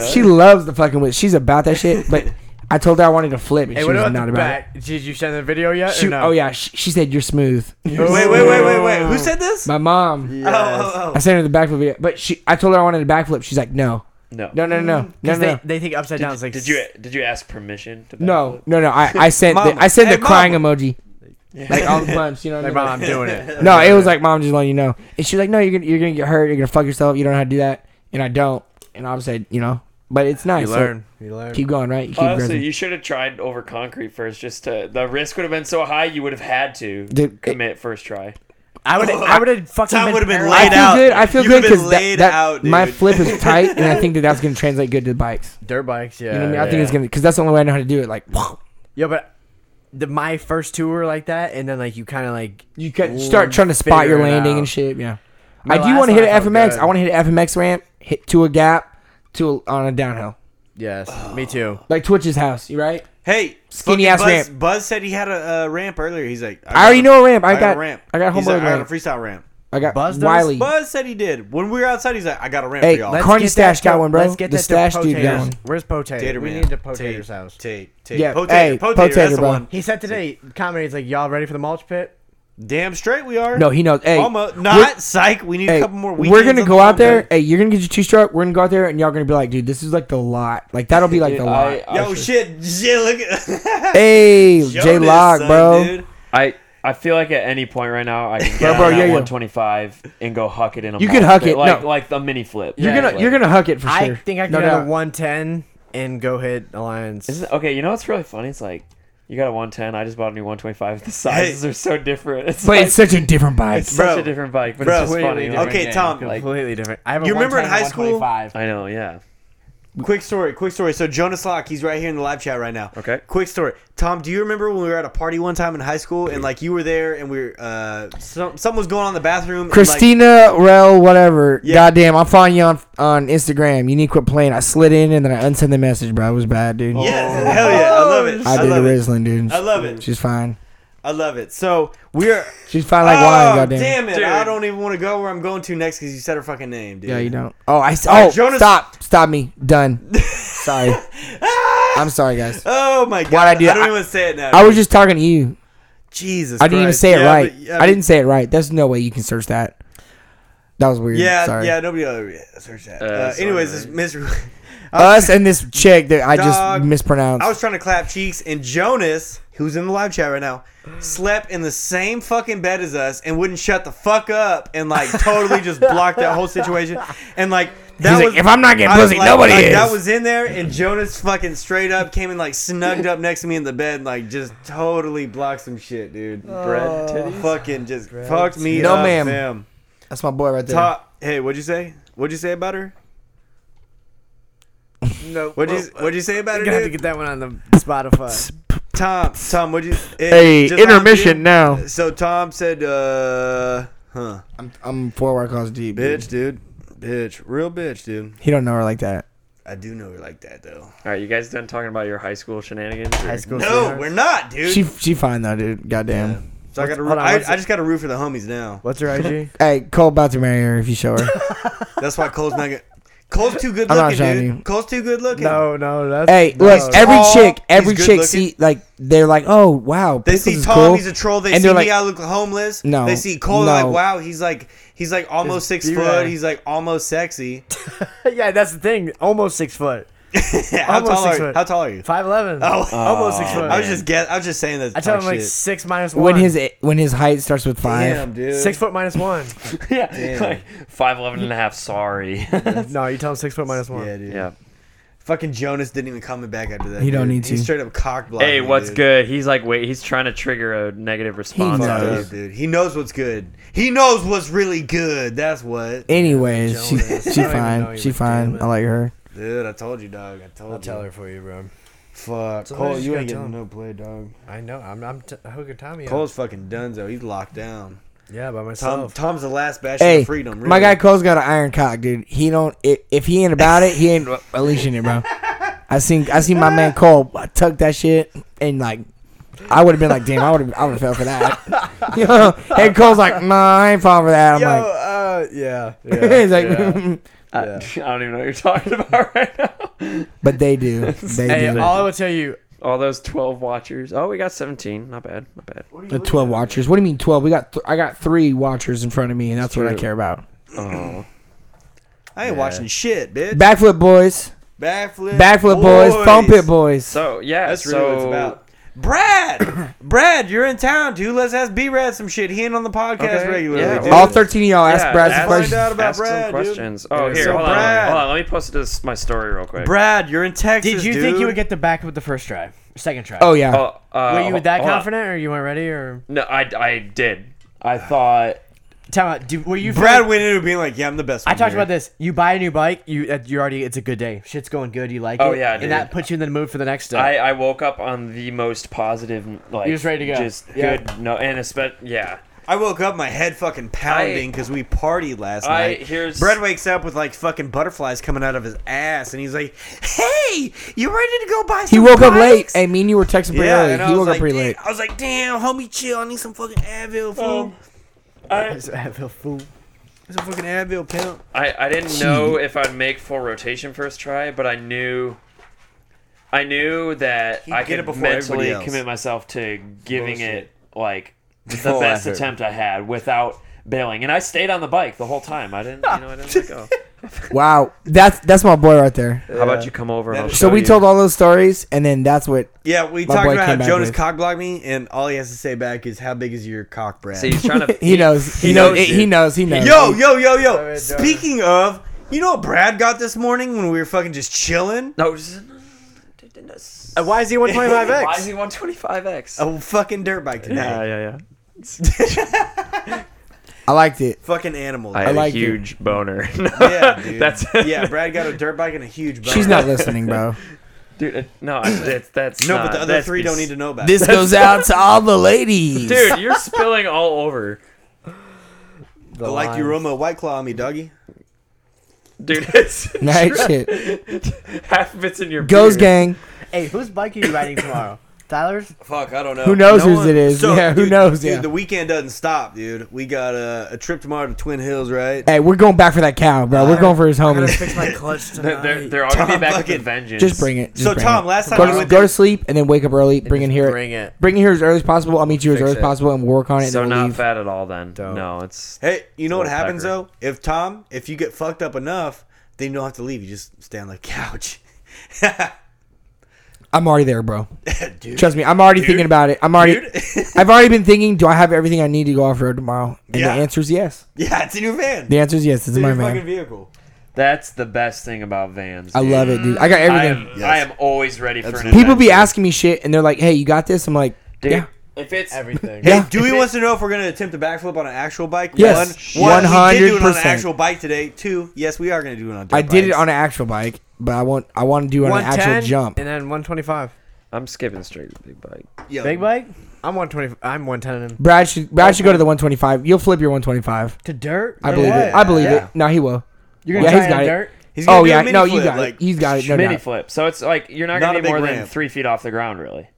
S3: sorry.
S1: she loves the fucking wheelies. She's about that shit. But I told her I wanted to flip, and
S6: Hey,
S1: she
S6: what
S1: was
S6: about
S1: not
S6: the
S1: about it.
S6: back? Did you send the video yet?
S1: She,
S6: or no?
S1: Oh yeah, she, she said you're smooth.
S3: Wait, wait, wait, wait, wait. Who said this?
S1: My mom.
S3: Oh, oh,
S1: I sent her the backflip video, but she. I told her I wanted a backflip. She's like, no,
S5: no.
S1: no, no, no, no, no,
S6: Mm. 'Cause
S1: no,
S6: They, they think upside down is like.
S5: Did you did you ask permission? To
S1: no, no, no. I, I sent
S3: Mama.
S1: the, I sent
S3: Hey,
S1: the crying
S3: mama.
S1: emoji, like all the bunch. You know
S6: Like,
S1: what I
S6: mom,
S1: mean?
S6: I'm doing it.
S1: No, it was like mom just letting you know, and she's like, no, you're gonna you're gonna get hurt. You're gonna fuck yourself. You don't know how to do that, and I don't. And I was like, you know, but it's nice.
S6: You
S1: so
S6: learn. You learn.
S1: keep going, right? You keep
S5: Honestly,
S1: grinding.
S5: you should have tried over concrete first. Just to the risk would have been so high, you would have had to
S1: Dude,
S5: commit first try.
S6: I would. I would have fucking.
S3: Tom would have been
S1: I
S3: laid
S1: feel
S3: out.
S1: good. I feel
S3: You
S1: good
S3: would've been
S1: because that,
S3: laid
S1: that
S3: out,
S1: my
S3: dude.
S1: flip is tight, and I think that that's gonna translate good to the bikes.
S6: dirt bikes. Yeah.
S1: You know what I mean? I think
S6: yeah.
S1: it's gonna because that's the only way I know how to do it. Like,
S6: Yeah, but the my first two were like that, and then like you kind of like
S1: you can start trying to spot
S6: figure
S1: your
S6: it
S1: landing
S6: out.
S1: and shit. Yeah,
S6: My
S1: I do
S6: last
S1: want to hit
S6: one I
S1: an
S6: felt
S1: FMX.
S6: good.
S1: I want to hit an FMX ramp, hit to a gap, to a, on a downhill,
S6: Yes, me too.
S1: like Twitch's house. You right?
S3: Hey,
S1: Skinny
S3: fucking
S1: ass
S3: Buzz,
S1: ramp.
S3: Buzz said he had a, uh ramp earlier. He's like,
S1: I already
S3: got-
S1: know a ramp. I
S3: I got
S1: got-
S3: a ramp.
S1: I got
S3: He's
S1: homeboy
S3: like, I got a
S1: ramp.
S3: freestyle ramp.
S1: I got
S6: Buzz does?
S1: Wiley.
S3: Buzz said he did. When we were outside, he's like, I got a ramp
S1: Hey,
S3: for y'all.
S1: let's- Oh. Carney
S6: get
S1: Stash
S6: that
S1: got
S6: to-
S1: one, bro.
S6: Let's get
S1: The
S6: that
S1: Stash
S6: to
S1: dude got
S6: Potatoes.
S1: one.
S6: Where's Potato?
S3: Tater
S6: we
S3: Man.
S6: need to
S3: Tater-
S6: Potato's house.
S3: Tater, Tater.
S1: Yeah,
S3: Potato,
S1: hey,
S3: potato,
S1: potato,
S3: that's the
S1: bro.
S3: one.
S6: He said today, comedy's like, y'all ready for the mulch pit?
S3: Damn straight we are.
S1: No, he knows. Hey,
S3: Almost.
S1: we're-
S3: Not psych. We need a
S1: Hey,
S3: couple more weekends.
S1: we're gonna
S3: on
S1: go
S3: the
S1: out there.
S3: calendar.
S1: Hey, you're gonna get your two stroke. We're gonna go out there, and y'all gonna be like, dude, this is like the lot. Like that'll be like the lot.
S5: I,
S3: Yo, shit. shit look at
S1: Hey,
S3: Show
S1: J
S3: this
S1: Log,
S3: son,
S1: bro.
S3: dude.
S5: I I feel like at any point right now I
S1: Bro,
S5: can get
S1: bro,
S5: on that
S1: yeah, yeah.
S5: 125 and go huck it in a.
S1: You could
S5: mall.
S1: huck it,
S5: like
S1: no.
S5: like the mini flip.
S1: You're gonna you're gonna huck it for
S6: I
S1: sure.
S6: think I can
S1: No
S6: go
S1: doubt.
S6: to 110 and go hit Alliance.
S5: Is it, okay, you know what's really funny? It's like you got a 110. I just bought a new 125. The sizes are so different. It's
S1: But
S5: like
S1: it's such a different vibe.
S5: such
S3: Bro.
S5: a different bike, but
S3: Bro.
S5: it's just
S3: Wait,
S5: funny.
S3: wait,
S5: like-
S3: okay, Tom.
S6: Completely different. I have a
S3: You remember in
S6: 110
S3: high school?
S6: 125.
S5: I know. Yeah.
S3: Quick story, quick story. So Jonas Locke, he's right here in the live chat right now.
S5: Okay.
S3: Quick story. Tom, do you remember when we were at a party one time in high school and like you were there and we were uh some something was going on in the bathroom and, like-
S1: Christina Rel, whatever.
S3: Yeah.
S1: Goddamn, I'm following you on on Instagram. You need to quit playing. I slid in and then I unsent the message, bro. It was bad, dude.
S3: Yes, hell yeah. I love it. I,
S1: Oh. I did a
S3: love it.
S1: Rizzling, dude.
S3: I love it.
S1: She's fine.
S3: I love it. So we're
S1: She's fine like wine,
S3: oh,
S1: goddamn.
S3: damn it. I
S5: Dude.
S3: don't even want to go where I'm going to next because you said her fucking name, dude.
S1: Yeah, you don't. Oh, I. s-
S3: right,
S1: Oh,
S3: Jonas-
S1: stop, stop me. Done. sorry. I'm sorry, guys.
S3: Oh my god.
S1: Why'd I do
S3: I don't
S1: that?
S3: even want to say it now.
S1: I was just talking to you.
S3: Jesus
S1: I didn't even
S3: Christ.
S1: say it
S3: Yeah,
S1: right.
S3: but- yeah,
S1: I didn't say it right. There's no way you can search that. That was weird.
S3: Yeah,
S1: sorry.
S3: yeah, nobody other yeah, search that. Uh,
S5: sorry,
S3: anyways,
S5: man.
S3: this misery
S1: Us and this chick that I just
S3: Dog.
S1: mispronounced.
S3: I was trying to clap cheeks, and Jonas, who's in the live chat right now, slept in the same fucking bed as us and wouldn't shut the fuck up and like totally just blocked that whole situation. And like that
S1: He's like,
S3: was
S1: if I'm not getting
S3: I was
S1: pussy, nobody is.
S3: That was in there, and Jonas fucking straight up came and like snugged up next to me in the bed, and like just totally blocked some shit, dude.
S5: Bread titties.
S3: Fucking just fucked me
S1: No,
S3: up,
S1: ma'am.
S3: fam.
S1: That's my boy right there.
S3: Top. Hey, what'd you say? What'd you say about her?
S6: No.
S3: What'd you What'd you say about
S6: I'm
S3: her,
S6: gonna have
S3: dude?
S6: to get that one on the Spotify.
S3: Tom, Tom, would you?
S1: Hey,
S3: just on
S1: intermission
S3: you.
S1: now.
S3: So Tom said, uh, huh,
S1: I'm, I'm four work calls deep.
S3: bitch,
S6: Mm-hmm.
S3: dude, bitch, real bitch, dude.
S1: He don't know her like that.
S3: I do know her like that though.
S5: All right, you guys done talking about your high school shenanigans? or-
S6: High school.
S3: No,
S6: sweethearts.
S3: we're not, dude.
S1: She she fine though, dude. Goddamn.
S3: so I got to.
S6: hold on,
S3: I,
S6: what's
S3: I just got to root for the homies now.
S6: What's your IG?
S1: Hey, Cole about to marry her if you show her.
S3: That's why Cole's not. Gonna, Cole's too good
S1: I'm not
S3: looking,
S1: showing
S3: dude.
S1: you.
S3: Cole's too good looking.
S6: no, no. That's,
S1: hey,
S6: no,
S1: look, every
S3: tall,
S1: chick,
S3: he's
S1: every
S3: good
S1: chick
S3: looking.
S1: see like they're like, oh wow,
S3: They
S1: Pickles
S3: see
S1: is
S3: Tom,
S1: cool.
S3: he's a troll. They
S1: And
S3: see
S1: they're
S3: me,
S1: like-
S3: I look homeless.
S1: No,
S3: They see Cole, they're
S1: no.
S3: like, wow, he's like, he's like almost six
S6: do
S3: foot.
S6: that.
S3: He's like almost sexy.
S6: yeah, that's the thing. Almost six foot.
S3: how
S6: Almost
S3: tall
S6: six
S3: are you?
S6: foot.
S3: How tall are you?
S6: Five eleven.
S3: Oh,
S6: almost six foot.
S3: I was just guess. I was just saying that.
S6: I tell him
S3: talk
S6: like
S3: shit.
S6: six minus one.
S1: when his when his height starts with five.
S3: Damn, dude.
S6: six foot minus one.
S5: yeah, like five eleven and a half. Sorry.
S6: no, you tell him six foot minus one.
S3: Yeah, dude.
S5: yeah.
S3: Fucking Jonas didn't even comment back after that.
S1: He don't
S3: dude.
S1: need
S3: He
S1: to.
S3: straight up cock blocked.
S5: Hey,
S3: me,
S5: what's
S3: dude.
S5: good? He's like, wait, he's trying to trigger a negative response.
S1: knows.
S5: out of
S3: Fuck
S5: us.
S3: up, dude. He knows what's good. He knows what's really good. That's what.
S1: Anyways, she
S6: Jonas. I
S1: she
S6: don't even know
S1: fine.
S6: you,
S1: She
S6: but
S1: fine.
S6: damn
S1: I like her.
S3: Dude, I told you, dog. I told
S6: I'll
S3: you.
S6: tell her for you, bro.
S3: Fuck.
S6: So
S3: Cole,
S6: then I just
S3: you
S6: gotta
S3: ain't
S6: tell
S3: getting
S6: him.
S3: no play, dog.
S6: I know. I'm I'm t- hooking Tommy. up.
S3: Cole's fucking done, though. He's locked down.
S6: Yeah, by
S3: Tom,
S6: myself.
S3: Tom's the last bastion
S1: Hey,
S3: of freedom. Really.
S1: my guy Cole's got an iron cock, dude. He don't if, if he ain't about it, he ain't unleashing it, bro. I seen I seen my man Cole tuck that shit and like. I would have been like, damn, I would have, I would have fell for that. you know? And Cole's like, nah, I ain't falling for that. I'm
S6: Yo,
S1: like,
S6: uh, yeah. yeah.
S1: he's like,
S5: I, I don't even know what you're talking about right now.
S1: but they do, they
S6: hey,
S1: do.
S6: all I will tell you,
S5: All those twelve watchers. Oh, we got seventeen. Not bad. Not bad.
S1: the twelve watchers. What do you mean twelve? We got, th- I got three watchers in front of me, and that's what I care about.
S3: I ain't watching shit, bitch.
S1: Backflip boys,
S3: backflip.
S1: backflip boys, thump it boys.
S5: So yeah,
S3: That's really
S5: so
S3: what it's about. Brad, Brad, you're in town, dude. Let's ask B Rad some shit. He ain't on the podcast
S5: Okay,
S3: regularly.
S5: yeah.
S3: dude.
S1: all thirteen of y'all ask
S5: yeah,
S1: Brad some
S5: ask-
S1: questions.
S3: Find out about
S5: ask some
S3: Brad, dude.
S5: questions. Oh, here,
S3: So
S5: hold,
S3: Brad.
S5: on, hold on. Let me post this my story real quick.
S3: Brad, you're in Texas.
S6: did you
S3: dude.
S6: think you would get the back with the first try, second try?
S1: Oh yeah,
S5: Oh, uh,
S6: were you that
S5: hold on.
S6: confident, or you weren't ready, or
S5: No, I, I did. I thought
S6: tell me, do, were you?
S3: Brad
S6: feeling-
S3: went into it being like, "Yeah, I'm the best."
S6: I
S3: one
S6: talked
S3: here.
S6: about this. You buy a new bike, you uh, you already it's a good day. Shit's going good. You like
S5: Oh,
S6: it.
S5: yeah,
S6: and
S5: dude.
S6: that puts you in the mood for the next day.
S5: I, I woke up on the most positive, like
S6: You're just ready to go.
S5: just
S6: Yeah.
S5: good. No, and especially yeah.
S3: I woke up, my head fucking pounding because we partied last
S5: I
S3: night.
S5: here's
S3: Brad wakes up with like fucking butterflies coming out of his ass, and he's like, "Hey, hey, you ready to go buy
S1: He
S3: some
S1: woke up late.
S3: bikes?"
S1: Hey, me and you were texting pretty
S3: Yeah,
S1: early.
S3: and I
S1: He
S3: was
S1: woke
S3: like,
S1: up pretty
S3: "Damn,"
S1: late.
S3: I was like, damn, homie, chill. I need some fucking Advil, fool.
S5: I,
S3: some fucking Advil, pimp.
S5: I, I didn't know if I'd make full rotation first try, but I knew I knew that I
S3: get it
S5: could
S3: before everybody
S5: mentally
S3: else.
S5: commit myself to giving it like the
S3: Full
S5: best
S3: effort.
S5: attempt I had without bailing. And I stayed on the bike the whole time. I didn't you know I didn't let go.
S1: Wow, that's that's my boy right there.
S5: How about you come over and I'll
S1: So
S5: show
S1: we
S5: you.
S1: told all those stories, and then that's what.
S3: Yeah, we
S1: My
S3: talked
S1: boy
S3: about
S1: came
S3: how
S1: back
S3: Jonas
S1: with-
S3: cockblocked me, and all he has to say back is, "How big is your cock, Brad?"
S5: So he's trying to
S1: He knows. He, knows.
S3: knows,
S1: He
S3: dude.
S1: knows. He knows.
S3: yo, yo, yo, yo.
S7: Jonas.
S3: Speaking of, you know what Brad got this morning when we were fucking just chilling?
S5: No just-
S7: Uh, Why is he
S5: Why is
S7: 125X?
S5: he 125x?
S3: A fucking dirt bike today.
S5: Oh, Yeah, yeah, yeah.
S1: I liked it.
S3: Fucking animal.
S5: I had
S1: liked
S5: a
S1: it.
S5: huge boner.
S3: yeah, dude.
S5: That's
S3: yeah. Brad got a dirt bike and a huge. Bike.
S1: She's not listening, bro.
S5: dude. uh, No, I- that's that's
S3: No,
S5: not-
S3: but the other
S5: that's
S3: three don't
S5: bes-
S3: need to know about.
S9: This goes out to all the ladies.
S5: Dude, you're spilling all over.
S3: it. I like you aroma of white claw on me, doggy.
S5: Dude, it's
S1: Night shit.
S5: half of it's in your
S1: Goes
S5: beard.
S1: gang.
S6: Hey, whose bike are you riding tomorrow? Tyler's?
S3: Fuck, I don't know.
S1: Who knows whose
S3: one-
S1: it is? Yeah, who
S3: dude,
S1: knows?
S3: Dude,
S1: Yeah.
S3: the weekend doesn't stop, dude. We got a, a trip tomorrow to Twin Hills, right?
S1: Hey, we're going back for that cow, bro. We're going for his
S6: I'm gonna
S1: homies.
S6: fix my clutch tonight.
S5: They're, they're, they're all gonna
S3: Tom
S5: be back with
S3: fucking-
S5: vengeance.
S1: Just bring it. Just
S3: So
S1: bring
S3: Tom,
S1: it.
S3: last time
S1: go,
S3: you
S1: to,
S3: went
S1: go
S3: there-
S1: to sleep and then wake up early. Bring it here.
S6: Bring it.
S1: Bring it here as early as possible. I'll meet you as
S7: Fix
S1: early as
S7: it.
S1: possible and work on it.
S5: So
S1: and then we'll
S5: not
S1: leave.
S5: fat at all then. No, it's
S3: Hey, you know what
S5: Little
S3: happens
S5: pecker.
S3: though? If Tom, if you get fucked up enough, then you don't have to leave. You just stay on the couch. dude,
S1: I'm already there, bro. Trust me, I'm already thinking about it. I'm already.
S3: Dude.
S1: I've already been thinking. Do I have everything I need to go off road tomorrow? And
S3: Yeah.
S1: the answer is yes.
S3: yeah, it's in your van.
S1: The answer is yes. It's
S3: it's in
S1: my
S3: your
S1: man.
S3: fucking vehicle.
S5: that's the best thing about vans.
S1: I
S5: dude.
S1: love it, dude. I got
S5: I
S1: everything.
S5: am I am always ready for an
S1: People be
S5: adventure.
S1: asking me shit, and they're like, "Hey, you got this?" I'm like,
S5: Dude,
S1: "Yeah."
S5: if it's
S7: Everything.
S1: Yeah.
S3: Dewey wants to know if we're gonna attempt a backflip on an actual bike.
S1: Yes,
S3: one, one, we did do it on an
S1: 100%.
S3: actual bike today. Two, yes, we are gonna do it on. Dirt
S1: I did it
S3: bikes.
S1: on an actual bike, but I want I want to do it on an actual jump.
S6: and then 125.
S5: I'm skipping straight to big bike.
S3: Yo,
S6: Big bike? I'm 120. I'm 110. and-
S1: Brad should Brad should go to the 125. You'll flip your 125.
S6: To dirt?
S1: I believe it. I believe it. No, he will.
S6: You're gonna
S1: Yeah,
S6: try
S1: he's got
S6: it on
S1: it.
S6: dirt?
S3: He's gonna
S1: Oh
S3: do a
S1: yeah,
S3: mini
S1: no, you
S3: flip,
S1: got
S3: like,
S1: it. He's got it. No
S5: Mini
S1: doubt.
S5: flip. So it's like you're not
S3: Not
S5: gonna be
S3: a big
S5: more than
S3: ramp.
S5: three feet off the ground really.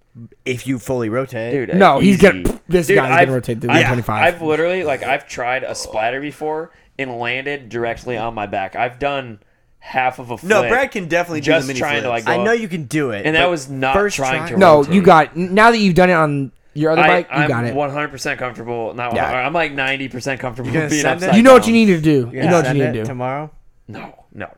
S7: If you fully rotate.
S5: Dude,
S1: No, he's
S5: easy.
S1: gonna- this
S5: Dude,
S1: guy's gonna
S5: I've-
S1: rotate the
S5: I've-
S1: 125.
S5: I've literally like I've tried a splatter before and landed directly on my back. I've done half of a flip.
S3: No, Brad can definitely do
S5: just
S3: the mini
S5: trying
S3: flips.
S5: to like. Go
S6: I know
S5: up.
S6: you can do it.
S5: And that
S6: but
S5: was not
S6: first
S5: trying
S6: try-
S5: to.
S1: No,
S5: rotate.
S1: you got. Now that you've done it on your other bike, you
S5: I,
S1: got
S5: I'm
S1: it.
S5: 100 percent comfortable. Not
S1: Yeah.
S5: 100 I'm like 90 percent comfortable
S6: gonna
S5: with being
S6: send it?
S5: upside.
S1: You know what you
S5: down.
S1: need to do. You
S6: gonna
S1: know what you
S6: send
S1: need
S6: it
S1: to do.
S6: tomorrow.
S5: No, no,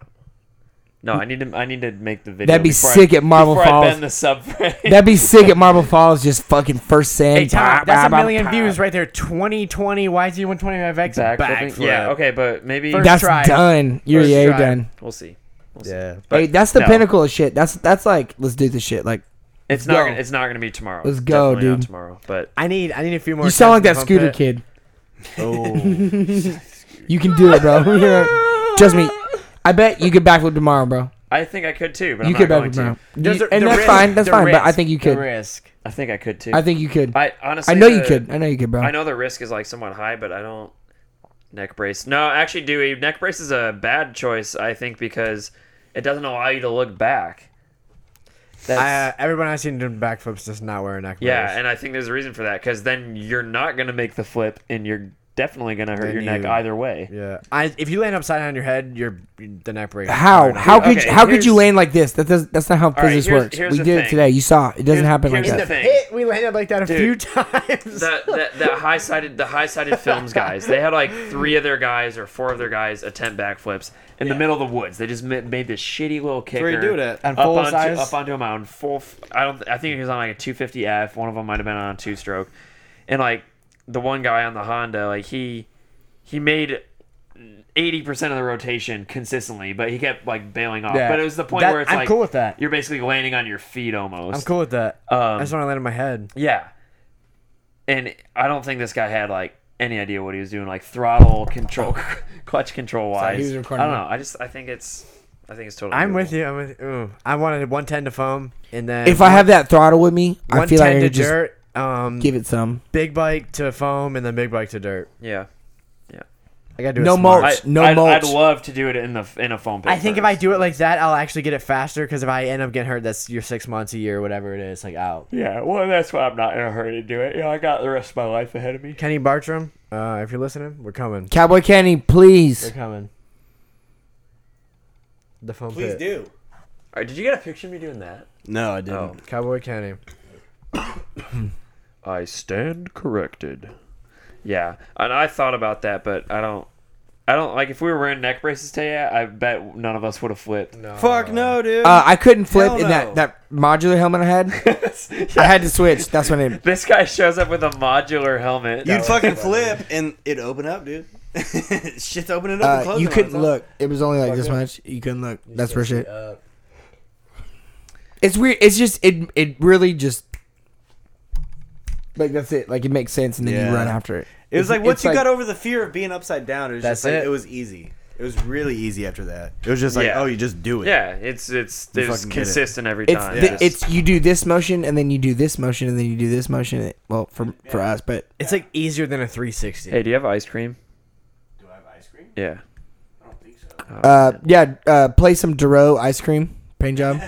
S5: no. I need to. I need to make the video.
S1: That'd be
S5: before I-
S1: sick at Marble
S5: before I
S1: Falls.
S5: bend the subframe.
S1: That'd be sick at Marble Falls. Just fucking first sand.
S6: Hey, Tom,
S1: bah,
S6: that's a
S1: bah, bah,
S6: million
S1: bah.
S6: views right there. 2020 YZ125X
S5: Back
S6: back.
S5: flipping. Yeah. Okay, but maybe
S6: First-
S1: That's
S6: try.
S1: done. You're
S6: First
S1: yay
S6: try.
S1: done.
S5: we'll see. We'll see.
S7: Yeah.
S5: But
S1: hey, that's the
S5: no.
S1: pinnacle of shit. That's that's like let's do this shit. Like
S5: It's not.
S1: go.
S5: Gonna, it's not going to be tomorrow.
S1: Let's go,
S5: Definitely not
S1: dude.
S5: tomorrow, but
S6: I need I need a few more.
S1: you sound like that
S6: tests to
S1: scooter
S6: bump it.
S1: kid. Oh, you can do it, bro. Trust me. I bet you could backflip tomorrow, bro.
S5: I think I could too. But
S1: You
S5: I'm
S1: could
S5: not going
S1: backflip
S5: to.
S1: tomorrow,
S6: There's
S1: You-
S6: a-
S1: and
S6: the
S1: that's
S6: risk-
S1: fine. That's
S6: the
S1: fine. But I
S6: risk,
S1: think you
S6: The
S1: could.
S6: risk.
S5: I think I could too.
S1: I think you could.
S5: I honestly.
S1: I know you
S5: the-
S1: could. I know you could, bro.
S5: I know the risk is like somewhat high, but I don't neck brace. No, actually, Dewey, neck brace is a bad choice, I think, because it doesn't allow you to look back.
S6: Uh,
S1: uh,
S5: That's,
S6: everyone I've seen doing backflips does not wear a neck.
S5: yeah,
S6: brace.
S5: and I think there's a reason for that because then you're not gonna make the flip, and you're definitely gonna hurt your neck
S6: you-
S5: either way.
S6: yeah. I, if you land upside down on your head, your the neck brace. is
S1: How?
S6: probably not-
S1: How could
S5: Okay,
S1: you, how could you
S5: here's-
S1: land like this? That does that's not how physics
S5: here's-
S1: works.
S5: here's
S1: we
S5: the
S1: did it
S5: thing.
S1: today. You saw it. It doesn't happen like
S5: here's
S1: that.
S5: the thing.
S6: Hey, we landed like that a
S5: Dude.
S6: few times.
S5: that that, that high sided the high sided films guys they had like three of their guys or four of their guys attempt backflips in the middle of the woods they just ma- made this shitty little kicker
S3: you do that?
S5: up
S6: And full
S5: onto,
S6: size?
S5: up onto a mountain full f- I don't I think he was on like a 250F one of them might have been on a two stroke and like the one guy on the Honda like he he made 80% of the rotation consistently but he kept like bailing off
S6: Yeah.
S5: but it was the point
S6: That-
S5: where it's
S6: I'm
S5: like
S6: cool with that.
S5: you're basically landing on your feet almost
S6: I'm cool with that.
S5: Um,
S6: I just want to land on my head.
S5: yeah. And I don't think this guy had like any idea what he was doing, like throttle control,
S6: Oh.
S5: clutch control wise.
S1: he was
S5: I
S1: recording
S5: don't
S1: me.
S5: know. I just I think it's I think it's totally.
S6: I'm
S5: doable.
S6: with you. I'm with ooh. I wanted 110 to foam, and then
S1: If I have that throttle with me, I
S6: 110
S1: feel like I
S6: to
S1: could just
S6: dirt, um,
S1: give it some.
S6: big bike to foam, and then big bike to dirt.
S5: Yeah.
S6: I gotta do it
S1: No
S6: smart.
S1: mulch. No
S5: I'd,
S1: mulch.
S5: I'd love to do it in the in a foam pit.
S6: I think if
S5: first.
S6: I do it like that, I'll actually get it faster. Because if I end up getting hurt, that's your six months, a year, whatever it is, like out.
S5: yeah, well, that's why I'm not in a hurry to do it. You know, I got the rest of my life ahead of me.
S6: Kenny Bartram, uh, if you're listening, we're coming.
S1: Cowboy Kenny,
S6: We're
S1: please.
S6: coming. The phone
S3: Please
S6: pit.
S3: do.
S5: All right, did you get a picture of me doing that?
S3: No, I didn't.
S5: Oh.
S6: Cowboy Kenny.
S5: I stand corrected. Yeah, and I thought about that, but I don't. I don't like if we were wearing neck braces today. I bet none of us would have flipped. No.
S3: Fuck no, dude.
S1: Uh, I couldn't flip
S3: Hell
S1: in
S3: no.
S1: that, that modular helmet I had. I had to switch. That's when it.
S5: This guy shows up with a modular helmet.
S3: You'd fucking flip and it'd open up, dude. Shit's opening up. and
S1: Uh,
S3: closing
S1: you
S3: on
S1: couldn't
S3: itself.
S1: look. It was only like this much. You couldn't look. That's for shit. It's weird. It's just it. It really just like that's it. Like it makes sense, and then
S3: Yeah.
S1: you run after it.
S3: It
S1: It's-
S3: was like once
S1: it's
S3: you got over the fear of being upside down, it was
S6: That's
S3: just like
S6: it.
S3: it. was easy. It was really easy after that. It was just like,
S5: Yeah.
S3: oh, you just do it.
S5: Yeah, it's it's
S3: You
S5: it's
S3: fucking get it.
S5: consistent every
S1: It's
S5: time.
S1: the-
S5: Just-
S1: it's you do this motion, and then you do this motion, and then you do this motion. and- Well, for for us, but
S6: It's like easier than a 360.
S5: hey, do you have ice cream?
S3: Do I have ice cream?
S5: Yeah.
S1: uh, yeah. Uh, play some Duro ice cream paint job.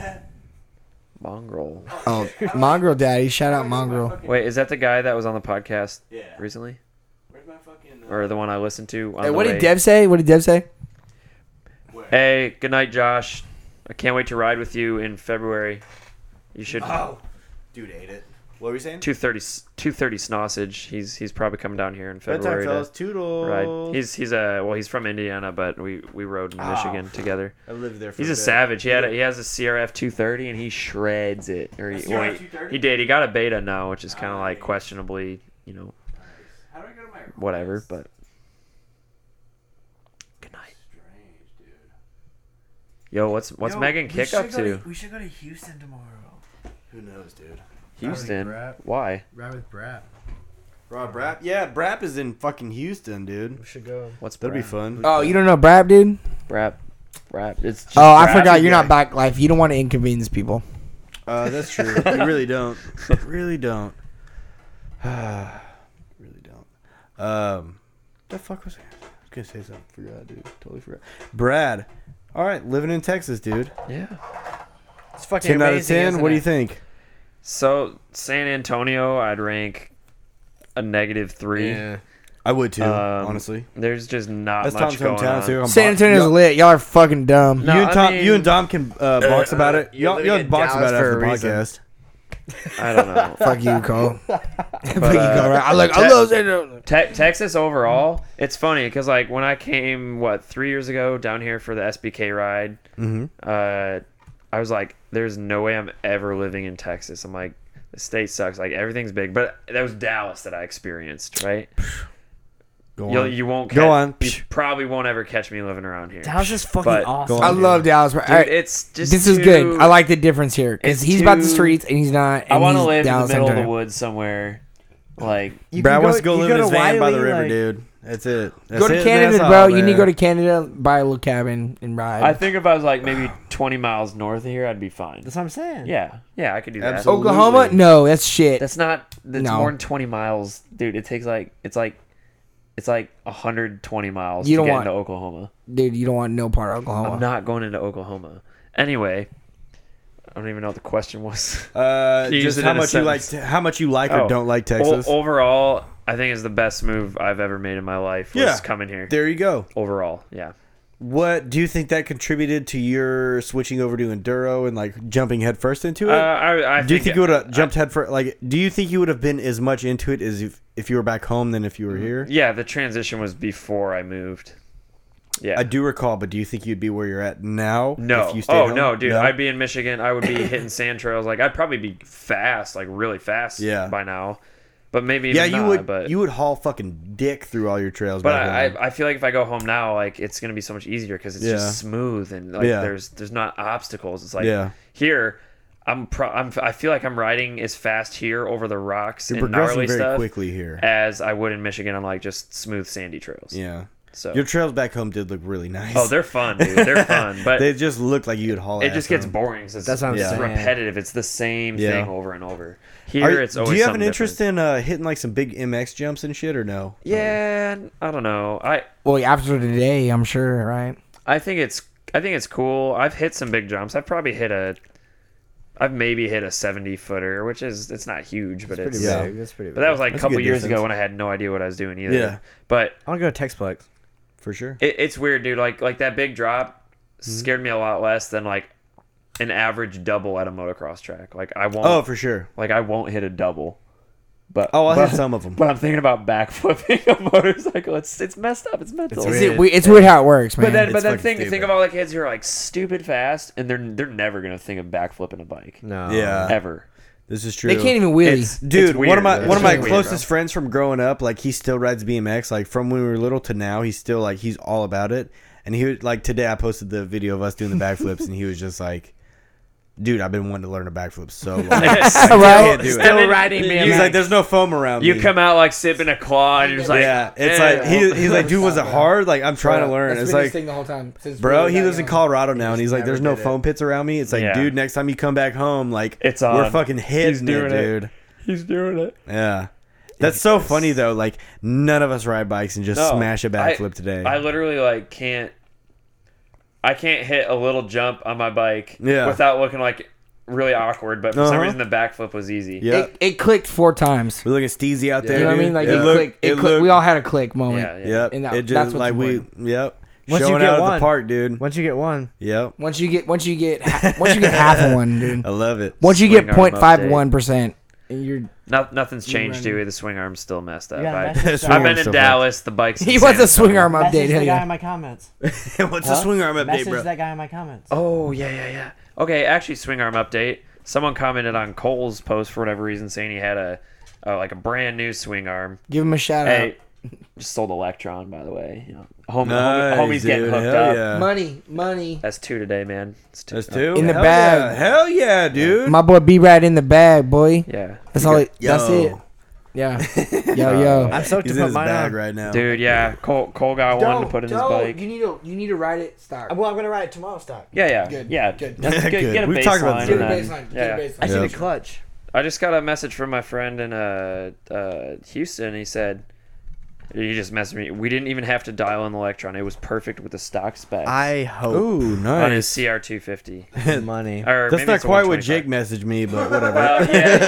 S5: Mongrel.
S1: Oh, Mongrel Daddy! Shout out Mongrel.
S5: Wait, is that the guy that was on the podcast
S3: Yeah.
S5: recently,
S3: Where's my fucking? Uh,
S5: or the one I listened to? On
S1: Hey,
S5: the
S1: what
S5: way?
S1: did Dev say? What did Dev say?
S5: Hey, good night, Josh. I can't wait to ride with you in February. You should
S3: oh, dude ate it. What were you saying?
S5: 230 230 snossage. He's he's probably coming down here in
S3: Bedtime,
S5: February
S3: fellas.
S5: to
S3: Toodles.
S5: ride. He's he's a well, he's from Indiana, but we we rode
S3: Ah.
S5: in Michigan together.
S3: I lived there. For
S5: He's a
S3: bit.
S5: savage. He had a, he has a CRF 230 and he shreds it. Or he, well, he, he did. He got a beta now, which is kind of like questionably, you know,
S2: How do I go to my
S5: whatever. But good night.
S2: range, dude?
S5: Yo, what's what's
S2: Yo,
S5: Megan
S2: we
S5: Kick
S2: should
S5: up
S2: go
S5: to?
S2: We should go to Houston tomorrow.
S3: Who knows, dude?
S5: Houston.
S7: Brap.
S5: Why?
S7: Ride with Brap.
S3: Rob Brap. Yeah, Brap is in fucking Houston, dude.
S7: Should go.
S5: What's
S3: That'd
S5: brap?
S3: be fun.
S1: Oh, you don't know Brab, dude?
S5: Brap. Brap. It's just
S1: Oh, I
S5: brap.
S1: forgot. You're not back life. You don't want to inconvenience people.
S3: Uh, that's true. you really don't. You really don't. really don't. Um, the fuck was I? I was gonna say something. Forgot, dude. Totally forgot. Brad. All right, living in Texas, dude.
S5: Yeah.
S6: It's fucking
S3: Ten out of
S6: amazing,
S3: ten.
S6: isn't
S3: What do
S6: it?
S3: you think?
S5: So San Antonio, I'd rank a negative three.
S6: Yeah.
S3: I would too,
S5: Um,
S3: honestly.
S5: There's just not
S3: That's
S5: much
S3: Tom's
S5: going
S3: hometown
S5: on.
S3: too. I'm
S1: San
S3: bo-
S1: Antonio's
S3: Y'all-
S1: lit. Y'all are fucking dumb.
S5: No,
S3: you and
S5: I
S3: Tom, you
S5: mean-
S3: and Dom can uh, box about it. Y'all,
S6: living
S3: y'all
S6: in
S3: box
S6: Dallas
S3: about it after
S6: for
S3: the
S6: a reason.
S3: podcast.
S5: I don't know.
S1: Fuck you, Cole. Fuck you, Cole.
S5: But, uh,
S1: Right? I like. I love San Antonio.
S5: Te- Texas overall, it's funny because like when I came what three years ago down here for the SBK ride,
S1: Mm-hmm.
S5: uh, I was like, "There's no way I'm ever living in Texas." I'm like, "The state sucks. Like everything's big." But that was Dallas that I experienced, right?
S3: Go
S5: You'll,
S3: on.
S5: you won't
S3: Go
S5: catch-
S3: on.
S5: You probably won't ever catch me living around here.
S6: Dallas is fucking
S5: But-
S6: awesome.
S3: Go
S1: I
S3: on.
S1: love Dallas. All
S5: Dude,
S1: right,
S5: it's just
S1: this is
S5: too-
S1: good. I like the difference here because
S5: it's
S1: he's about the
S5: too-
S1: streets and he's not.
S5: I
S1: and
S5: want to
S1: he's
S5: live in the
S1: Dallas,
S5: middle of the
S1: Ontario.
S5: woods somewhere. Like
S6: You
S3: Brad
S6: can
S3: wants to go
S6: you
S3: live in his van by the
S6: Wylie,
S3: river,
S6: like-
S3: dude. That's it. That's
S1: Go
S3: it,
S1: to
S3: man.
S1: Canada,
S3: That's
S1: bro.
S3: all
S1: You need to
S3: there.
S1: go to Canada, buy a little cabin, and ride.
S5: I think if I was like maybe 20 miles north of here, I'd be fine.
S6: That's what I'm saying.
S5: Yeah, yeah, I could do that.
S3: Absolutely.
S1: Oklahoma? No, that's shit.
S5: That's not. That's
S1: No.
S5: more than 20 miles, dude. It takes like it's like it's like 120 miles
S1: You
S5: to
S1: don't
S5: get
S1: want-
S5: into Oklahoma.
S1: Dude, you don't want no part of Oklahoma.
S5: I'm not going into Oklahoma. Anyway, I don't even know what the question was.
S3: Uh,
S5: You use
S3: just
S5: it
S3: how
S5: in a
S3: much you like,
S5: sentence.
S3: how much you like or
S5: Oh.
S3: don't like
S5: O-
S3: Texas.
S5: overall, I think is the best move I've ever made in my life. Was
S3: Yeah.
S5: coming here.
S3: There you go.
S5: Overall, yeah.
S3: What do you think that contributed to your switching over to enduro and like jumping headfirst into it?
S5: Uh, I, I
S3: do you think you would have jumped headfirst? Like, do you think you would have been as much into it as if, if you were back home than if you were here?
S5: Mm, Yeah, the transition was before I moved. Yeah.
S3: I do recall, but do you think you'd be where you're at now?
S5: No.
S3: If you stayed
S5: oh
S3: home?
S5: no, dude. I'd be in Michigan. I would be hitting sand trails. Like I'd probably be fast, like really fast.
S3: Yeah.
S5: By now, but maybe
S3: yeah,
S5: even
S3: you
S5: not,
S3: would.
S5: But
S3: You would haul fucking dick through all your trails.
S5: but
S3: back
S5: I,
S3: home.
S5: I I feel like if I go home now, like it's gonna be so much easier because it's
S3: Yeah.
S5: just smooth and like
S3: Yeah.
S5: there's there's not obstacles. It's like
S3: Yeah.
S5: here. I'm, pro- I'm I feel like I'm riding as fast here over the rocks
S3: You're
S5: and
S3: progressing
S5: gnarly
S3: very
S5: stuff eh,
S3: quickly here.
S5: as I would in Michigan on like just smooth sandy trails.
S3: yeah,
S5: So
S3: Your trails back home did look really nice.
S5: oh, they're fun, dude. They're fun, but
S3: they just look like you'd haul.
S5: it
S3: ass
S5: just gets
S3: on.
S5: boring. Since
S6: That's what I'm
S5: it's
S6: saying.
S5: repetitive. It's the same
S3: Yeah.
S5: thing over and over. Here,
S3: Are you-
S5: it's always.
S3: do you have an
S5: something
S3: interest
S5: different.
S3: in uh, hitting like some big MX jumps and shit or no?
S5: Yeah, n- I don't know. I
S1: Well, after today, I'm sure, right?
S5: I think it's I think it's cool. I've hit some big jumps. I've probably hit a I've maybe hit a 70 footer, which is it's not huge, but it's
S3: Yeah.
S6: That's pretty
S5: but that was like
S3: That's
S5: a
S3: a
S5: couple
S3: good
S5: years
S3: distance.
S5: ago when I had no idea what I was doing either.
S3: Yeah.
S5: But
S6: I want to go to Texplex.
S3: For sure.
S5: it, it's weird, dude. Like like that big drop
S3: Mm-hmm.
S5: scared me a lot less than like an average double at a motocross track. Like I won't
S3: Oh, for sure.
S5: like I won't hit a double. But
S3: Oh, I'll
S5: but,
S3: hit some of them.
S5: But I'm thinking about backflipping a motorcycle. It's it's messed up. It's mental.
S1: Is it we- it's weird how it works, man.
S5: But then,
S3: It's
S5: but then
S3: fucking
S5: think
S3: stupid.
S5: think of all the kids who are like stupid fast, and they're they're never gonna think of backflipping a bike
S6: No.
S3: yeah,
S5: ever.
S3: this is true.
S1: they can't even wheelie.
S5: It's
S3: Dude,
S5: it's weird,
S3: one of my
S5: though.
S3: one
S5: It's
S3: of my
S5: weird,
S3: closest friends from growing up, like he still rides BMX. Like from when we were little to now, he's still like he's all about it. And he would like today I posted the video of us doing the backflips, and he was just like, "Dude, I've been wanting to learn a backflip so long. I can't do
S5: Still
S3: it."
S5: riding
S3: He's like, "There's no foam around
S5: you
S3: me."
S5: come out like sipping a claw, and you're just like,
S3: yeah, it's
S5: eh.
S3: like he, he's like, "Dude, was it hard? Like I'm trying to learn." It's like,
S1: the whole time.
S3: bro, he lives in Colorado now, and he's like,
S7: never
S3: "There's no
S7: did it.
S3: foam pits around me." It's like,
S5: Yeah.
S3: dude, next time you come back home, like
S5: It's
S3: we're
S5: on.
S3: fucking
S5: He's
S3: hitting it,
S5: doing it.
S3: dude.
S5: he's doing it.
S3: Yeah. That's so funny though. Like none of us ride bikes and just
S5: No,
S3: smash a backflip today.
S5: I literally like can't. I can't hit a little jump on my bike
S3: Yeah.
S5: without looking like really awkward. But for some
S3: Uh-huh.
S5: reason, the backflip was easy.
S3: yeah.
S1: It, it clicked four times.
S3: we look at Steezy out there.
S1: You know what I
S3: dude.
S1: mean? Like
S3: it
S1: it,
S3: looked-
S1: clicked. It, clicked.
S3: looked-
S1: we all had a click moment.
S5: yeah, yeah.
S3: Yep.
S1: and that-
S3: it just
S1: that's what's
S3: like we.
S1: important.
S3: Yep.
S6: Once you
S3: Showing
S6: get
S3: out of
S6: one-
S3: the park, dude.
S6: Once you get one,
S3: Yep.
S1: Once you get, once you get, ha- once you get half of one, dude.
S3: I love it.
S1: Once you
S5: Swing
S1: get
S5: arm
S1: 0.51 percent, and you're
S5: No, nothing's changed, Dewey. The swing arm's still messed up. I-
S3: That's
S5: I've been
S3: so
S5: in
S3: fun.
S5: Dallas. The bike's.
S1: he
S5: in
S1: wants a
S5: San
S1: swing
S5: Antonio.
S1: arm update. Hell yeah.
S6: in my comments.
S3: What's the swing arm update, bro?
S6: guy in my comments.
S5: Oh yeah, yeah, yeah. Okay, actually, swing arm update. Someone commented on Cole's post for whatever reason, saying he had a, uh, like a brand new swing arm.
S1: Give him a shout
S5: Hey, just sold Electron, by the way. You know, homie,
S3: Nice,
S5: homie- homie's getting
S3: dude.
S5: hooked
S3: Hell
S5: up.
S1: out.
S3: Yeah.
S1: Money, money.
S5: That's two today, man. It's two. Oh,
S3: That's two.
S1: In the
S3: Hell
S1: bag.
S3: yeah. Hell yeah, dude.
S1: My boy B Rad in the bag, boy.
S5: Yeah,
S1: That's all. It, that's
S3: Yo.
S1: it. Yeah. Yo, yo.
S6: I'm stoked
S3: He's
S6: to
S3: in
S6: put
S3: his
S6: mine
S3: bag
S6: on.
S3: right now.
S5: dude. Yeah, Cole Cole got one to put in his bike.
S1: You need to. You need to ride it. Stop.
S7: Well, I'm gonna ride tomorrow stock.
S5: yeah, yeah,
S1: Good,
S5: yeah.
S1: good.
S5: That's good.
S3: Good.
S5: Get a
S3: We've talked about
S5: baseline
S3: this
S5: and
S3: already.
S5: then-
S1: Get a
S5: oh Yeah.
S1: baseline.
S6: I see
S3: Yeah.
S6: the clutch.
S5: I just got a message from my friend in uh, uh, Houston. He said, "He just messaged me. We didn't even have to dial in the Electron. It was perfect with the stock specs
S6: I hope
S3: Ooh,
S5: on his
S3: nice.
S5: CR250."
S6: money.
S5: Or
S3: That's
S5: maybe
S3: not
S5: it's a
S3: quite what
S5: 125.
S3: Jake messaged me, but whatever.
S5: Well, yeah, you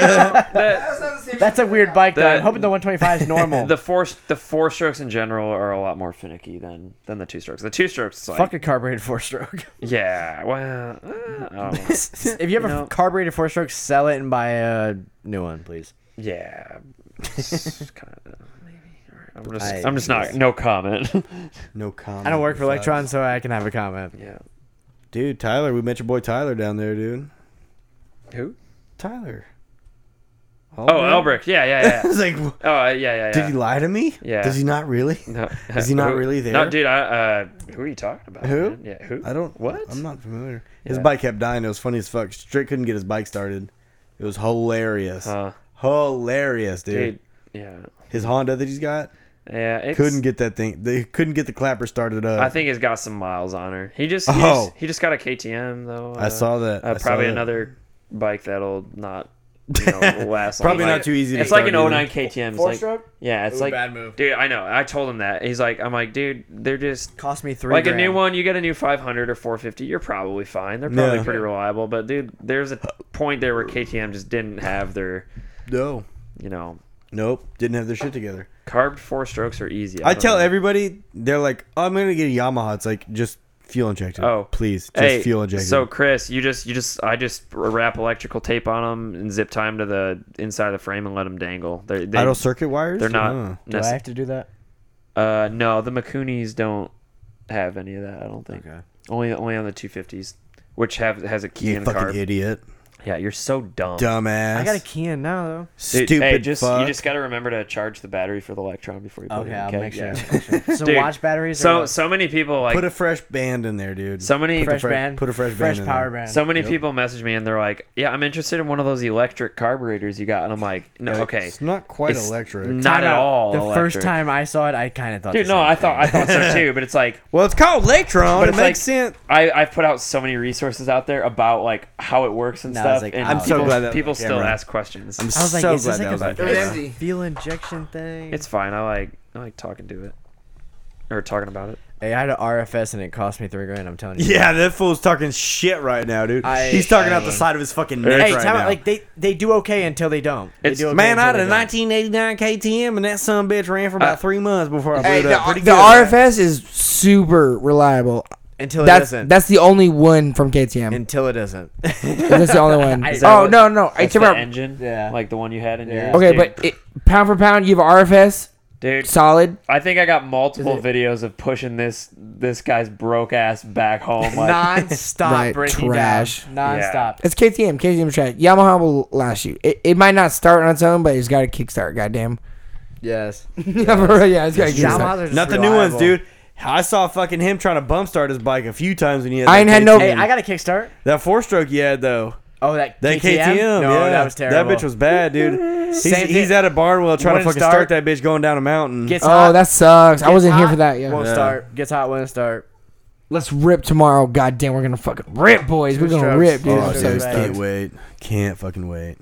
S5: know, the,
S6: That's a weird bike though.
S5: The-
S6: I'm hoping the 125 is normal.
S5: the four the four strokes in general are a lot more finicky than than the two strokes. The two strokes, is like,
S6: Fuck a carbureted four stroke.
S5: yeah, well, uh, I don't know.
S6: if you have a
S5: know-
S6: carbureted four stroke, sell it and buy a new one, please.
S5: yeah, it's kinda, maybe. All right, I'm just
S6: I-
S5: I'm just not no comment.
S3: No comment.
S6: I don't work for Electron, so I can have a comment.
S5: yeah,
S3: Dude, Tyler, we met your boy Tyler down there, dude.
S5: who?
S3: Tyler.
S5: Oh, Elbrick. Yeah, yeah,
S3: I
S5: yeah.
S3: was like, "Wha-
S5: Oh, uh, yeah, yeah, yeah.
S3: did he lie to me?
S5: Yeah.
S3: Does he not really?
S5: No.
S3: Is he not
S5: Who-
S3: really there?
S5: No, dude. I, uh, who are you talking about?
S3: Who?
S5: man? Yeah, who?
S3: I don't.
S5: What?
S3: I'm not familiar. His
S5: Yeah.
S3: bike kept dying. It was funny as fuck. Strick couldn't get his bike started. It was hilarious.
S5: Uh,
S3: hilarious,
S5: dude.
S3: dude.
S5: Yeah.
S3: His Honda that he's got
S5: Yeah. It's,
S3: couldn't get that thing. They couldn't get the clapper started up.
S5: I think he's got some miles on her. He just. He,
S3: Oh.
S5: just, he just got a KTM though.
S3: I
S5: uh,
S3: saw that.
S5: Uh,
S3: I saw
S5: probably
S3: that.
S5: another bike that'll not you know, last. long.
S3: Probably
S5: Like-
S3: not too easy. To
S5: It's like an
S3: start either.
S5: 09 KTM. It's like, Yeah, it's
S7: Ooh,
S5: like
S7: bad move.
S5: Dude, I know. I told him that. He's like, I'm like, dude, they're just
S6: Cost me three.
S5: like a new
S6: grand.
S5: one. You get a new 500 or 450, you're probably fine. They're probably
S3: Yeah.
S5: pretty reliable. But dude, there's a point there where KTM just didn't have their,
S3: No.
S5: you know,
S3: Nope. Didn't have their shit together.
S5: carb four strokes are easy.
S3: I
S5: don't
S3: tell
S5: know.
S3: everybody, they're like, oh, I'm gonna get a Yamaha. It's like just fuel injected.
S5: Oh.
S3: please, just
S5: Hey,
S3: fuel injected.
S5: so Chris, you just you just I just wrap electrical tape on them and zip tie 'em to the inside of the frame and let them dangle. They're, they,
S3: idle circuit wires?
S5: They're
S3: Huh.
S5: not.
S6: Do I
S5: necessary.
S6: have to do that?
S5: Uh, no, the Makunis don't have any of that. I don't think.
S6: Okay.
S5: Only only on the 250s, which have has a key
S3: You
S5: and
S3: fucking
S5: carb.
S3: idiot.
S5: Yeah, you're so dumb.
S3: Dumbass.
S6: I got a can now though.
S5: Dude,
S3: stupid
S5: hey, just,
S3: fuck.
S5: You just got to remember to charge the battery for the Electron before you put
S7: Okay,
S5: it in.
S7: I'll
S5: okay?
S7: make sure.
S5: Yeah.
S7: I'll make sure.
S6: So
S5: Dude,
S6: watch batteries.
S5: So
S6: are
S5: so many people like
S3: put a fresh band in there, dude.
S5: so many
S3: put a
S6: fresh
S3: fre-
S6: band.
S3: Put a fresh,
S6: fresh
S3: band.
S6: power
S3: in there.
S6: band.
S5: so many people message me and they're like, "Yeah, I'm interested in one of those electric carburetors you got," and I'm like, "No,
S3: Like,
S5: okay,
S3: It's not quite
S5: It's
S3: electric.
S5: not at
S6: Timeout.
S5: all."
S6: The first
S5: electric.
S6: time I saw it, I kind of thought.
S5: dude.
S6: the
S5: No,
S6: same
S5: I thought I thought so too, but it's like
S3: well, it's called Electron.
S5: But
S3: it
S5: it's
S3: makes
S5: like-
S3: sense.
S5: I I've put out so many resources out there about like how it works and
S7: No, it's
S5: stuff,
S7: like,
S5: and
S7: I'm so
S5: people,
S3: glad that-
S5: people
S3: okay,
S5: still
S3: right.
S5: ask questions.
S3: I'm
S6: I was like,
S3: so
S6: is this
S3: glad
S6: like
S3: that was
S6: a- It
S3: on
S1: was
S3: camera.
S1: empty.
S6: fuel injection thing.
S5: It's fine. I like I like talking to it or talking about it.
S7: Hey, I had an RFS and it cost me three grand. I'm telling you.
S3: Yeah, that fool's talking shit right now, dude.
S7: I-
S3: He's talking
S7: I
S3: out the
S7: would.
S3: side of his fucking neck
S6: Hey,
S3: right
S6: time out,
S3: now.
S6: like they they do okay until they don't. They
S5: It's-
S6: do okay
S3: Man, I had
S6: until
S3: a
S6: they don't.
S3: 1989 KTM, and that son of a bitch ran for about three months before I blew
S1: Hey,
S3: it
S1: the,
S3: up. Pretty
S1: the
S3: good.
S1: RFS is super reliable.
S6: until it
S1: that's
S6: doesn't.
S1: that's the only one from KTM.
S6: until it doesn't.
S1: that's the only one.
S6: Is
S5: that
S1: oh
S5: what-
S1: no no, it's
S5: It's the
S1: about
S5: engine,
S7: Yeah.
S5: like the one you had in your
S1: okay, but it, pound for pound, you have RFS
S5: dude,
S1: solid.
S5: I think I got multiple videos of pushing this this guy's broke ass back home. Like,
S6: Non-stop
S1: Right,
S6: breaking
S1: trash.
S6: down. Non-stop.
S1: It's KTM. KTM track. Yamaha will last you. It, it might not start on its own, but it's got a kickstart. Goddamn.
S7: Yes.
S1: Yeah, for real, yeah, it's got a
S6: Yamaha's
S1: kickstart.
S6: are just
S3: Not the new ones,
S6: reliable.
S3: dude. I saw fucking him trying to bump start his bike a few times when he had.
S1: I
S3: that
S1: ain't had
S3: KTM.
S1: no-
S6: Hey, I got a kickstart.
S3: that four stroke you had though.
S6: Oh, that,
S3: That KTM,
S6: No,
S3: yeah.
S6: that was terrible.
S3: That bitch was bad, dude. He's,
S6: Same
S3: he's
S6: thing.
S3: at a Barnwell trying to
S6: Wouldn't
S3: fucking start.
S6: start.
S3: that bitch going down a mountain.
S6: Gets hot,
S1: Oh, that sucks. I
S6: gets
S1: wasn't here
S6: hot,
S1: for that. Yeah.
S6: Won't start. Gets hot. Won't start.
S1: Let's rip tomorrow. Goddamn, we're gonna fucking rip, boys. We're
S6: Two
S1: gonna
S6: strokes.
S1: rip, dude.
S6: Oh,
S1: I'm
S6: dude,
S1: so
S6: it's
S1: stoked.
S3: can't wait. Can't fucking wait.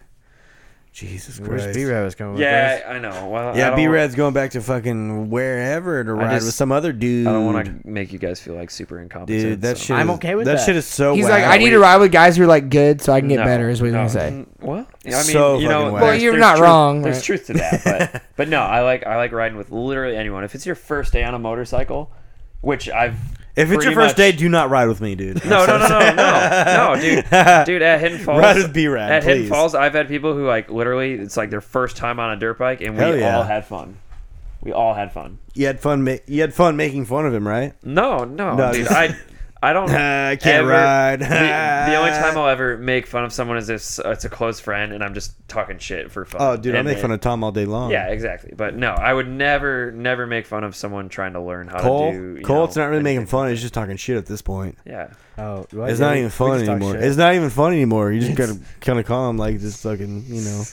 S3: Jesus
S6: Where's
S3: Christ.
S6: B Rad was coming
S5: yeah, I know. Well, I
S3: Yeah,
S5: don't-
S3: B Rad's going back to fucking wherever to ride
S5: just-
S3: with some other dude.
S5: I don't want to make you guys feel like super incompetent.
S3: Dude, that
S5: so-
S3: shit.
S6: I'm
S3: is-
S6: okay with
S3: that.
S6: that.
S3: shit is so.
S1: He's
S3: whack.
S1: like, I need to ride with guys who are like good, so I can get
S5: No,
S1: better. Is what he's
S5: no.
S1: gonna say.
S5: Well, I mean,
S3: So
S5: you know,
S3: fucking whack. Well,
S5: there's-
S1: you're
S5: there's
S1: not
S5: truth-
S1: wrong,
S5: There's
S1: right?
S5: truth to that, but but no, I like I like riding with literally anyone. If it's your first day on a motorcycle, which I've
S3: If it's your
S5: pretty
S3: first
S5: much-
S3: day, do not ride with me, dude.
S5: No, no, no, no, no, no, dude, dude. At Hidden Falls,
S3: Ride with B-Rad,
S5: At Hidden
S3: please.
S5: Falls, I've had people who like literally, it's like their first time on a dirt bike, and
S3: Hell
S5: we
S3: yeah.
S5: all had fun. We all had fun.
S3: You had fun. Ma- you had fun making fun of him, right?
S5: No, no,
S3: No,
S5: dude.
S3: just-
S5: I, I don't.
S3: I can't
S5: ever-
S3: ride.
S5: the, the only time I'll ever make fun of someone is if s- it's a close friend, and I'm just talking shit for fun.
S3: Oh, dude, I
S5: And
S3: make
S5: it-
S3: fun of Tom all day long.
S5: Yeah, exactly. But no, I would never, never make fun of someone trying to learn how
S3: Cole.
S5: to do. you
S3: Cole,
S5: know,
S3: it's not really making
S5: anything.
S3: fun. It's just talking shit at this point.
S5: Yeah.
S7: Oh, well,
S3: It's
S7: yeah,
S3: not
S7: we-
S3: even
S7: we
S3: fun
S7: just talk
S3: anymore.
S7: shit.
S3: It's not even fun anymore. You just gotta kind of calm, like this fucking, you know,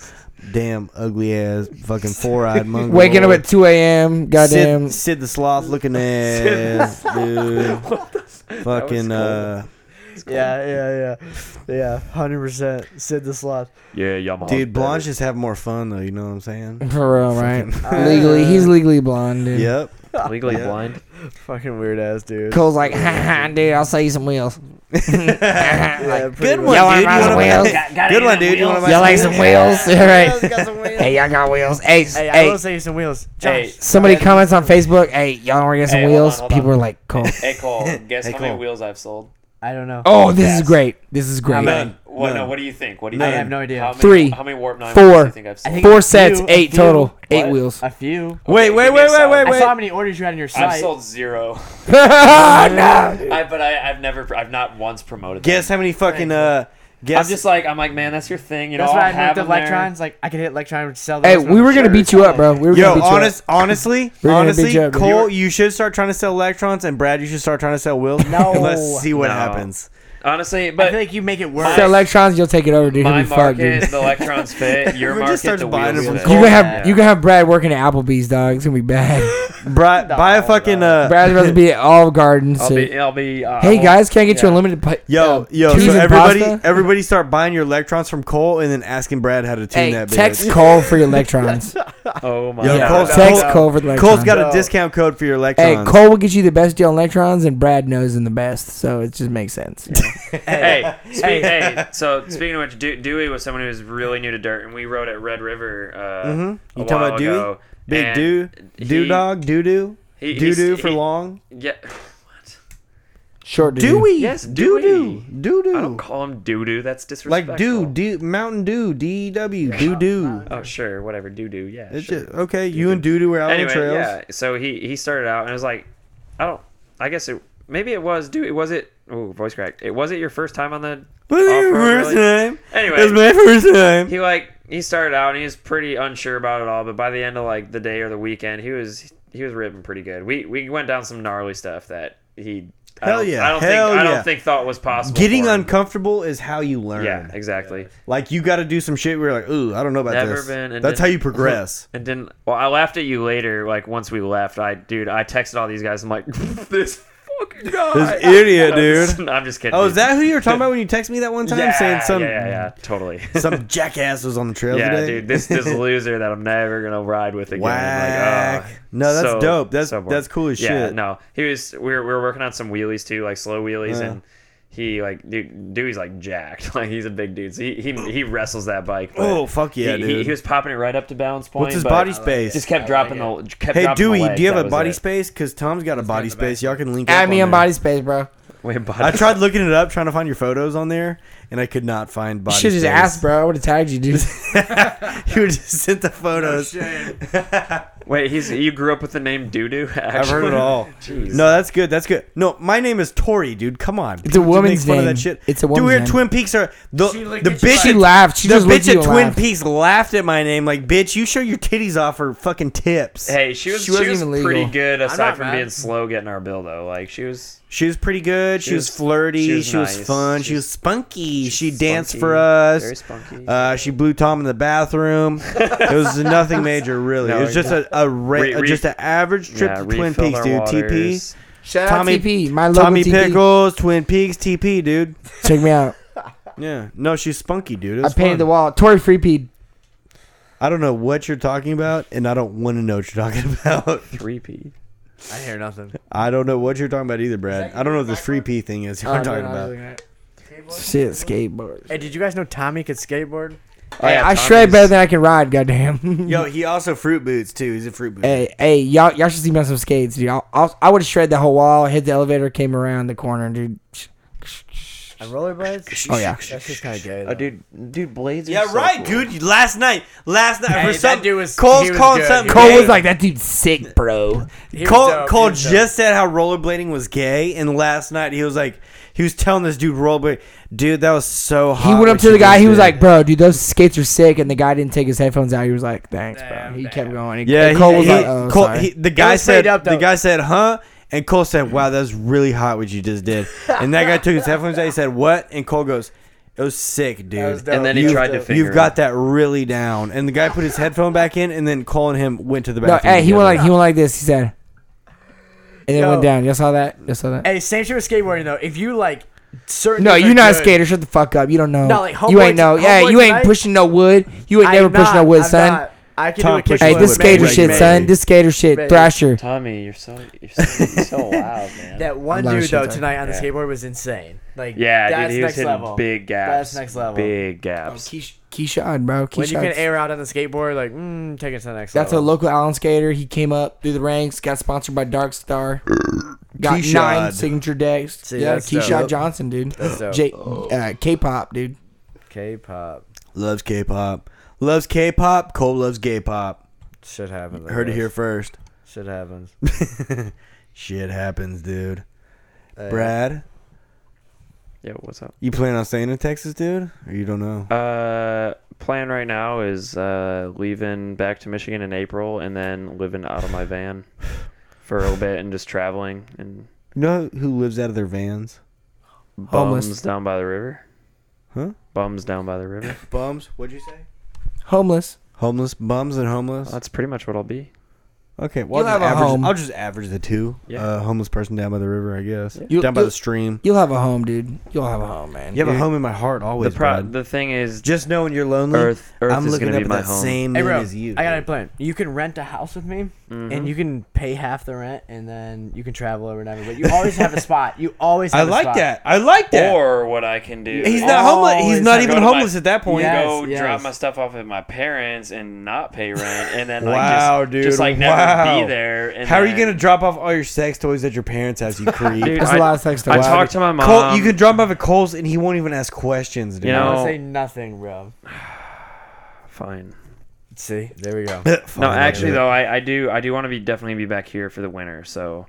S3: damn ugly ass fucking four eyed monkey.
S1: Waking up at 2 a.m. Goddamn.
S3: Sid, Sid the sloth looking ass, dude. fucking uh,
S6: Yeah, yeah, yeah, yeah. Hundred percent. Sid the sloth.
S5: Yeah, Yamaha.
S3: dude. Blondes just have more fun though. You know what I'm saying?
S1: For real, right? legally, he's legally blonde, dude.
S3: yep.
S5: legally blind.
S6: Fucking weird ass dude.
S1: Cole's like, ha ha, dude, I'll sell you some wheels. like,
S6: Good
S1: one, y'all want
S3: dude. You
S1: some
S3: wanna-
S1: wheels?
S3: Good one, dude. You wanna buy
S1: Y'all
S3: some
S1: like
S3: wheels?
S1: some wheels? All right. Hey, y'all got wheels. Hey,
S6: Hey,
S1: hey.
S6: I will say some wheels.
S5: Hey,
S6: Josh.
S1: Somebody comments on Facebook, hey, y'all want to get some
S5: Hey, hold
S1: wheels?
S5: on, hold
S1: People
S5: on.
S1: are like, Cole.
S5: Hey Cole, guess how many
S3: Cole.
S5: wheels I've sold?
S6: I don't know.
S1: Oh, this is great. This is great.
S3: None.
S5: What? No.
S3: None.
S5: what do you think? What do you?
S3: None.
S5: think?
S3: I have
S6: no idea.
S5: How many,
S1: Three.
S5: How many warp nine?
S1: Four.
S5: wheels do you think I've
S6: I
S5: sold?
S6: think
S1: Four
S6: a
S1: sets,
S6: few- a
S1: eight
S6: few.
S1: total. Eight
S5: What?
S1: wheels.
S6: A few.
S3: Wait,
S5: give me a
S3: wait, wait, wait,
S5: solid.
S3: wait,
S5: I
S6: I
S3: wait.
S6: saw how many orders you had on your site.
S5: I've sold zero.
S1: no.
S5: I, but I, I've never, I've not once promoted.
S3: Guess how many fucking uh. Guess
S5: I'm just like, I'm like, man, that's your thing. You know,
S6: That's
S5: I'll
S6: why I moved
S5: have
S6: to
S5: them there.
S6: electrons. Like I could hit electrons to sell.
S1: Hey,
S6: those
S1: we were going to
S6: ones.
S1: beat you up, bro. We were going
S3: Yo,
S1: to beat you up.
S3: honest, honestly,
S1: We're gonna
S3: honestly,
S1: beat you up.
S3: Cole, you should start trying to sell electrons, and Brad, you should start trying to sell wheels.
S6: No.
S3: and let's see what
S5: No.
S3: happens.
S5: Honestly,
S6: I
S5: but
S6: feel like you make it
S5: My-
S6: worse.
S1: So electrons, you'll take it over, dude. He'll
S5: my
S1: be fucked, dude.
S5: market, the electrons fit. Your
S3: Everyone
S5: market,
S3: just starts
S5: the
S3: buying
S5: wheels
S3: them
S5: fit.
S3: from
S1: You can have
S5: Yeah.
S1: you can have Brad working at Applebee's, dog. It's gonna be bad.
S3: Brad, buy a fucking uh,
S1: Brad's about to be at Olive Garden.
S5: I'll
S1: so-
S5: be, I'll be. Uh,
S1: hey
S5: I'll-
S1: guys, can I get you
S5: yeah.
S1: a limited? Pi-
S3: yo,
S1: uh,
S3: yo.
S1: cheese
S3: So
S1: and
S3: everybody,
S1: pasta?
S3: everybody, start buying your electrons from Cole, and then asking Brad how to tune
S1: hey,
S3: that bitch.
S1: text Cole for your electrons.
S5: Oh my
S3: Yo,
S5: god.
S3: Cole's-
S1: text
S3: Cole-
S1: Cole for the electrons.
S3: Cole's got a discount code for your
S1: Hey,
S3: electrons.
S1: Cole will get you the best deal on electrons, and Brad knows him the best, so it just makes sense.
S5: hey, spe- hey. So speaking of which, Du- Dewey was someone who was really new to dirt, and we rode at Red River. Uh, a
S3: Mm-hmm. You talking
S5: while
S3: about Dewey?
S5: ago,
S3: Big
S5: and
S3: do,
S5: he-
S3: do dog, doo doo,
S5: he-
S3: doo doo
S5: he's-
S3: for
S5: he-
S3: long.
S5: Yeah. What?
S1: Short dude.
S3: Dewey,
S5: Yes,
S3: doo doo,
S5: Dewey.
S3: doo
S5: I don't
S3: doo.
S5: call him doo doo. That's disrespectful.
S3: Like doo, doo, Mountain Dew, D E W, doo doo.
S5: Oh sure, whatever. Doo doo. Yeah.
S3: It's
S5: sure.
S3: just, okay, you and doo doo are out
S5: anyway,
S3: on trails.
S5: yeah. So he he started out and it was like, I don't. I guess it. Maybe it was Dewey. Was it? Oh, voice crack. It was it your first time on the.
S3: Well,
S5: off-road,
S3: your first
S5: really?
S3: time.
S5: anyway.
S3: It was my first time.
S5: he like he started out and he was pretty unsure about it all, but by the end of like the day or the weekend, he was he was ripping pretty good. We we went down some gnarly stuff that he I
S3: Hell
S5: don't-
S3: yeah,
S5: I don't
S3: hell
S5: think I
S3: yeah.
S5: don't think thought was possible.
S3: Getting
S5: for him.
S3: uncomfortable is how you learn.
S5: Yeah, exactly.
S3: Like you got to do some shit. Where you're like, ooh, I don't know about
S5: Never
S3: this.
S5: been. and didn't-
S3: That's how you progress.
S5: And then, well, I laughed at you later. Like once we left, I dude, I texted all these guys. I'm like, this fucking guy,
S3: This idiot, dude.
S5: I'm just kidding.
S3: Oh, is that who you were talking about when you texted me that one time,
S5: Yeah,
S3: saying some
S5: yeah, yeah, yeah, totally.
S3: some jackass was on the trail
S5: yeah,
S3: today?
S5: dude, this this loser that I'm never gonna ride with again.
S3: Whack.
S5: Like, oh,
S3: No, that's
S5: so-
S3: dope. That's-
S5: so bored.
S3: that's cool as
S5: Yeah,
S3: shit.
S5: no, he was. We were, we were working on some wheelies too, like slow wheelies,
S3: Uh-huh.
S5: and he like dude, dude, he's like jacked. Like he's a big dude. So he he, he wrestles that bike. but
S3: Oh, fuck yeah,
S5: he, he-
S3: dude.
S5: He, was popping it right up to balance point.
S3: What's his
S5: but
S3: body space?
S5: Just kept dropping the. Kept
S3: Hey
S5: dropping
S3: Dewey,
S5: the legs.
S3: do you have
S5: That
S3: a
S5: was
S3: body
S5: it.
S3: space? Because Tom's got a body space. Y'all can link.
S1: Add
S3: up
S1: me
S3: on
S1: on
S3: there.
S1: body space, bro.
S5: We have body
S3: I tried looking it up, trying to find your photos on there, and I could not find
S1: You
S3: body.
S1: should
S3: space.
S1: just asked, bro. I would have tagged you, dude.
S3: you were just sent the photos.
S5: Wait, he's you grew up with the name Doodoo.
S3: I've heard it all.
S5: Jeez.
S3: No, that's good. That's good. No, my name is Tori, dude. Come on.
S1: It's a
S3: People
S1: woman's
S3: make fun Of
S1: name.
S3: that shit.
S1: It's a
S3: Dude,
S1: woman's
S3: we're at
S1: name.
S3: Twin Peaks. Are, the
S8: looked
S3: the
S8: at you
S3: bitch.
S8: like-
S1: She laughed. She
S3: the
S1: just looked
S3: bitch
S1: at you and
S3: at Twin
S1: laughed.
S3: Peaks laughed at my name. Like, bitch, you show your titties off for fucking tips.
S5: Hey, she was,
S1: She
S5: she
S1: wasn't
S5: was
S1: even legal.
S5: pretty good aside
S6: not
S5: from
S6: mad.
S5: being slow getting our bill though. Like she was
S3: She was pretty good. She,
S5: She
S3: was,
S5: was-
S3: flirty. She
S5: she
S3: was,
S5: was nice.
S3: fun. She,
S5: She
S3: was spunky. She danced
S5: spunky,
S3: for us.
S5: very spunky.
S3: Uh, she blew Tom in the bathroom. it was nothing major, really.
S5: No,
S3: it was just a, a ra-
S5: Re-
S3: uh,
S5: re-
S3: just an average trip
S5: yeah,
S3: to Twin
S5: refilled
S3: Peaks,
S5: our
S3: dude.
S5: waters.
S3: TP.
S1: Shout
S3: Tommy-
S1: out TP, my local
S3: Tommy
S1: TP.
S3: Pickles, Twin Peaks, TP, dude.
S1: Check me out.
S3: Yeah. No, she's spunky, dude. It
S1: I
S3: was
S1: painted
S3: fun.
S1: the wall. Tori Freepeed.
S3: I don't know what you're talking about, and I don't want to know what you're talking about.
S5: three P.
S6: I hear nothing.
S3: I don't know what you're talking about either, Brad. I don't know what this free P thing is
S1: Oh,
S3: you're talking about.
S1: Shit, skateboard.
S6: Hey, did you guys know Tommy could skateboard?
S1: Hey, Oh, I shred better than I can ride. Goddamn.
S3: Yo, he also fruit boots too. He's a fruit boot.
S1: Hey, hey, y'all, y'all should see me on some skates, dude. I'll, I'll, I would have shred the whole wall, hit the elevator, came around the corner, dude.
S6: On rollerblades?
S1: Oh yeah,
S6: That's just kind of gay.
S5: Oh, dude, dude, Blades.
S3: Yeah, right, dude. Last night, last night,
S6: Hey,
S3: for
S6: that
S3: some,
S6: dude was-
S3: Cole's
S6: he was
S3: calling
S6: good.
S3: something.
S6: He
S1: Cole
S3: gay.
S1: was like, "That dude's sick, bro."
S3: Cole, Cole just said how rollerblading was gay, and last night he was like, he was telling this dude rollerblade, dude, that was so hot.
S1: He went
S3: what
S1: up to
S3: you
S1: the guy.
S3: just
S1: He was
S3: did."
S1: like, "Bro, dude, those skates are sick." And the guy didn't take his headphones out. He was like, "Thanks, bro." He kept going. And
S3: yeah.
S1: and
S3: He,
S1: Cole was
S3: he-
S1: like, "Oh,
S3: Cole-
S1: sorry."
S3: he- the guy
S6: was
S3: said,
S6: straight up,
S3: the
S6: though.
S3: guy said, huh? And Cole said, wow, that was really hot what you just did. And that guy took his headphones out. He said, what? And Cole goes, it was sick, dude.
S5: And then he
S3: You've-
S5: tried to finger.
S3: You've got that really down. And the guy put his headphone back in, and then Cole and him went to the
S1: no,
S3: bathroom.
S1: hey, he went
S3: together.
S1: like he went like this. He said, and it
S6: Yo.
S1: went down. Y'all saw that? Y'all saw that?
S6: Hey, same shit with skateboarding though. If you like certain.
S1: No,
S6: things
S1: you're
S6: are
S1: not a
S6: good-
S1: skater. Shut the fuck up. You don't know.
S6: No, like,
S1: you
S6: homeboy-
S1: ain't know. Yeah,
S6: homeboy
S1: you ain't
S6: tonight-
S1: pushing no wood. You ain't
S6: I
S1: never
S6: am
S1: pushing no
S6: not,
S1: wood,
S6: I'm
S1: son.
S6: not. I can
S3: Tom
S6: do a kick.
S3: pushes
S1: Hey,
S3: Wait,
S1: this
S3: wait,
S1: skater
S3: wait,
S1: shit,
S3: wait.
S1: son. This skater shit,
S6: Maybe.
S1: Thrasher.
S5: Tommy, you're so you're so, you're so loud, man.
S6: That one
S1: I'm not
S6: dude
S1: ashamed,
S6: though
S1: sorry.
S6: tonight on the
S5: Yeah.
S6: skateboard was insane. Like
S5: yeah,
S6: that's
S5: dude, he was
S6: next
S5: hitting
S6: level.
S5: big gaps.
S6: That's next level.
S5: Big gaps.
S1: Keish- Keyshawn, bro.
S6: When you can
S1: Keyshawn.
S6: air out on the skateboard, like mm, take it to the next
S1: That's a
S6: level.
S1: local Allen skater. He came up through the ranks, got sponsored by Dark Star, got nine
S3: Keyshot.
S1: signature decks.
S6: See,
S1: yeah,
S6: that's
S1: Keyshawn
S6: dope.
S1: Johnson, dude.
S6: That's dope.
S1: J- uh, K-pop, dude.
S6: K-pop
S3: Loves K-pop. Loves K-pop. Cole loves gay pop.
S6: shit happens. I
S3: Heard it
S6: guess.
S3: here first.
S6: Shit happens.
S3: Shit happens, dude. Brad,
S5: Yeah, what's up?
S3: you plan on staying in Texas, dude? Or you don't know?
S5: Uh, plan right now is uh leaving back to Michigan in April and then living out of my van for a little bit and just traveling and
S3: You know who lives out of their vans?
S5: bums
S1: Homeless.
S5: down by the river.
S3: Huh?
S5: Bums down by the river.
S3: Bums. What'd you say?
S1: Homeless.
S3: Homeless bums and homeless.
S5: That's pretty much what I'll be.
S3: okay, well,
S1: You'll
S3: I'll
S1: have a
S3: just, average,
S1: home.
S3: I'll just average the two.
S5: Yeah.
S3: Uh, homeless person down by the river, I guess.
S1: You'll-
S3: down by
S1: you'll-
S3: the stream.
S1: You'll have a home, dude. You'll have a home, man.
S3: You have a home in my heart always,
S5: The pro-
S3: Brad.
S5: the thing is,
S3: Just knowing you're lonely.
S5: Earth- Earth
S3: I'm
S5: is
S3: looking
S5: gonna
S3: up
S5: be
S3: at
S5: my
S3: that
S5: home.
S3: same
S6: Hey,
S3: name
S6: bro,
S3: as you.
S6: I got a
S3: dude. Mm-hmm.
S6: plan. You can rent a house with me, and you can pay half the rent, and then you can travel or whatever. But you always have a spot. You always.
S3: I
S6: Have a
S3: like
S6: spot.
S3: that. I like that.
S5: or what I can do.
S3: He's
S5: is
S3: not homeless. He's
S6: Always
S3: not
S6: have-
S3: even
S5: go to my-
S3: homeless at that point.
S6: Yeah.
S5: go
S6: Yes,
S5: drop
S6: yes.
S5: my stuff off at my parents and not pay rent, and then like
S3: Wow,
S5: just,
S3: dude,
S5: just like
S3: wow.
S5: never be there. And
S3: How are you
S5: then-
S3: gonna drop off all your sex toys at your parents' house? You creep.
S5: Dude,
S1: That's
S5: I-
S1: a lot of sex to
S5: I
S1: watch.
S5: talked to my mom.
S3: Cole, you can drop off at Cole's and he won't even ask questions, dude.
S5: You
S6: I
S5: know-
S6: don't say nothing, bro.
S5: fine.
S3: Oh,
S6: See, there we go.
S3: Fine,
S5: No,
S3: I'll
S5: actually
S3: do it.
S5: though, I, I do I do want to be definitely be back here for the winter. So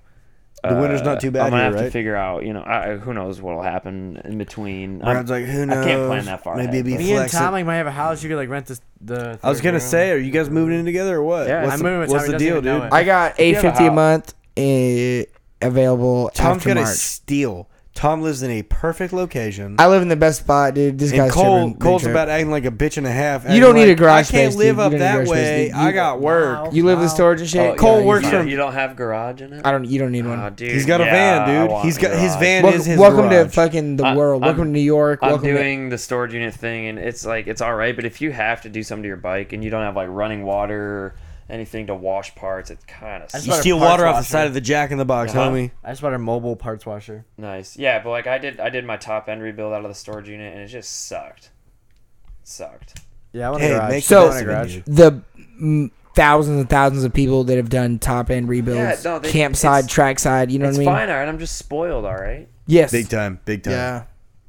S5: uh,
S3: The winter's not too bad
S5: I'm gonna
S3: here,
S5: have to
S3: right?
S5: figure out. You know, I, who knows what'll happen in between. I'm-
S3: Brad's like, who
S5: I
S3: knows?
S5: can't plan that far.
S3: Maybe
S5: ahead,
S3: it'd be
S5: but-
S6: Me and
S3: Flex it.
S6: Tom like might have a house. You could like rent this. The
S3: I was
S6: third
S3: gonna
S6: room.
S3: say, are you guys moving in together or what?
S5: Yeah,
S3: what's
S6: I'm
S3: the,
S6: moving with
S3: What's
S6: Tom,
S3: the
S6: he doesn't
S3: deal,
S6: even know
S3: dude?
S6: it.
S1: I got eight
S5: have a
S1: fifty a
S5: house.
S1: month eh, available
S3: Tom's
S1: after
S3: gonna
S1: March.
S3: steal. Tom lives in a perfect location.
S1: I live in the best spot, dude. This
S3: and
S1: guy's
S3: Cole,
S1: tripping.
S3: Cole's
S1: Big
S3: about acting like a bitch and a half.
S1: You don't
S3: acting
S1: need a
S3: like,
S1: garage
S3: I
S1: space,
S3: can't
S1: dude.
S3: live
S1: You don't
S3: up
S1: need a
S3: that
S1: garage space,
S3: way.
S1: dude. You-
S3: I got work.
S1: trip. You live with storage and shit.
S5: Oh, yeah,
S3: Cole
S5: you
S3: works
S5: don't-
S3: from-
S5: You don't have garage in it.
S1: I don't. You don't need one.
S5: Oh, dude,
S3: He's got a
S5: yeah, I
S3: van, dude.
S5: want
S3: He's
S5: a
S3: got his
S5: garage.
S3: van
S1: welcome
S3: is his
S1: welcome to
S3: garage.
S1: fucking the
S5: I-
S1: world.
S5: I'm-
S1: welcome to New York.
S5: I'm
S1: welcome to
S5: doing the storage unit thing, and it's like it's all right. But if you have to do something to your bike and you don't have like running water or anything to wash parts, it's kind of
S6: just
S3: You
S6: bought a
S3: steal
S6: parts
S3: water off the
S6: washer.
S3: side of the Jack in the Box,
S5: Uh-huh.
S3: homie.
S6: I just bought a mobile parts washer.
S5: nice. Yeah, but like I did, I did my top end rebuild out of the storage unit, and it just sucked. sucked.
S6: Yeah, I want a
S3: Hey,
S6: garage.
S3: make
S1: So-
S3: the best of it, dude.
S1: the mm, thousands and thousands of people that have done top end rebuilds,
S5: Yeah, no, they-
S1: campside,
S5: it's-
S1: trackside. You know what
S5: It's
S1: I mean?
S5: fine, all right. I'm just spoiled, all right.
S1: Yes.
S3: Big time, big time,
S1: Yeah.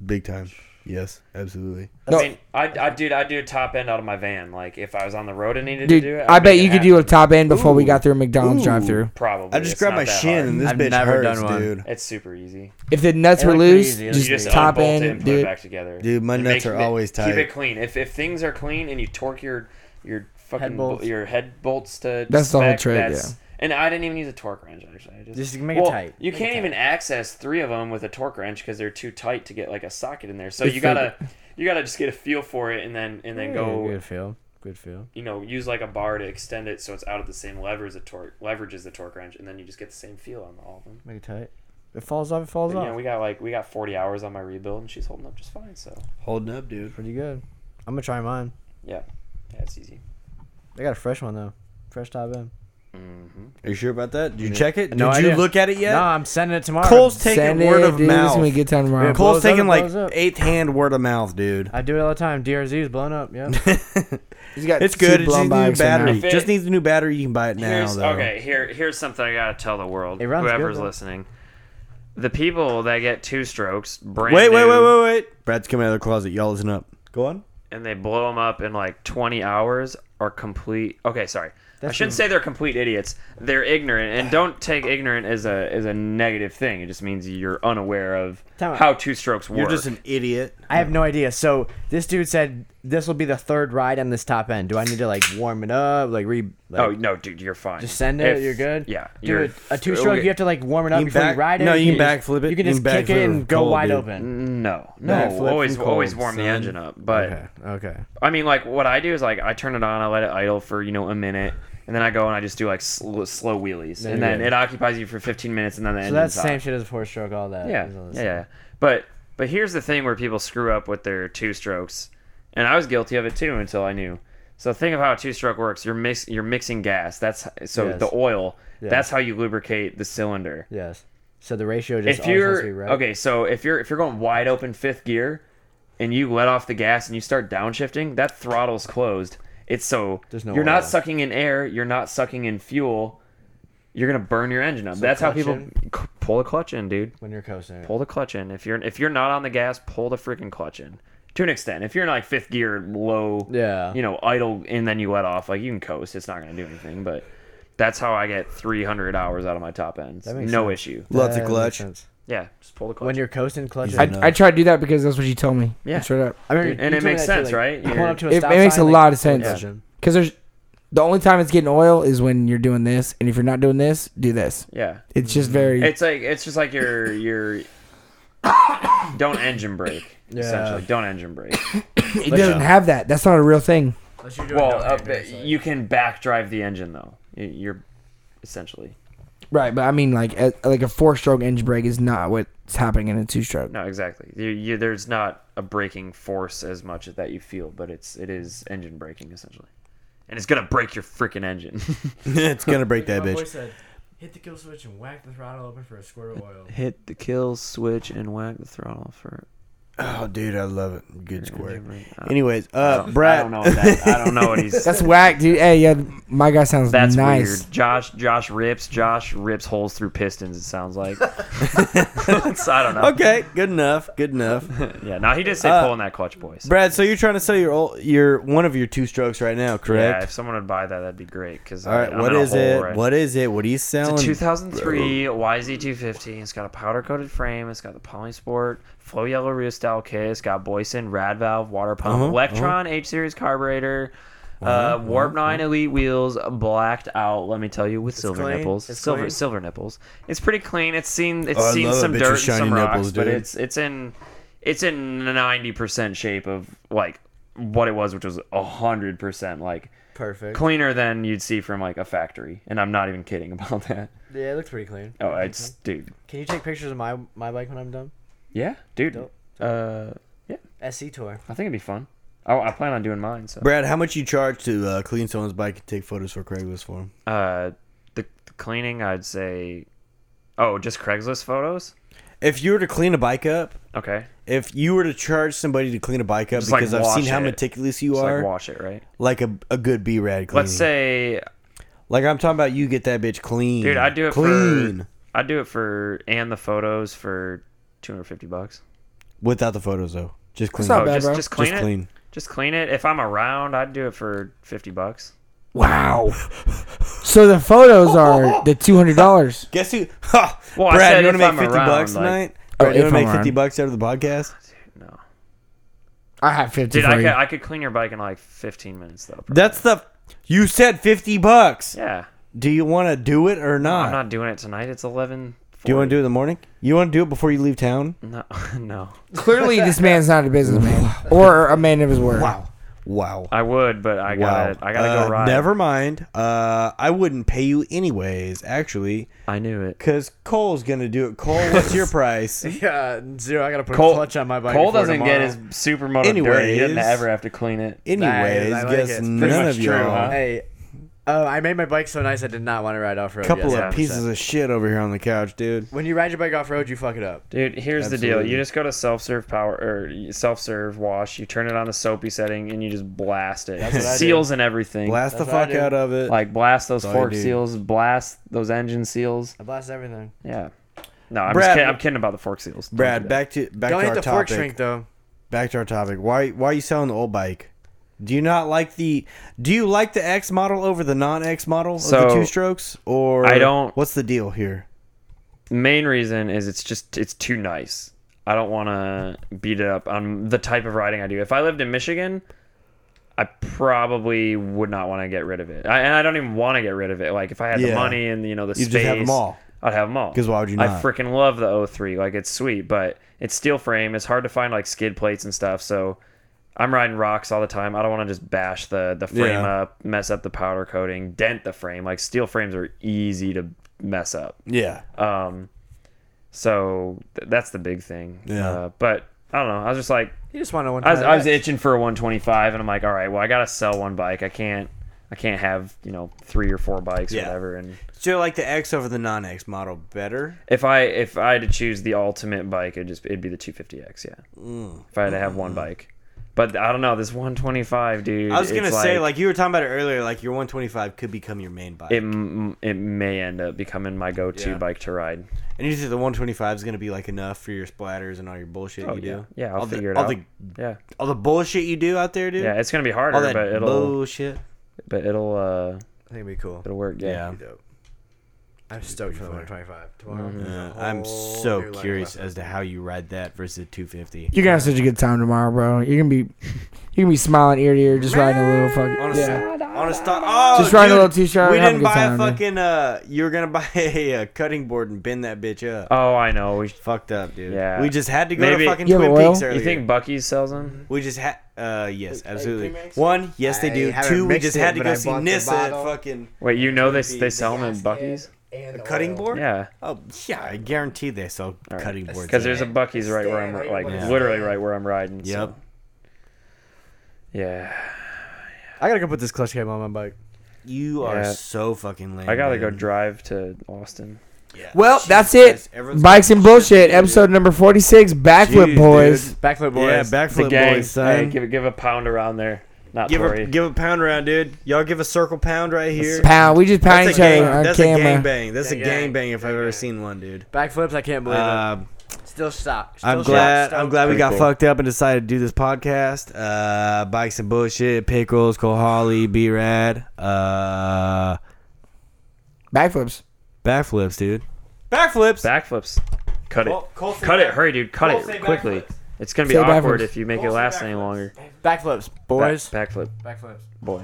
S3: big time. Yes, absolutely.
S1: No.
S5: I mean, I, I dude, I do a top end out of my van. Like if I was on the road and needed
S1: Dude,
S5: to do it,
S1: I
S5: I'd
S1: bet
S5: make
S1: you
S5: it
S1: could do a
S5: happen.
S1: top end before we got
S3: Ooh.
S1: through a McDonald's
S3: Ooh.
S1: drive through.
S5: Probably.
S3: I just
S5: It's
S3: grabbed
S5: not
S3: my
S5: that
S3: shin
S5: hard.
S3: and this
S6: I've
S3: bitch
S6: never
S3: hurts,
S6: done one.
S3: dude.
S5: It's super easy.
S1: If the nuts
S6: They
S1: were
S6: look pretty
S1: loose,
S6: easy.
S1: just,
S5: You just
S1: top
S5: unbolt it and
S1: end,
S5: put it
S1: dude.
S5: back together.
S3: Dude, my
S5: And
S3: nuts are always tight.
S5: Keep it clean. If if things are clean and you torque your your fucking
S6: Head
S5: bo-
S6: bolts.
S5: your head bolts to
S1: That's the whole
S5: spec,
S1: trick,
S5: that's- And I didn't even use a torque wrench actually. I just,
S6: Just make it
S5: Well,
S6: tight.
S5: You
S6: Make it
S5: can't
S6: tight.
S5: even access three of them with a torque wrench because they're too tight to get like a socket in there. So you gotta you gotta just get a feel for it and then and then go
S6: Good feel. Good feel.
S5: you know use like a bar to extend it so it's out of the same lever as a torque leverage as the torque wrench and then you just get the same feel on all of them.
S6: Make it tight. If it falls off, it falls
S5: But, you
S6: off.
S5: know, we got like we got 40 hours on my rebuild and she's holding up just fine. So
S3: Holding up, dude.
S6: Pretty good. I'm gonna try mine.
S5: yeah, yeah, it's easy.
S6: I got a fresh one though. Fresh top end.
S3: Are you sure about that? Did you check it? Did
S6: No
S3: you
S6: idea.
S3: look at it yet?
S6: No, I'm sending it tomorrow.
S3: Cole's taking
S1: Send
S3: word
S1: it,
S3: of
S1: dude. It's
S3: mouth.
S1: gonna be a good time tomorrow.
S6: Yeah,
S3: Cole's
S6: Blows up,
S3: taking
S6: blows
S3: like
S6: up.
S3: eighth hand word of mouth, dude.
S6: I do it all the time. DRZ's blown up. Yeah.
S1: He's got
S3: It's
S1: two
S3: good. It just
S1: blown
S3: needs a new
S1: bikes in there.
S3: battery.
S5: If it-
S3: Just needs a new battery. You can buy it now.
S5: Here's,
S3: though.
S5: okay, here here's something I gotta tell the world.
S6: It runs good,
S5: Whoever's
S6: though.
S5: listening, the people that get two strokes, brand
S3: Wait, wait,
S5: new,
S3: wait, wait, wait. Brad's coming out of the closet. Y'all listen up. Go on.
S5: and they blow them up in like 20 hours are complete. Okay, sorry. I shouldn't say they're complete idiots. They're ignorant, and don't take ignorant as a as a negative thing. It just means you're unaware of
S6: Time out.
S5: how two strokes work.
S3: You're just an idiot.
S6: I have no idea. So this dude said this will be the third ride on this top end. Do I need to like warm it up? Like re. Like,
S5: oh no, dude, you're fine.
S6: Just send it.
S5: If-
S6: you're good.
S5: Yeah,
S6: Do it. a two stroke. You have to like warm it up
S3: You can
S6: before
S3: back-
S6: you ride it.
S3: no, you can
S6: just-
S3: backflip it.
S6: You can
S3: You
S6: just
S3: can
S6: kick it
S3: backflip
S6: and go
S3: cold,
S6: wide
S3: dude.
S6: open.
S5: No,
S3: Backflip
S5: no.
S3: from
S5: Always,
S3: cold,
S5: always warm the
S3: son.
S5: engine up. But
S6: Okay. Okay.
S5: I mean, like what I do is like I turn it on, I let it idle for you know a minute, and then I go and I just do like sl- slow wheelies, and then it occupies you for 15 minutes, and then the
S6: So
S5: engine's
S6: that's the
S5: off.
S6: same shit as a four stroke. All that.
S5: Yeah,
S6: It's all the
S5: yeah,
S6: same.
S5: yeah. But but here's the thing where people screw up with their two strokes, and I was guilty of it too until I knew. So think of how a two stroke works. You're mix you're mixing gas. That's so
S6: Yes.
S5: the oil.
S6: Yes.
S5: That's how you lubricate the cylinder.
S6: Yes. So the ratio just
S5: if
S6: always has to
S5: you're
S6: be right.
S5: okay, so if you're if you're going wide open fifth gear, and you let off the gas and you start downshifting, that throttle's closed. It's so
S6: There's no
S5: you're not
S6: oil.
S5: sucking in air, you're not sucking in fuel. You're gonna burn your engine up. That's how
S6: clutch
S5: people
S6: in?
S5: c- pull the clutch in, dude
S6: When you're coasting.
S5: pull the clutch in. If you're if you're not on the gas, pull the freaking clutch in. To an extent, if you're in like fifth gear, low,
S6: Yeah.
S5: you know, idle, and then you let off, like you can coast. It's not going to do anything. But that's how I get 300 hours out of my top ends.
S6: makes
S5: No
S6: sense.
S5: issue.
S3: Lots
S6: That
S3: of
S6: makes
S3: clutch.
S6: sense.
S5: Yeah, just pull the clutch.
S6: When you're coasting, clutch.
S3: He's
S6: is-
S3: a nut.
S1: I, I tried to do that because that's what you told me.
S5: Yeah.
S1: Straight up.
S6: I remember
S5: And
S6: you
S5: it
S6: told me
S5: makes
S6: that too,
S5: sense,
S6: like,
S5: right?
S6: pulling
S5: You're-
S6: up to a
S1: It,
S6: stop
S1: it makes a
S6: sign, like,
S1: lot of sense.
S6: clutching.
S1: Because there's the only time it's getting oil is when you're doing this, and if you're not doing this, do this.
S5: yeah,
S1: It's just very.
S5: it's like it's just like your your don't engine brake. Essentially, don't engine brake.
S1: it doesn't have that. That's not a real thing.
S8: Unless you're doing
S5: well,
S8: dog
S5: uh,
S8: daggers, like-
S5: you can back drive the engine though. You- You're essentially
S1: Right, but I mean, like a, like a four stroke engine brake is not what's happening in a two stroke.
S5: No, exactly. You, you, there's not a braking force as much as that you feel, but it's it is engine braking essentially, and it's gonna break your freaking engine.
S3: it's gonna break that
S8: My boy
S3: bitch.
S8: said, hit the kill switch and whack the throttle open for a squirt of oil.
S5: Hit the kill switch and whack the throttle for.
S3: Oh, dude, I love it. Good square. Anyways, uh, Brad.
S5: I don't know. What that, I don't know what he's.
S1: That's whack, dude. Hey, yeah, my guy sounds
S5: That's
S1: nice.
S5: weird. Josh Josh rips. Josh rips holes through pistons. It sounds like. It's- I don't know.
S3: Okay, good enough. Good enough.
S5: Yeah. No, he did say
S3: Uh,
S5: pulling that clutch, boys.
S3: Brad, so you're trying to sell your old, your one of your two strokes right now,
S5: Yeah.
S3: correct?
S5: If someone would buy that, that'd be great. Because
S3: All right,
S5: I'm
S3: what
S5: in a
S3: is
S5: hole
S3: it?
S5: right
S3: What is it? What are you selling?
S5: It's a 2003 YZ250. It's got a powder coated frame. It's got the Polysport Flow Yellow Rio style kit. It's got Boyson rad valve water pump,
S3: Uh-huh,
S5: Electron H series carburetor, uh, Warp 9
S3: uh-huh.
S5: Elite wheels, blacked out. Let me tell you, with silver
S6: clean.
S5: nipples,
S6: It's
S5: silver
S6: clean.
S5: silver nipples. It's pretty clean. It's seen it's
S3: Oh, I
S5: seen
S3: love a
S5: some
S3: bitch
S5: dirt and
S3: with shiny
S5: some rocks,
S3: nipples,
S5: but
S3: dude.
S5: it's it's in it's in 90% shape of like what it was, which was 100% like
S6: Perfect.
S5: cleaner than you'd see from like a factory, and I'm not even kidding about that.
S6: Yeah, it looks pretty clean.
S5: Oh, it's dude.
S6: Can you take pictures of my my bike when I'm done?
S5: Yeah, dude. Uh,
S6: SC tour.
S5: I think it'd be fun. Oh, I plan on doing mine. So,
S3: Brad, how much you charge to uh, clean someone's bike and take photos for Craigslist for them?
S5: uh, the, the cleaning, I'd say. Oh, just Craigslist photos.
S3: If you were to clean a bike up,
S5: Okay,
S3: if you were to charge somebody to clean a bike up,
S5: Just, like,
S3: because I've
S5: wash
S3: seen how
S5: it.
S3: meticulous you
S5: just
S3: are,
S5: like wash it, right?
S3: like a, a good B rad clean.
S5: Let's say,
S3: like I'm talking about, you get that bitch clean,
S5: dude, I do it
S3: clean
S5: for. I do it for and the photos for two hundred fifty bucks.
S3: without the photos though, just clean.
S1: not
S5: Oh,
S1: bad,
S5: just
S1: bro.
S5: just clean
S3: Just
S5: it.
S3: clean.
S5: Just clean it. If I'm around, I'd do it for fifty bucks.
S1: Wow. So the photos are the two hundred dollars.
S3: Guess who? Ha!
S5: Well, I
S3: Brad,
S5: said
S3: you want to
S5: if
S3: make
S5: I'm
S3: fifty
S5: around,
S3: bucks
S5: like-
S3: tonight?
S1: Oh,
S3: Brad, you
S1: if
S3: want to make
S1: I'm
S3: fifty
S1: around.
S3: bucks out of the podcast?
S5: No,
S1: I have fifty
S5: dude,
S1: for
S5: I could,
S1: you.
S5: I could clean your bike in like fifteen minutes though. probably.
S3: That's the. You said fifty bucks.
S5: yeah.
S3: Do you want to do it or not?
S5: I'm not doing it tonight. It's eleven.
S3: do you want to do it in the morning? You want to do it before you leave town?
S5: No, no.
S1: Clearly, this man's not a businessman or a man of his word. Wow.
S3: Wow.
S5: I would, but I
S3: wow.
S5: got to I gotta
S3: Uh,
S5: go ride.
S3: Never mind. Uh, I wouldn't pay you anyways, actually,
S5: I knew it.
S3: because Cole's gonna do it. Cole, what's your price?
S7: Yeah, zero. I gotta put
S5: Cole-
S7: a clutch on my bike.
S5: Cole
S7: before
S5: doesn't
S7: tomorrow.
S5: get his supermoto dirty. He
S3: Anyways.
S5: doesn't ever have to clean it.
S3: Anyways,
S7: Nice, I like
S3: guess
S7: it. It's pretty
S3: none
S7: much
S3: of
S7: true,
S3: y'all.
S7: huh? Hey, uh, I made my bike so nice I did not want to ride off road.
S3: couple
S7: yes.
S3: of pieces of shit over here on the couch, dude.
S7: When you ride your bike off road, you fuck it up.
S5: Dude, here's the deal.
S3: Absolutely.
S5: You just go to self serve power or self serve wash. You turn it on the soapy setting and you just blast it.
S7: what I do.
S5: seals and everything.
S3: Blast the
S7: That's what I
S3: fuck
S7: do.
S3: out of it.
S5: Like blast those
S3: That's all I
S5: fork
S3: do.
S5: seals, blast those engine seals.
S6: I blast everything.
S5: Yeah. No, I'm
S3: Brad-
S5: just kidding. I'm kidding about the fork seals. Don't do
S3: Brad,
S5: that.
S3: back to back
S7: Don't
S3: to
S7: hit
S3: our
S7: the fork
S3: topic.
S7: shrink though.
S3: Back to our topic. Why why are you selling the old bike? Do you not like the Do you like the X model over the non X model of
S5: So,
S3: the two strokes? Or
S5: I don't-
S3: What's the deal here?
S5: main reason is it's just it's too nice. I don't want to beat it up on the type of riding I do. If I lived in Michigan, I probably would not want to get rid of it. I, and I don't even want to get rid of it. Like if I had the
S3: Yeah.
S5: money and you know the
S3: You'd
S5: space,
S3: just have 'em all.
S5: I'd have them all.
S3: 'Cause why would you
S5: I
S3: not?
S5: freaking love the 03. Like it's sweet, but it's steel frame. It's hard to find like skid plates and stuff. So I'm riding rocks all the time. I don't want to just bash the the frame
S3: Yeah.
S5: up, mess up the powder coating, dent the frame. Like steel frames are easy to mess up.
S3: Yeah.
S5: Um, so th- that's the big thing.
S3: Yeah.
S5: Uh, but I don't know. I was just like,
S6: You just want to one.
S5: I was, I was itching for a 125, and I'm like, all right, well, I gotta sell one bike. I can't, I can't have you know three or four bikes, or
S3: Yeah.
S5: whatever. And
S3: So you like the X over the non X model better?
S5: if I if I had to choose the ultimate bike, it'd just it'd be the 250X. Yeah.
S3: Mm.
S5: If I had to have one bike, but I don't know this 125, dude.
S3: Mm-hmm. I was
S5: it's
S3: gonna say, like you were talking about it earlier, like your one twenty five could become your main bike.
S5: it m- it may end up becoming my go-to
S3: Yeah.
S5: bike to ride.
S3: and you think the one twenty five is gonna be like enough for your splatters and all your bullshit you
S5: Oh, yeah.
S3: do?
S5: Yeah, I'll
S3: all
S5: figure
S3: the,
S5: it
S3: all
S5: out.
S3: The,
S5: Yeah.
S3: all the bullshit you do out there, dude.
S5: Yeah, it's gonna be
S3: all
S5: harder,
S3: that
S5: but it'll
S3: bullshit.
S5: but it'll uh
S7: I think it'd be cool.
S5: it'll work.
S3: Yeah.
S7: It'd be dope. I'm stoked for the 125 tomorrow.
S3: Yeah, Mm-hmm. I'm so curious as to how you ride that versus a 250.
S1: You're gonna have such a good time tomorrow, bro. You're gonna be, you're gonna be smiling ear to ear, just riding a little fucking.
S3: Honestly,
S1: Yeah.
S3: Honest thought. Oh,
S1: Just riding a
S3: dude,
S1: little t-shirt,
S3: We
S1: have a
S3: didn't
S1: good
S3: buy
S1: time,
S3: a
S1: dude.
S3: fucking. Uh, you were gonna buy a, uh cutting board and bend that bitch up.
S5: Oh, I know. We
S3: Fucked up, dude.
S5: Yeah.
S3: We just had to go
S5: Maybe-
S3: to fucking
S1: You have
S3: Twin
S1: oil?
S3: Peaks
S1: You
S3: earlier.
S5: You think Bucky's sells them?
S3: We just had. Uh, yes, absolutely. One, yes, they
S7: I
S3: do.
S7: haven't
S3: Two, we
S7: mixed
S3: just
S7: it,
S3: had to
S7: but
S3: go
S7: I
S3: see
S7: bought the
S3: Nissa at
S7: bottle.
S3: fucking
S5: Wait, you know they they sell them in Bucky's?
S7: And
S3: a cutting board.
S5: Yeah,
S3: Oh yeah, I guarantee they sell cutting boards.
S5: because there's a
S3: there.
S5: Bucky's right where I'm like
S3: Yeah.
S5: literally right where I'm riding. so-
S3: Yep.
S5: Yeah,
S7: I gotta go put this clutch cam on my bike.
S3: You are
S5: Yeah.
S3: so fucking lame.
S5: I gotta go
S3: man.
S5: drive to Austin.
S1: Well, Oh, that's it.
S3: everyone's
S1: Bikes and bullshit. Episode number forty-six. Backflip
S3: Jeez,
S1: boys.
S3: dude.
S6: Backflip boys.
S3: Yeah,
S5: The
S3: backflip
S5: gang.
S3: boys, son.
S5: Hey, give, give a pound around there. Not
S3: give
S5: Tori.
S3: a give a pound around, dude. Y'all give a circle pound right here.
S1: Pound. We just pound each
S3: That's a gang.
S1: other on
S3: That's a gang
S1: camera.
S3: bang. That's a gang bang if I've ever seen one, dude.
S6: Backflips. I can't believe
S3: Uh,
S6: it. Still stop. Still
S3: I'm
S6: shocked,
S3: glad.
S6: stoked.
S3: I'm glad we
S5: Pretty
S3: got
S5: cool.
S3: fucked up and decided to do this podcast. Uh, bikes and bullshit, pickles, Kohali, B Rad, uh,
S1: Backflips.
S3: backflips, dude. Backflips.
S5: Backflips. Cut it. Cut it. Hurry, dude. Cut it quickly. It's going to be
S1: Say
S5: awkward
S1: backflips.
S5: if you make it last any longer.
S6: Backflips boys.
S5: Back, backflip.
S6: Backflips.
S5: Boy.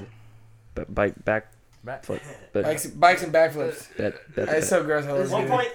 S5: B- bike. Back.
S6: Back-
S5: Flip. But,
S1: Bikes and backflips.
S5: that, that,
S1: so gross.
S2: One point